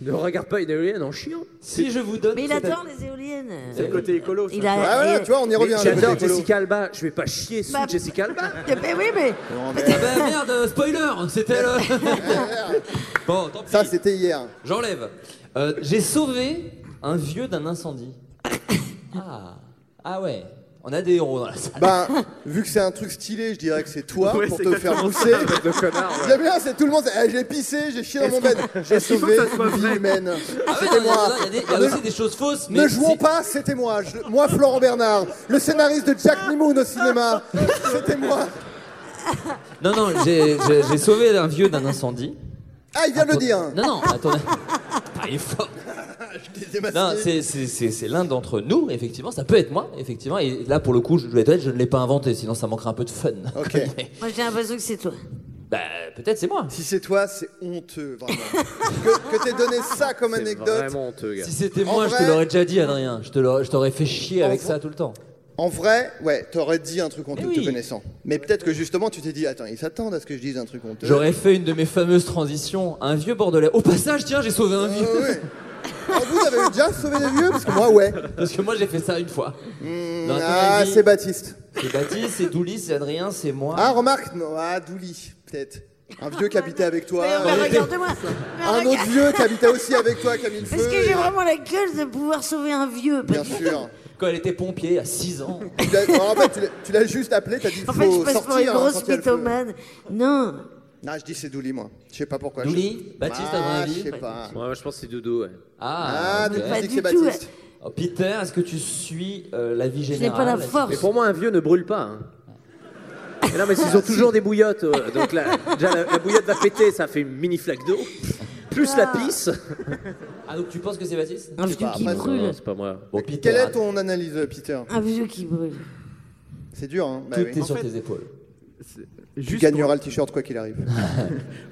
[SPEAKER 5] ne regarde pas une éolienne en chiant.
[SPEAKER 7] Si je vous donne.
[SPEAKER 8] Mais il adore les éoliennes.
[SPEAKER 5] C'est le côté
[SPEAKER 6] écolo.
[SPEAKER 8] ça. Il a- il-
[SPEAKER 5] Mais J'adore
[SPEAKER 7] côté écolo.
[SPEAKER 5] Jessica Alba. Je vais pas chier sous
[SPEAKER 8] Bah,
[SPEAKER 5] Jessica Alba.
[SPEAKER 8] Mais oui, mais.
[SPEAKER 7] Ah bah merde, euh, spoiler, c'était le. bon, tant pis.
[SPEAKER 2] Ça, c'était hier.
[SPEAKER 7] J'enlève. Euh, J'ai sauvé un vieux d'un incendie. Ah, ah ouais. On a des héros dans la salle.
[SPEAKER 2] Ben, vu que c'est un truc stylé, je dirais que c'est toi
[SPEAKER 7] Ouais,
[SPEAKER 2] pour
[SPEAKER 7] c'est
[SPEAKER 2] te faire
[SPEAKER 7] exactement
[SPEAKER 2] pousser.
[SPEAKER 7] ça, espèce de connard, ouais.
[SPEAKER 2] J'aime bien, c'est tout le monde. c'est, eh, j'ai pissé, j'ai chié dans mon bed. J'ai
[SPEAKER 6] est-ce qu'il faut
[SPEAKER 2] sauvé
[SPEAKER 6] que ça soit
[SPEAKER 2] une vie
[SPEAKER 6] vrai
[SPEAKER 2] humaine.
[SPEAKER 7] Ah ouais,
[SPEAKER 2] C'était
[SPEAKER 7] non, il y a-
[SPEAKER 2] moi.
[SPEAKER 7] il y a des- il y a
[SPEAKER 2] Ne-
[SPEAKER 7] aussi des choses fausses.
[SPEAKER 2] Ne
[SPEAKER 7] mais
[SPEAKER 2] jouons pas, c'était moi. Je- moi, Florent Bernard, le scénariste de Jack Nimoun au cinéma. C'était moi.
[SPEAKER 7] Non, non, j'ai- j'ai j'ai sauvé un vieux d'un incendie.
[SPEAKER 2] Ah, il vient de le dire.
[SPEAKER 7] Non, non, attendez. Ah, il est fort. Non, Ah, c'est- c'est c'est- c'est l'un d'entre nous, effectivement. Ça peut être moi, effectivement. Et là, pour le coup, je dois être honnête, je ne l'ai pas inventé, sinon ça manquerait un peu de fun. Ok.
[SPEAKER 8] Moi, j'ai l'impression que c'est toi.
[SPEAKER 7] bah, peut-être c'est moi.
[SPEAKER 2] Si c'est toi, c'est honteux, vraiment. que que t'aies donné ça comme anecdote.
[SPEAKER 7] Si c'était
[SPEAKER 2] En
[SPEAKER 7] moi, je te
[SPEAKER 2] vrai-
[SPEAKER 7] l'aurais déjà dit, Adrien. Je te l'aurais- je t'aurais fait chier
[SPEAKER 2] En
[SPEAKER 7] avec
[SPEAKER 2] vrai-
[SPEAKER 7] ça tout le temps.
[SPEAKER 2] En vrai, ouais, t'aurais dit un truc
[SPEAKER 7] Eh
[SPEAKER 2] honteux te connaissant. Mais peut-être que justement, tu t'es dit, attends, ils s'attendent à ce que je dise un truc honteux.
[SPEAKER 7] J'aurais fait une de mes fameuses transitions, un vieux bordelais. Au passage, tiens, j'ai sauvé un vieux.
[SPEAKER 2] Ah, vous avez déjà sauvé des vieux Parce que moi, ouais.
[SPEAKER 7] Parce que moi, j'ai fait ça une fois. Dans
[SPEAKER 2] ah,
[SPEAKER 7] ton avis-
[SPEAKER 2] c'est Baptiste.
[SPEAKER 7] C'est Baptiste, c'est Doulis, c'est Adrien, c'est moi.
[SPEAKER 2] Ah, remarque, non, ah, Douli, peut-être. Un vieux qui habitait avec toi.
[SPEAKER 8] Mais,
[SPEAKER 2] euh,
[SPEAKER 8] regarde-moi.
[SPEAKER 2] Un autre vieux qui habitait aussi avec toi, qui a mis le feu.
[SPEAKER 8] Est-ce que j'ai vraiment la gueule de pouvoir sauver un vieux
[SPEAKER 2] Bien sûr.
[SPEAKER 7] Quand elle était pompier à 6 ans.
[SPEAKER 2] Tu l'as- non, en fait, tu l'as- tu l'as juste appelé, t'as dit faut
[SPEAKER 8] En fait, je
[SPEAKER 2] sortir.
[SPEAKER 8] passe pour une
[SPEAKER 2] hein, quand
[SPEAKER 8] grosse
[SPEAKER 2] il y a le feu.
[SPEAKER 8] mythomane. Non.
[SPEAKER 2] Non, je dis c'est Douli, moi. Je sais pas pourquoi.
[SPEAKER 7] Douli,
[SPEAKER 2] Je-
[SPEAKER 7] Baptiste,
[SPEAKER 2] Ah,
[SPEAKER 7] à mon avis.
[SPEAKER 2] Je sais pas.
[SPEAKER 5] Ouais, moi, je pense que c'est Doudou. Ouais.
[SPEAKER 7] Ah,
[SPEAKER 2] Ah, donc
[SPEAKER 7] ok.
[SPEAKER 2] tu dis que c'est Baptiste.
[SPEAKER 7] Oh, Peter, est-ce que tu suis euh, la vie
[SPEAKER 8] n'ai
[SPEAKER 7] générale
[SPEAKER 8] pas la force. Mais pour
[SPEAKER 7] moi, un vieux ne brûle pas.
[SPEAKER 5] hein. Mais non, mais ils ont toujours des bouillottes. euh, donc la, déjà, la, la bouillotte va péter, ça fait une mini flaque d'eau. Plus la pisse.
[SPEAKER 24] Ah, donc tu penses que c'est Baptiste
[SPEAKER 8] Un
[SPEAKER 2] Bah,
[SPEAKER 8] vieux qui
[SPEAKER 5] Non,
[SPEAKER 25] Ah.
[SPEAKER 8] brûle.
[SPEAKER 5] non, c'est pas moi.
[SPEAKER 7] Oh,
[SPEAKER 5] Bon, Peter,
[SPEAKER 2] Quelle est ton analyse, Peter
[SPEAKER 8] Un vieux qui brûle.
[SPEAKER 2] C'est dur, hein Bah
[SPEAKER 8] Tout
[SPEAKER 2] oui.
[SPEAKER 8] est
[SPEAKER 2] En
[SPEAKER 8] sur
[SPEAKER 2] fait,
[SPEAKER 8] tes
[SPEAKER 25] épaules.
[SPEAKER 2] Tu
[SPEAKER 25] Juste
[SPEAKER 2] gagneras le t-shirt quoi qu'il arrive.
[SPEAKER 8] Ah,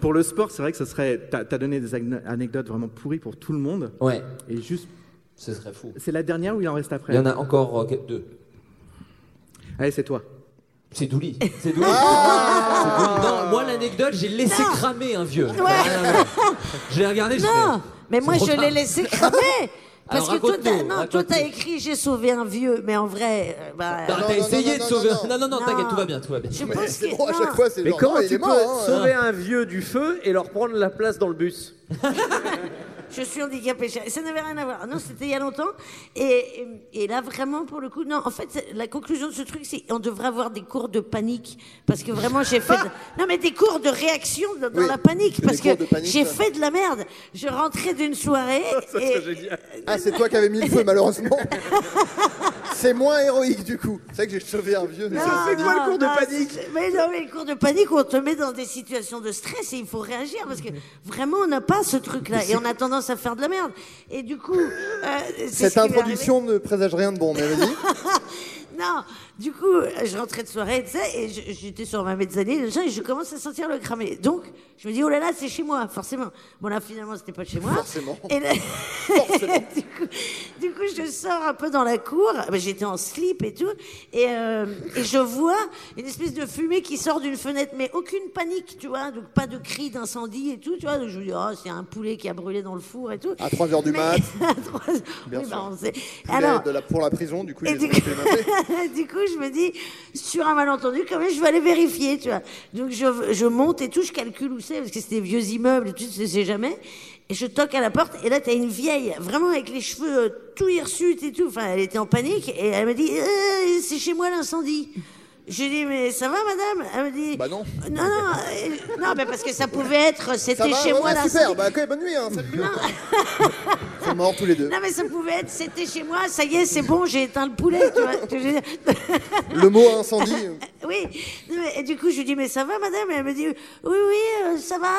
[SPEAKER 25] Pour le sport, c'est vrai que ça serait. T'as as donné des ane- anecdotes vraiment pourries pour tout le monde.
[SPEAKER 7] Ouais.
[SPEAKER 25] Et juste.
[SPEAKER 7] Ce serait fou.
[SPEAKER 25] C'est la dernière ou il en reste après
[SPEAKER 7] Il y en a encore euh, que- deux.
[SPEAKER 25] Allez, c'est toi.
[SPEAKER 7] C'est Douli. C'est Douli. C'est Douli. Non, moi, l'anecdote, j'ai laissé cramer un vieux. Je l'ai regardé, je
[SPEAKER 8] Non,
[SPEAKER 7] fais,
[SPEAKER 8] mais
[SPEAKER 7] c'est
[SPEAKER 8] moi
[SPEAKER 7] trop
[SPEAKER 8] je l'ai
[SPEAKER 7] tard.
[SPEAKER 8] laissé cramer. Parce
[SPEAKER 7] Alors,
[SPEAKER 8] que toi, t'as-
[SPEAKER 7] raconte-nous,
[SPEAKER 8] non, toi, t'as
[SPEAKER 7] raconte-nous.
[SPEAKER 8] écrit j'ai sauvé un vieux, mais en vrai, euh, bah,
[SPEAKER 7] Bah, t'as essayé de sauver. un- Non, non, non, t'inquiète, tout va bien, tout va bien.
[SPEAKER 8] Je pense que-
[SPEAKER 2] drôle, à chaque
[SPEAKER 8] non.
[SPEAKER 2] fois, c'est
[SPEAKER 5] Mais
[SPEAKER 2] genre,
[SPEAKER 5] comment
[SPEAKER 2] ah, il
[SPEAKER 5] tu
[SPEAKER 2] est
[SPEAKER 5] peux
[SPEAKER 2] mort, hein.
[SPEAKER 5] sauver un vieux du feu et leur prendre la place dans le bus
[SPEAKER 8] Je suis handicapée. chérie. Ça n'avait rien à voir. Non, c'était il y a longtemps. Et, et là, vraiment, pour le coup, non. En fait, c'est- la conclusion de ce truc, c'est on devrait avoir des cours de panique parce que vraiment, j'ai fait. de- Non, mais des cours de réaction dans
[SPEAKER 2] Ah
[SPEAKER 8] dans
[SPEAKER 2] Oui,
[SPEAKER 8] la panique
[SPEAKER 2] des
[SPEAKER 8] parce
[SPEAKER 2] cours
[SPEAKER 8] que
[SPEAKER 2] de panique,
[SPEAKER 8] j'ai
[SPEAKER 2] ça.
[SPEAKER 8] fait de la merde. Je rentrais d'une soirée. et...
[SPEAKER 2] Ah, c'est toi qui avais mis le feu, malheureusement. c'est moins héroïque du coup. C'est vrai que j'ai sauvé un vieux. mais ça, c'est
[SPEAKER 8] non, non, c'est- Mais non, mais le cours de panique, on te met dans des situations de stress et il faut réagir parce que vraiment, on n'a pas ce truc-là et on a tendance à faire de la merde. Et du coup, euh,
[SPEAKER 2] Cette
[SPEAKER 8] c'est ce qui m'est arrivé.
[SPEAKER 2] introduction ne présage rien de bon, mais vas-y.
[SPEAKER 8] Non, du coup, euh, je rentrais de soirée, tu sais, et je- j'étais sur ma mezzanine, déjà, et je commence à sentir le cramé. Donc, je me dis, oh là là, c'est chez moi, forcément. Bon, là, finalement, c'était pas chez moi.
[SPEAKER 2] Forcément.
[SPEAKER 8] Et là- du, coup, du coup, je sors un peu dans la cour. Ben, J'étais en slip et tout. Et, euh, et je vois une espèce de fumée qui sort d'une fenêtre, mais aucune panique, tu vois. Donc, pas de cri d'incendie et tout, tu vois. Donc, je me dis, oh, c'est un poulet qui a brûlé dans le four et tout.
[SPEAKER 2] À 3 heures du
[SPEAKER 8] Mais-
[SPEAKER 2] mat.
[SPEAKER 8] à 3
[SPEAKER 2] Bien
[SPEAKER 8] oui,
[SPEAKER 2] sûr.
[SPEAKER 8] ben, on sait.
[SPEAKER 2] Poulet
[SPEAKER 8] Alors,
[SPEAKER 2] de la- pour la prison, du coup,
[SPEAKER 8] et
[SPEAKER 2] ils
[SPEAKER 8] du,
[SPEAKER 2] ont
[SPEAKER 8] coup,
[SPEAKER 2] été matés.
[SPEAKER 8] du coup, je me dis, sur un malentendu, quand même, je vais aller vérifier, tu vois. Donc, je, je monte et tout, je calcule où c'est, parce que c'était des vieux immeubles, et tout, tu ne sais jamais. Et je toque à la porte, et là, t'as une vieille, vraiment avec les cheveux euh, tout hirsutes et tout. Enfin, elle était en panique, et elle me dit, Euh, c'est chez moi l'incendie. Je dis, mais ça va, madame Elle me dit. Bah non. Non, non, euh, non, mais parce que ça pouvait être, euh,
[SPEAKER 2] Ça
[SPEAKER 8] c'était
[SPEAKER 2] va,
[SPEAKER 8] chez
[SPEAKER 2] ouais,
[SPEAKER 8] moi
[SPEAKER 2] ouais,
[SPEAKER 8] l'incendie.
[SPEAKER 2] Super, bah, ok, bonne nuit. Hein, salut. Ils sont morts tous les deux.
[SPEAKER 8] Non, mais ça pouvait être, c'était chez moi, ça y est, c'est bon, j'ai éteint le poulet, tu vois. Je veux dire,
[SPEAKER 2] Le mot incendie.
[SPEAKER 8] Oui, Non, mais- et du coup je lui dis mais ça va madame Et Elle me dit oui oui euh, ça va.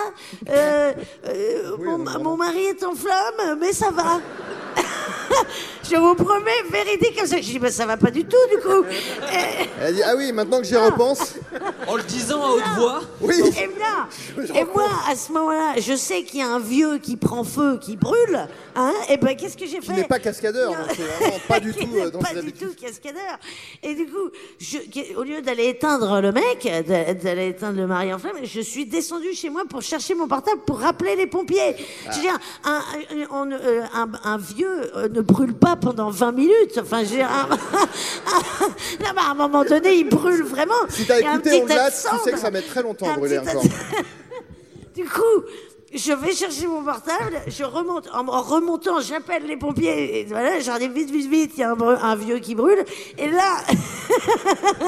[SPEAKER 8] Euh, euh, mon, mon mari est en flamme mais ça va. je vous promets véridique comme ça. Je dis mais ça va pas du tout du coup. Et-
[SPEAKER 2] Elle dit Ah oui, maintenant que j'y repense.
[SPEAKER 7] En le disant à haute voix.
[SPEAKER 2] Oui.
[SPEAKER 8] et, bien, et moi, à ce moment-là, je sais qu'il y a un vieux qui prend feu, qui brûle. Hein, et ben, qu'est-ce que j'ai fait
[SPEAKER 2] Il n'est pas cascadeur,
[SPEAKER 8] Non.
[SPEAKER 2] donc c'est vraiment pas du
[SPEAKER 8] Qui
[SPEAKER 2] tout
[SPEAKER 8] n'est
[SPEAKER 2] euh, dans
[SPEAKER 8] pas
[SPEAKER 2] ses
[SPEAKER 8] du
[SPEAKER 2] habitudes.
[SPEAKER 8] tout cascadeur. Et du coup, je- qui- au lieu d'aller éteindre le mec, d'a- d'aller éteindre le mari en flamme, je suis descendue chez moi pour chercher mon portable pour rappeler les pompiers.
[SPEAKER 2] Ah.
[SPEAKER 8] Je veux dire, un, un- on, euh, un- un vieux euh, ne brûle pas pendant 20 minutes. Enfin, je veux dire, un- Non, mais à un moment donné, il brûle vraiment.
[SPEAKER 2] Si t'as
[SPEAKER 8] Il y a un
[SPEAKER 2] écouté
[SPEAKER 8] petit
[SPEAKER 2] on
[SPEAKER 8] tas de
[SPEAKER 2] l'a, tu sais que
[SPEAKER 8] cendres.
[SPEAKER 2] ça met très longtemps
[SPEAKER 8] Un
[SPEAKER 2] à brûler
[SPEAKER 8] petit tas
[SPEAKER 2] encore.
[SPEAKER 8] de- Du coup, je vais chercher mon portable, je remonte. En, en remontant, j'appelle les pompiers. Et voilà, j'en ai vite, vite, vite. Il y a un, br- un vieux qui brûle. Et là,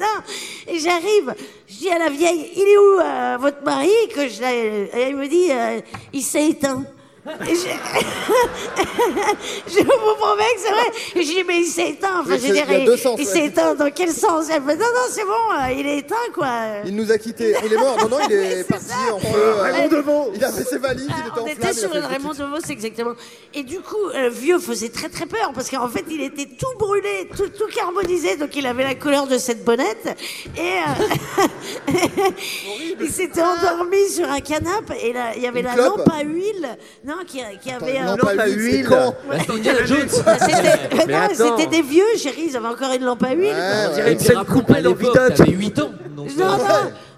[SPEAKER 8] non, et j'arrive. Je dis à la vieille, il est où euh, votre mari Que je, la- et elle me dit, euh, il s'est éteint. Et je... je vous promets que c'est vrai. Et je dis, mais il s'est éteint. Enfin,
[SPEAKER 2] Oui,
[SPEAKER 8] je
[SPEAKER 2] c'est-
[SPEAKER 8] veux dire,
[SPEAKER 2] il y a
[SPEAKER 8] il-
[SPEAKER 2] deux sens,
[SPEAKER 8] il
[SPEAKER 2] ouais.
[SPEAKER 8] s'est éteint dans quel sens Elle me dit, non, non, c'est bon, euh, il est éteint, quoi.
[SPEAKER 2] Il nous a quittés. Il est mort. Non, non, il
[SPEAKER 8] Oui,
[SPEAKER 2] est
[SPEAKER 8] c'est
[SPEAKER 2] parti
[SPEAKER 8] ça.
[SPEAKER 2] en feu. euh,
[SPEAKER 8] Raymond Devos.
[SPEAKER 2] Il avait ses valises, il
[SPEAKER 8] Ah,
[SPEAKER 2] était en
[SPEAKER 8] on
[SPEAKER 2] flamme.
[SPEAKER 8] était
[SPEAKER 2] il a
[SPEAKER 8] sur
[SPEAKER 2] fait
[SPEAKER 8] une Raymond Devos, exactement. Et du coup, euh, le vieux faisait très très peur parce qu'en fait, il était tout brûlé, tout, tout carbonisé, donc il avait la couleur de cette bonnette. Et euh, il s'était endormi sur un canapé et là, il y avait
[SPEAKER 2] Une
[SPEAKER 8] la
[SPEAKER 2] clope.
[SPEAKER 8] lampe à huile, non, qui, qui avait.
[SPEAKER 2] une
[SPEAKER 8] euh,
[SPEAKER 2] lampe à huile, c'est quand
[SPEAKER 8] Ouais.
[SPEAKER 7] Attends, Indiana Jones.
[SPEAKER 8] C'était-
[SPEAKER 7] Mais
[SPEAKER 8] non,
[SPEAKER 7] attends.
[SPEAKER 8] c'était des vieux, chérie, ils avaient encore une lampe à huile.
[SPEAKER 7] On
[SPEAKER 2] ouais,
[SPEAKER 7] dirait
[SPEAKER 2] ouais.
[SPEAKER 7] une scène coupée dans Bidotte. T'avais 8 ans. donc, euh,
[SPEAKER 8] Non, non,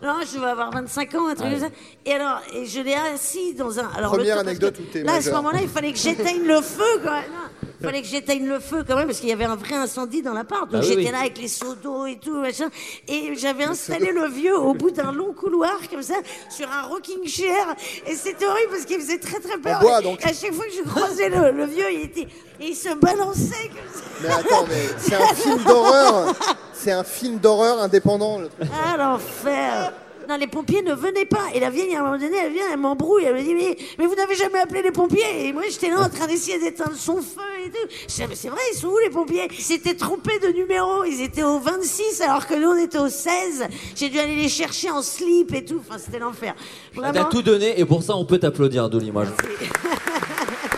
[SPEAKER 8] non, je vais avoir 25 ans, un truc
[SPEAKER 7] Ouais.
[SPEAKER 8] comme ça. Et alors, et je l'ai assis dans un. Alors,
[SPEAKER 2] Première
[SPEAKER 8] le temps- parce
[SPEAKER 2] anecdote
[SPEAKER 8] que
[SPEAKER 2] où t'es
[SPEAKER 8] Là, à ce
[SPEAKER 2] majeur.
[SPEAKER 8] moment-là, il fallait que j'éteigne le feu quand même. Non, il fallait que j'éteigne le feu quand même, parce qu'il y avait un vrai incendie dans l'appart. Donc,
[SPEAKER 26] Ah oui,
[SPEAKER 8] j'étais
[SPEAKER 26] oui.
[SPEAKER 8] là avec les seaux d'eau et tout, machin. Et j'avais installé le vieux au bout d'un long couloir, comme ça, sur un rocking chair. Et c'était horrible parce qu'il faisait très, très peur.
[SPEAKER 2] bois, donc.
[SPEAKER 8] Et à chaque fois que je croisais le, le vieux, il était. Et il se balançait comme ça.
[SPEAKER 2] Mais attends, mais c'est un film d'horreur. C'est un film d'horreur indépendant. le truc.
[SPEAKER 8] Ah, l'enfer! Non, les pompiers ne venaient pas. Et la vieille, à un moment donné, elle vient, elle m'embrouille. Elle me dit mais, mais vous n'avez jamais appelé les pompiers Et moi, j'étais là en train d'essayer d'éteindre son feu et tout. Je disais, mais c'est vrai, ils sont où les pompiers Ils s'étaient trompés de numéro. Ils étaient au 26 alors que nous, on était au 16. J'ai dû aller les chercher en slip et tout. Enfin, c'était l'enfer.
[SPEAKER 7] Ah,
[SPEAKER 8] Vraiment.
[SPEAKER 7] T'as tout donné et pour ça on peut t'applaudir, Dolly. Moi, je-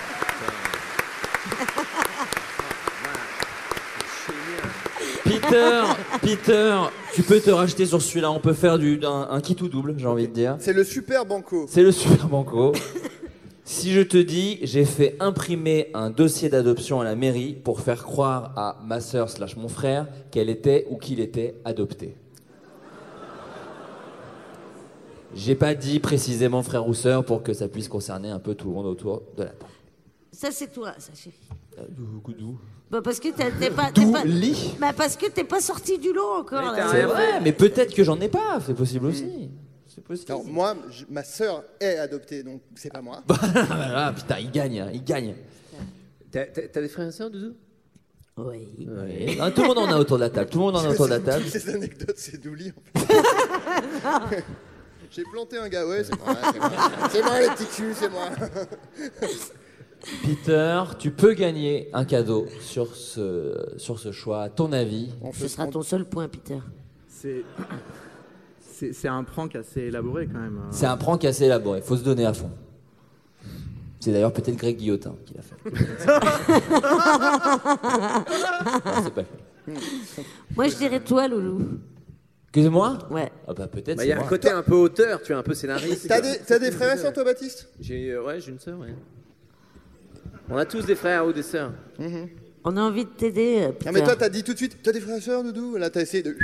[SPEAKER 7] Peter, Peter, tu peux te racheter sur celui-là. On peut faire du, un, un kit ou double, j'ai envie de dire.
[SPEAKER 2] C'est le super banco.
[SPEAKER 7] C'est le super banco. Si je te dis, j'ai fait imprimer un dossier d'adoption à la mairie pour faire croire à ma sœur slash mon frère qu'elle était ou qu'il était adopté. J'ai pas dit précisément frère ou sœur pour que ça puisse concerner un peu tout le monde autour de la table.
[SPEAKER 8] Ça, c'est toi, ça, chérie.
[SPEAKER 7] Ah, Goudou.
[SPEAKER 8] Bah, parce que t'as- t'es pas. t'es pas- Bah, parce que t'es pas sorti du lot encore. là.
[SPEAKER 7] C'est vrai, mais peut-être que j'en ai pas, c'est possible aussi. C'est possible.
[SPEAKER 2] Alors, moi, je- ma sœur est adoptée, donc c'est pas moi.
[SPEAKER 7] Ah putain, il gagne, hein, il gagne.
[SPEAKER 5] T'as t'as des frères et sœurs, Doudou
[SPEAKER 8] Oui.
[SPEAKER 7] Et, hein, tout le monde en a autour de la table. Tout le monde en a autour de la table.
[SPEAKER 2] Toutes ces anecdotes, c'est Douli. en fait. J'ai planté un gars, ouais, c'est moi. c'est moi. C'est moi, les petits culs, c'est moi.
[SPEAKER 7] Peter, tu peux gagner un cadeau sur ce, sur ce choix. À ton avis
[SPEAKER 8] Ce sera ton seul point, Peter.
[SPEAKER 27] C'est. C'est c'est un prank assez élaboré quand même.
[SPEAKER 7] C'est un prank assez élaboré. Faut se donner à fond. C'est d'ailleurs peut-être Greg Guillotin qui l'a fait. Non, c'est pas lui.
[SPEAKER 8] Moi, je dirais toi, Loulou.
[SPEAKER 7] Que c'est moi
[SPEAKER 8] Ouais.
[SPEAKER 7] Ah bah peut-être.
[SPEAKER 5] Bah,
[SPEAKER 7] c'est
[SPEAKER 5] Il y a
[SPEAKER 7] moi.
[SPEAKER 5] un côté un peu auteur, tu es un peu scénariste.
[SPEAKER 2] T'as des, t'as des frères et sœurs, toi, Baptiste
[SPEAKER 5] J'ai, euh, ouais, j'ai une sœur, ouais. On a tous des frères ou des sœurs.
[SPEAKER 8] On a envie de t'aider, euh, Peter.
[SPEAKER 2] Non, mais toi, t'as dit tout de suite, t'as des frères et sœurs, Doudou Là, t'as essayé de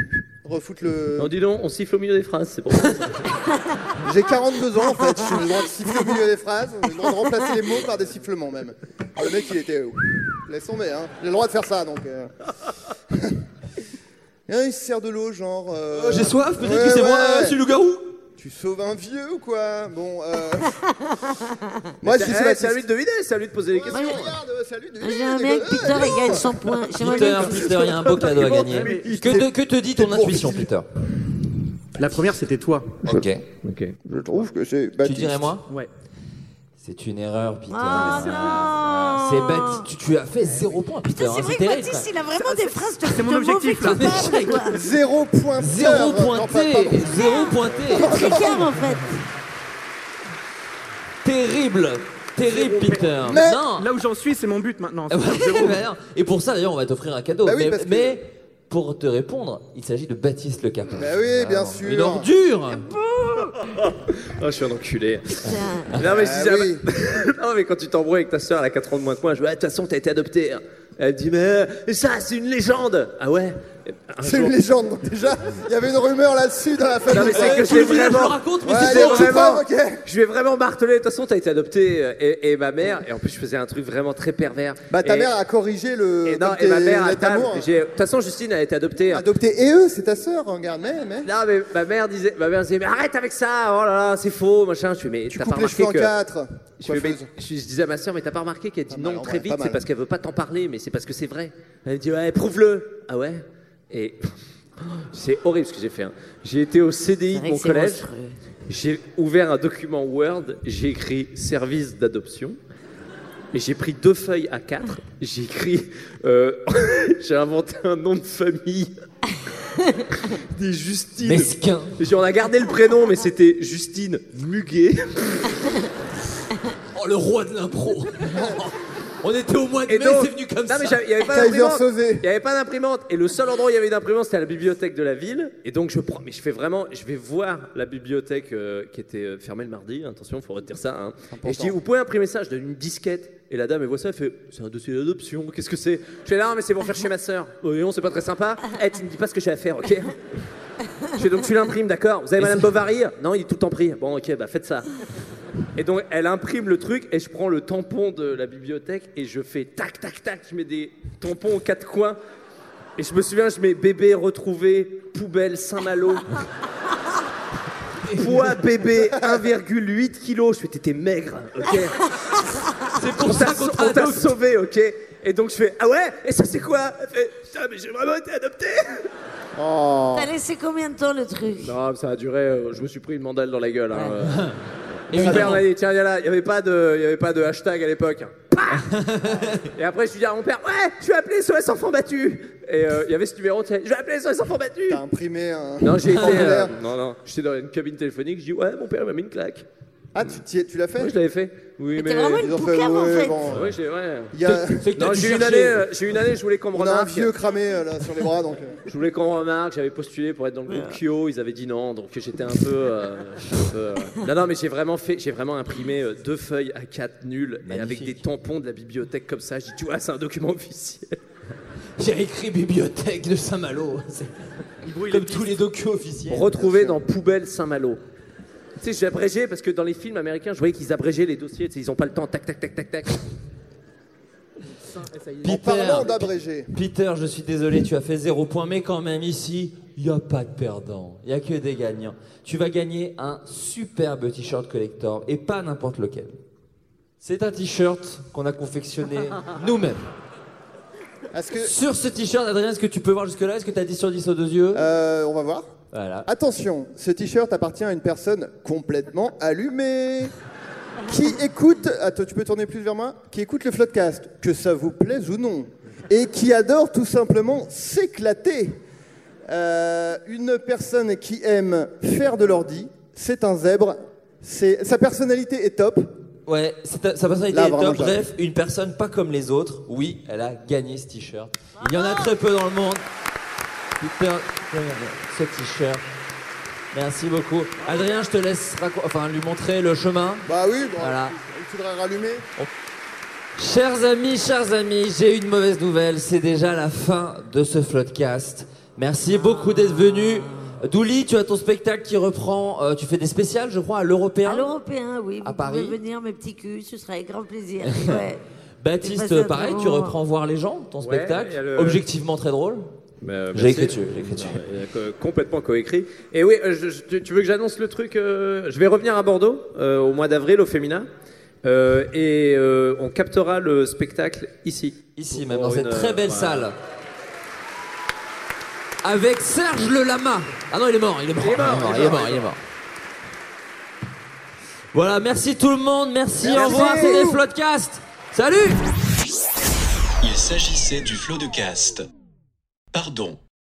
[SPEAKER 2] refoutre le.
[SPEAKER 5] Non, dis donc, on siffle au milieu des phrases, c'est bon.
[SPEAKER 2] J'ai 42 ans, en fait. Je suis le droit de siffler au milieu des phrases. J'ai le droit de remplacer les mots par des sifflements, même. Alors, le mec, il était. euh, Laisse tomber, hein. J'ai le droit de faire ça, donc. euh. Hein, il se sert de l'eau, genre. euh,
[SPEAKER 7] Euh, j'ai soif, peut-être
[SPEAKER 2] ouais,
[SPEAKER 7] que c'est moi,
[SPEAKER 2] ouais.
[SPEAKER 7] euh, c'est le garou
[SPEAKER 2] Tu sauves un vieux ou quoi Bon, euh. Moi, je
[SPEAKER 5] c'est
[SPEAKER 2] suis
[SPEAKER 5] eh,
[SPEAKER 2] Sébastien.
[SPEAKER 5] c'est à lui de deviner, c'est à lui de poser les
[SPEAKER 2] Ouais,
[SPEAKER 5] questions.
[SPEAKER 2] regarde, euh, c'est à lui de deviner,
[SPEAKER 8] J'ai un
[SPEAKER 2] les
[SPEAKER 8] mec,
[SPEAKER 2] gars.
[SPEAKER 8] Peter, il gagne son point. J'aimerais
[SPEAKER 7] Peter,
[SPEAKER 8] bien que-
[SPEAKER 7] Peter, il y a un beau cadeau à gagner. Que, te- que te dit ton intuition, Peter
[SPEAKER 27] La première, c'était toi.
[SPEAKER 7] Ok.
[SPEAKER 2] Je trouve que c'est.
[SPEAKER 7] Tu dirais moi
[SPEAKER 27] Ouais.
[SPEAKER 7] C'est une erreur, Peter.
[SPEAKER 8] Ah
[SPEAKER 7] c'est bête. Tu, tu as fait zéro point, Peter. hein,
[SPEAKER 8] C'est vrai que
[SPEAKER 7] terrible, quoi.
[SPEAKER 8] Baptiste, il a vraiment des phrases de
[SPEAKER 7] c'est mon
[SPEAKER 8] de
[SPEAKER 7] objectif,
[SPEAKER 8] mauvais
[SPEAKER 7] là.
[SPEAKER 8] copain, quoi.
[SPEAKER 2] Zéro point.
[SPEAKER 7] Zéro pointé Zéro pointé
[SPEAKER 8] Pour Tricard, en fait.
[SPEAKER 7] Terrible Terrible, Peter
[SPEAKER 27] Mais
[SPEAKER 7] Non
[SPEAKER 27] là où j'en suis, c'est mon but maintenant.
[SPEAKER 7] Ah ouais, bah non. Et pour ça, d'ailleurs, on va t'offrir un cadeau.
[SPEAKER 27] Bah oui,
[SPEAKER 7] mais,
[SPEAKER 27] parce que-
[SPEAKER 7] mais pour te répondre, il s'agit de Baptiste Le Capin.
[SPEAKER 2] Bah oui, bien
[SPEAKER 7] Vraiment.
[SPEAKER 2] sûr.
[SPEAKER 7] Une ordure
[SPEAKER 5] Oh, je suis un enculé. non, mais je
[SPEAKER 2] Ah
[SPEAKER 5] disais à ma-
[SPEAKER 2] oui.
[SPEAKER 5] non, mais quand tu t'embrouilles avec ta sœur, elle a 4 ans de moins que moi, je dis, Ah, de toute façon, t'as été adoptée. Elle me dit, mais euh, ça, c'est une légende. Ah ouais Un
[SPEAKER 2] C'est
[SPEAKER 5] jour-
[SPEAKER 2] une légende, donc déjà, il y avait une rumeur là-dessus dans la famille.
[SPEAKER 5] Non, mais c'est que je l'ai vraiment.
[SPEAKER 2] Ouais,
[SPEAKER 5] je
[SPEAKER 2] allez,
[SPEAKER 5] l'ai
[SPEAKER 2] on se
[SPEAKER 5] vraiment-
[SPEAKER 2] prend, ok.
[SPEAKER 5] Je vais vraiment marteler. De toute façon, t'as été adopté. euh, Et, et ma mère. Et en plus, je faisais un truc vraiment très pervers.
[SPEAKER 2] Bah, ta
[SPEAKER 5] Et-
[SPEAKER 2] mère a corrigé le.
[SPEAKER 5] Et, non,
[SPEAKER 2] comme
[SPEAKER 5] et ma
[SPEAKER 2] tes
[SPEAKER 5] mère à
[SPEAKER 2] lettres
[SPEAKER 5] table.
[SPEAKER 2] d'amour. hein.
[SPEAKER 5] j'ai- De toute façon, Justine a été adoptée. hein.
[SPEAKER 2] Adoptée. Et eux, c'est ta sœur, hein, regarde, mais. mais...
[SPEAKER 5] Non, mais ma mère disait, ma mère disait, mais arrête avec ça, oh là là, c'est faux, machin. Je fais, mais t'as pas
[SPEAKER 2] coupes les
[SPEAKER 5] remarqué
[SPEAKER 2] cheveux en
[SPEAKER 5] que-
[SPEAKER 2] quatre,
[SPEAKER 5] Je, fais, mais-
[SPEAKER 2] coiffeuse. Ah,
[SPEAKER 5] je- je disais à ma soeur, mais t'as pas remarqué qu'elle dit non
[SPEAKER 2] en
[SPEAKER 5] très
[SPEAKER 2] vrai,
[SPEAKER 5] vite,
[SPEAKER 2] pas mal.
[SPEAKER 5] c'est parce qu'elle veut pas t'en parler, mais c'est parce que c'est vrai. Elle me dit, ouais, prouve-le. Ah ouais Et c'est horrible ce que j'ai fait. hein. J'ai été au CDI de
[SPEAKER 8] vrai
[SPEAKER 5] mon
[SPEAKER 8] que c'est
[SPEAKER 5] collège,
[SPEAKER 8] monstrueux.
[SPEAKER 5] j'ai ouvert un document Word, j'ai écrit service d'adoption. Et j'ai pris deux feuilles à quatre. J'ai écrit, euh, j'ai inventé un nom de famille. Des Justine.
[SPEAKER 7] Mesquin.
[SPEAKER 5] J'ai- On a gardé le prénom, mais c'était Justine Muguet.
[SPEAKER 7] Oh, le roi de l'impro On était au mois de
[SPEAKER 5] Et
[SPEAKER 7] mai,
[SPEAKER 5] donc-
[SPEAKER 7] c'est venu comme
[SPEAKER 5] non,
[SPEAKER 7] ça
[SPEAKER 5] mais j'avais- il n'y avait pas
[SPEAKER 2] Kaiser
[SPEAKER 5] d'imprimante.
[SPEAKER 2] Soze.
[SPEAKER 5] Il y avait pas d'imprimante. Et le seul endroit où il y avait une imprimante, c'était à la bibliothèque de la ville. Et donc, je prends, mais je fais vraiment, je vais voir la bibliothèque euh, qui était euh, fermée le mardi. Attention, faut redire ça. hein. Et je dis, vous pouvez imprimer ça. Je donne une disquette. Et la dame, elle voit ça, elle fait, c'est un dossier d'adoption. Qu'est-ce que c'est Je fais, non, mais c'est pour faire chez ma sœur. Oh, Voyons, c'est pas très sympa. Eh, tu ne dis pas ce que j'ai à faire, ok Je fais, donc, tu l'imprimes, d'accord Vous avez Madame Bovary Non, il est tout le temps pris. Bon, ok, bah faites ça. Et donc, elle imprime le truc et je prends le tampon de la bibliothèque et je fais tac, tac, tac. Je mets des tampons aux quatre coins. Et je me souviens, je mets bébé retrouvé, poubelle Saint-Malo. Poids bébé 1,8 kg. Je fais, t'étais maigre, ok
[SPEAKER 7] C'est pour ça qu'on t'a
[SPEAKER 5] on t'a
[SPEAKER 7] adopté.
[SPEAKER 5] sauvé, ok Et donc je fais, ah ouais Et ça c'est quoi Elle fait, putain, mais j'ai vraiment été adopté Oh.
[SPEAKER 8] T'as laissé combien de temps le truc
[SPEAKER 5] Non, ça a duré. euh, Je me suis pris une mandale dans la gueule. hein, euh.
[SPEAKER 8] Et
[SPEAKER 5] Mon
[SPEAKER 8] oui,
[SPEAKER 5] père
[SPEAKER 8] non.
[SPEAKER 5] m'a dit tiens, viens là. Il n'y avait, pas de- il y avait pas de hashtag à l'époque. Pah et après, je suis dit à mon père ouais, tu as appelé SOS enfants battus. Et euh, il y avait ce numéro. tu sais, Je vais appeler SOS enfants battus.
[SPEAKER 2] T'as imprimé un.
[SPEAKER 5] Non, j'ai été. euh,
[SPEAKER 2] formulaire.
[SPEAKER 5] non, non. J'étais dans une cabine téléphonique. Je dis ouais, mon père m'a mis une claque.
[SPEAKER 2] Ah, tu, t'y es- tu l'as fait
[SPEAKER 5] Moi, je l'avais fait. Oui, mais.
[SPEAKER 2] t'es vraiment une Ils ont fait, poucave, en ouais, fait. bon.
[SPEAKER 5] Ouais, j'ai- ouais.
[SPEAKER 2] Il y a-
[SPEAKER 5] Non, j'ai eu une année, euh, j'ai eu une année, je voulais qu'on me
[SPEAKER 2] On a un
[SPEAKER 5] remarque.
[SPEAKER 2] vieux cramé euh, là sur les bras donc. euh.
[SPEAKER 5] Je voulais qu'on remarque, j'avais postulé pour être dans le groupe Kyo, ils avaient dit non, donc j'étais un peu. euh, j'étais un peu, euh, Non, non, mais j'ai vraiment fait, j'ai vraiment imprimé euh, deux feuilles à 4 nulles, et avec des tampons de la bibliothèque comme ça. Je dis, tu vois, c'est un document officiel.
[SPEAKER 28] J'ai écrit bibliothèque de Saint-Malo. C'est Comme tous les docus officiels.
[SPEAKER 5] Retrouvé dans Poubelle Saint-Malo. Tu sais, j'ai abrégé parce que dans les films américains, je voyais qu'ils abrégeaient les dossiers, tu sais, ils ont pas le temps, tac, tac, tac, tac, tac.
[SPEAKER 2] En parlant d'abrégé.
[SPEAKER 7] Peter, je suis désolé, tu as fait zéro point, mais quand même ici, il n'y a pas de perdant, il n'y a que des gagnants. Tu vas gagner un superbe t-shirt collector, et pas n'importe lequel. C'est un t-shirt qu'on a confectionné nous-mêmes. Sur ce t-shirt, Adrien, est-ce que tu peux voir jusque-là Est-ce que tu as 10 sur 10 aux deux yeux
[SPEAKER 2] Euh, On va voir.
[SPEAKER 7] Voilà.
[SPEAKER 2] Attention, ce t-shirt appartient à une personne complètement allumée. Qui écoute, attends, tu peux tourner plus vers moi Qui écoute le Floodcast, que ça vous plaise ou non, et qui adore tout simplement s'éclater. Euh, une personne qui aime faire de l'ordi, c'est un zèbre. C'est sa personnalité est top.
[SPEAKER 7] Ouais, c'est- sa personnalité
[SPEAKER 2] Là,
[SPEAKER 7] est
[SPEAKER 2] vraiment,
[SPEAKER 7] top.
[SPEAKER 2] je la-
[SPEAKER 7] Bref, une personne pas comme les autres, oui, elle a gagné ce t-shirt. Il y en a très peu dans le monde. Peter, regardez, ce t-shirt. Merci beaucoup. Adrien, je te laisse raco- enfin, lui montrer le chemin.
[SPEAKER 2] Bah oui,
[SPEAKER 7] voilà.
[SPEAKER 2] Il faudrait rallumer.
[SPEAKER 7] Chers amis, chers amis, j'ai une mauvaise nouvelle. C'est déjà la fin de ce Floodcast. Merci beaucoup d'être venus. Douli, tu as ton spectacle qui reprend. euh, tu fais des spéciales, je crois, à l'Européen.
[SPEAKER 8] À l'européen, oui.
[SPEAKER 7] À
[SPEAKER 8] vous
[SPEAKER 7] Paris.
[SPEAKER 8] pouvez venir, mes petits culs, ce sera avec grand plaisir. Ouais. J'ai passé
[SPEAKER 7] Baptiste,
[SPEAKER 8] un
[SPEAKER 7] pareil,
[SPEAKER 8] très
[SPEAKER 7] tu
[SPEAKER 8] bon
[SPEAKER 7] reprends voir les gens, ton
[SPEAKER 5] Ouais, il y
[SPEAKER 7] spectacle.
[SPEAKER 5] a le-
[SPEAKER 7] Objectivement très drôle. J'ai écrit dessus, j'ai écrit dessus.
[SPEAKER 5] complètement coécrit. Et oui, euh, je- je- tu- tu veux que j'annonce le truc euh, Je vais revenir à Bordeaux euh, au mois d'avril au Féminin. euh, et euh, on captera le spectacle ici.
[SPEAKER 7] Ici, même dans cette très belle salle. Avec Serge le Lama. Ah non, il est mort, il est mort.
[SPEAKER 28] Il est mort,
[SPEAKER 7] il est mort, il est mort. Voilà, merci tout le monde, merci,
[SPEAKER 3] Merci.
[SPEAKER 7] au revoir, c'est les Floodcast. Salut
[SPEAKER 3] Il s'agissait du flot de caste. Pardon.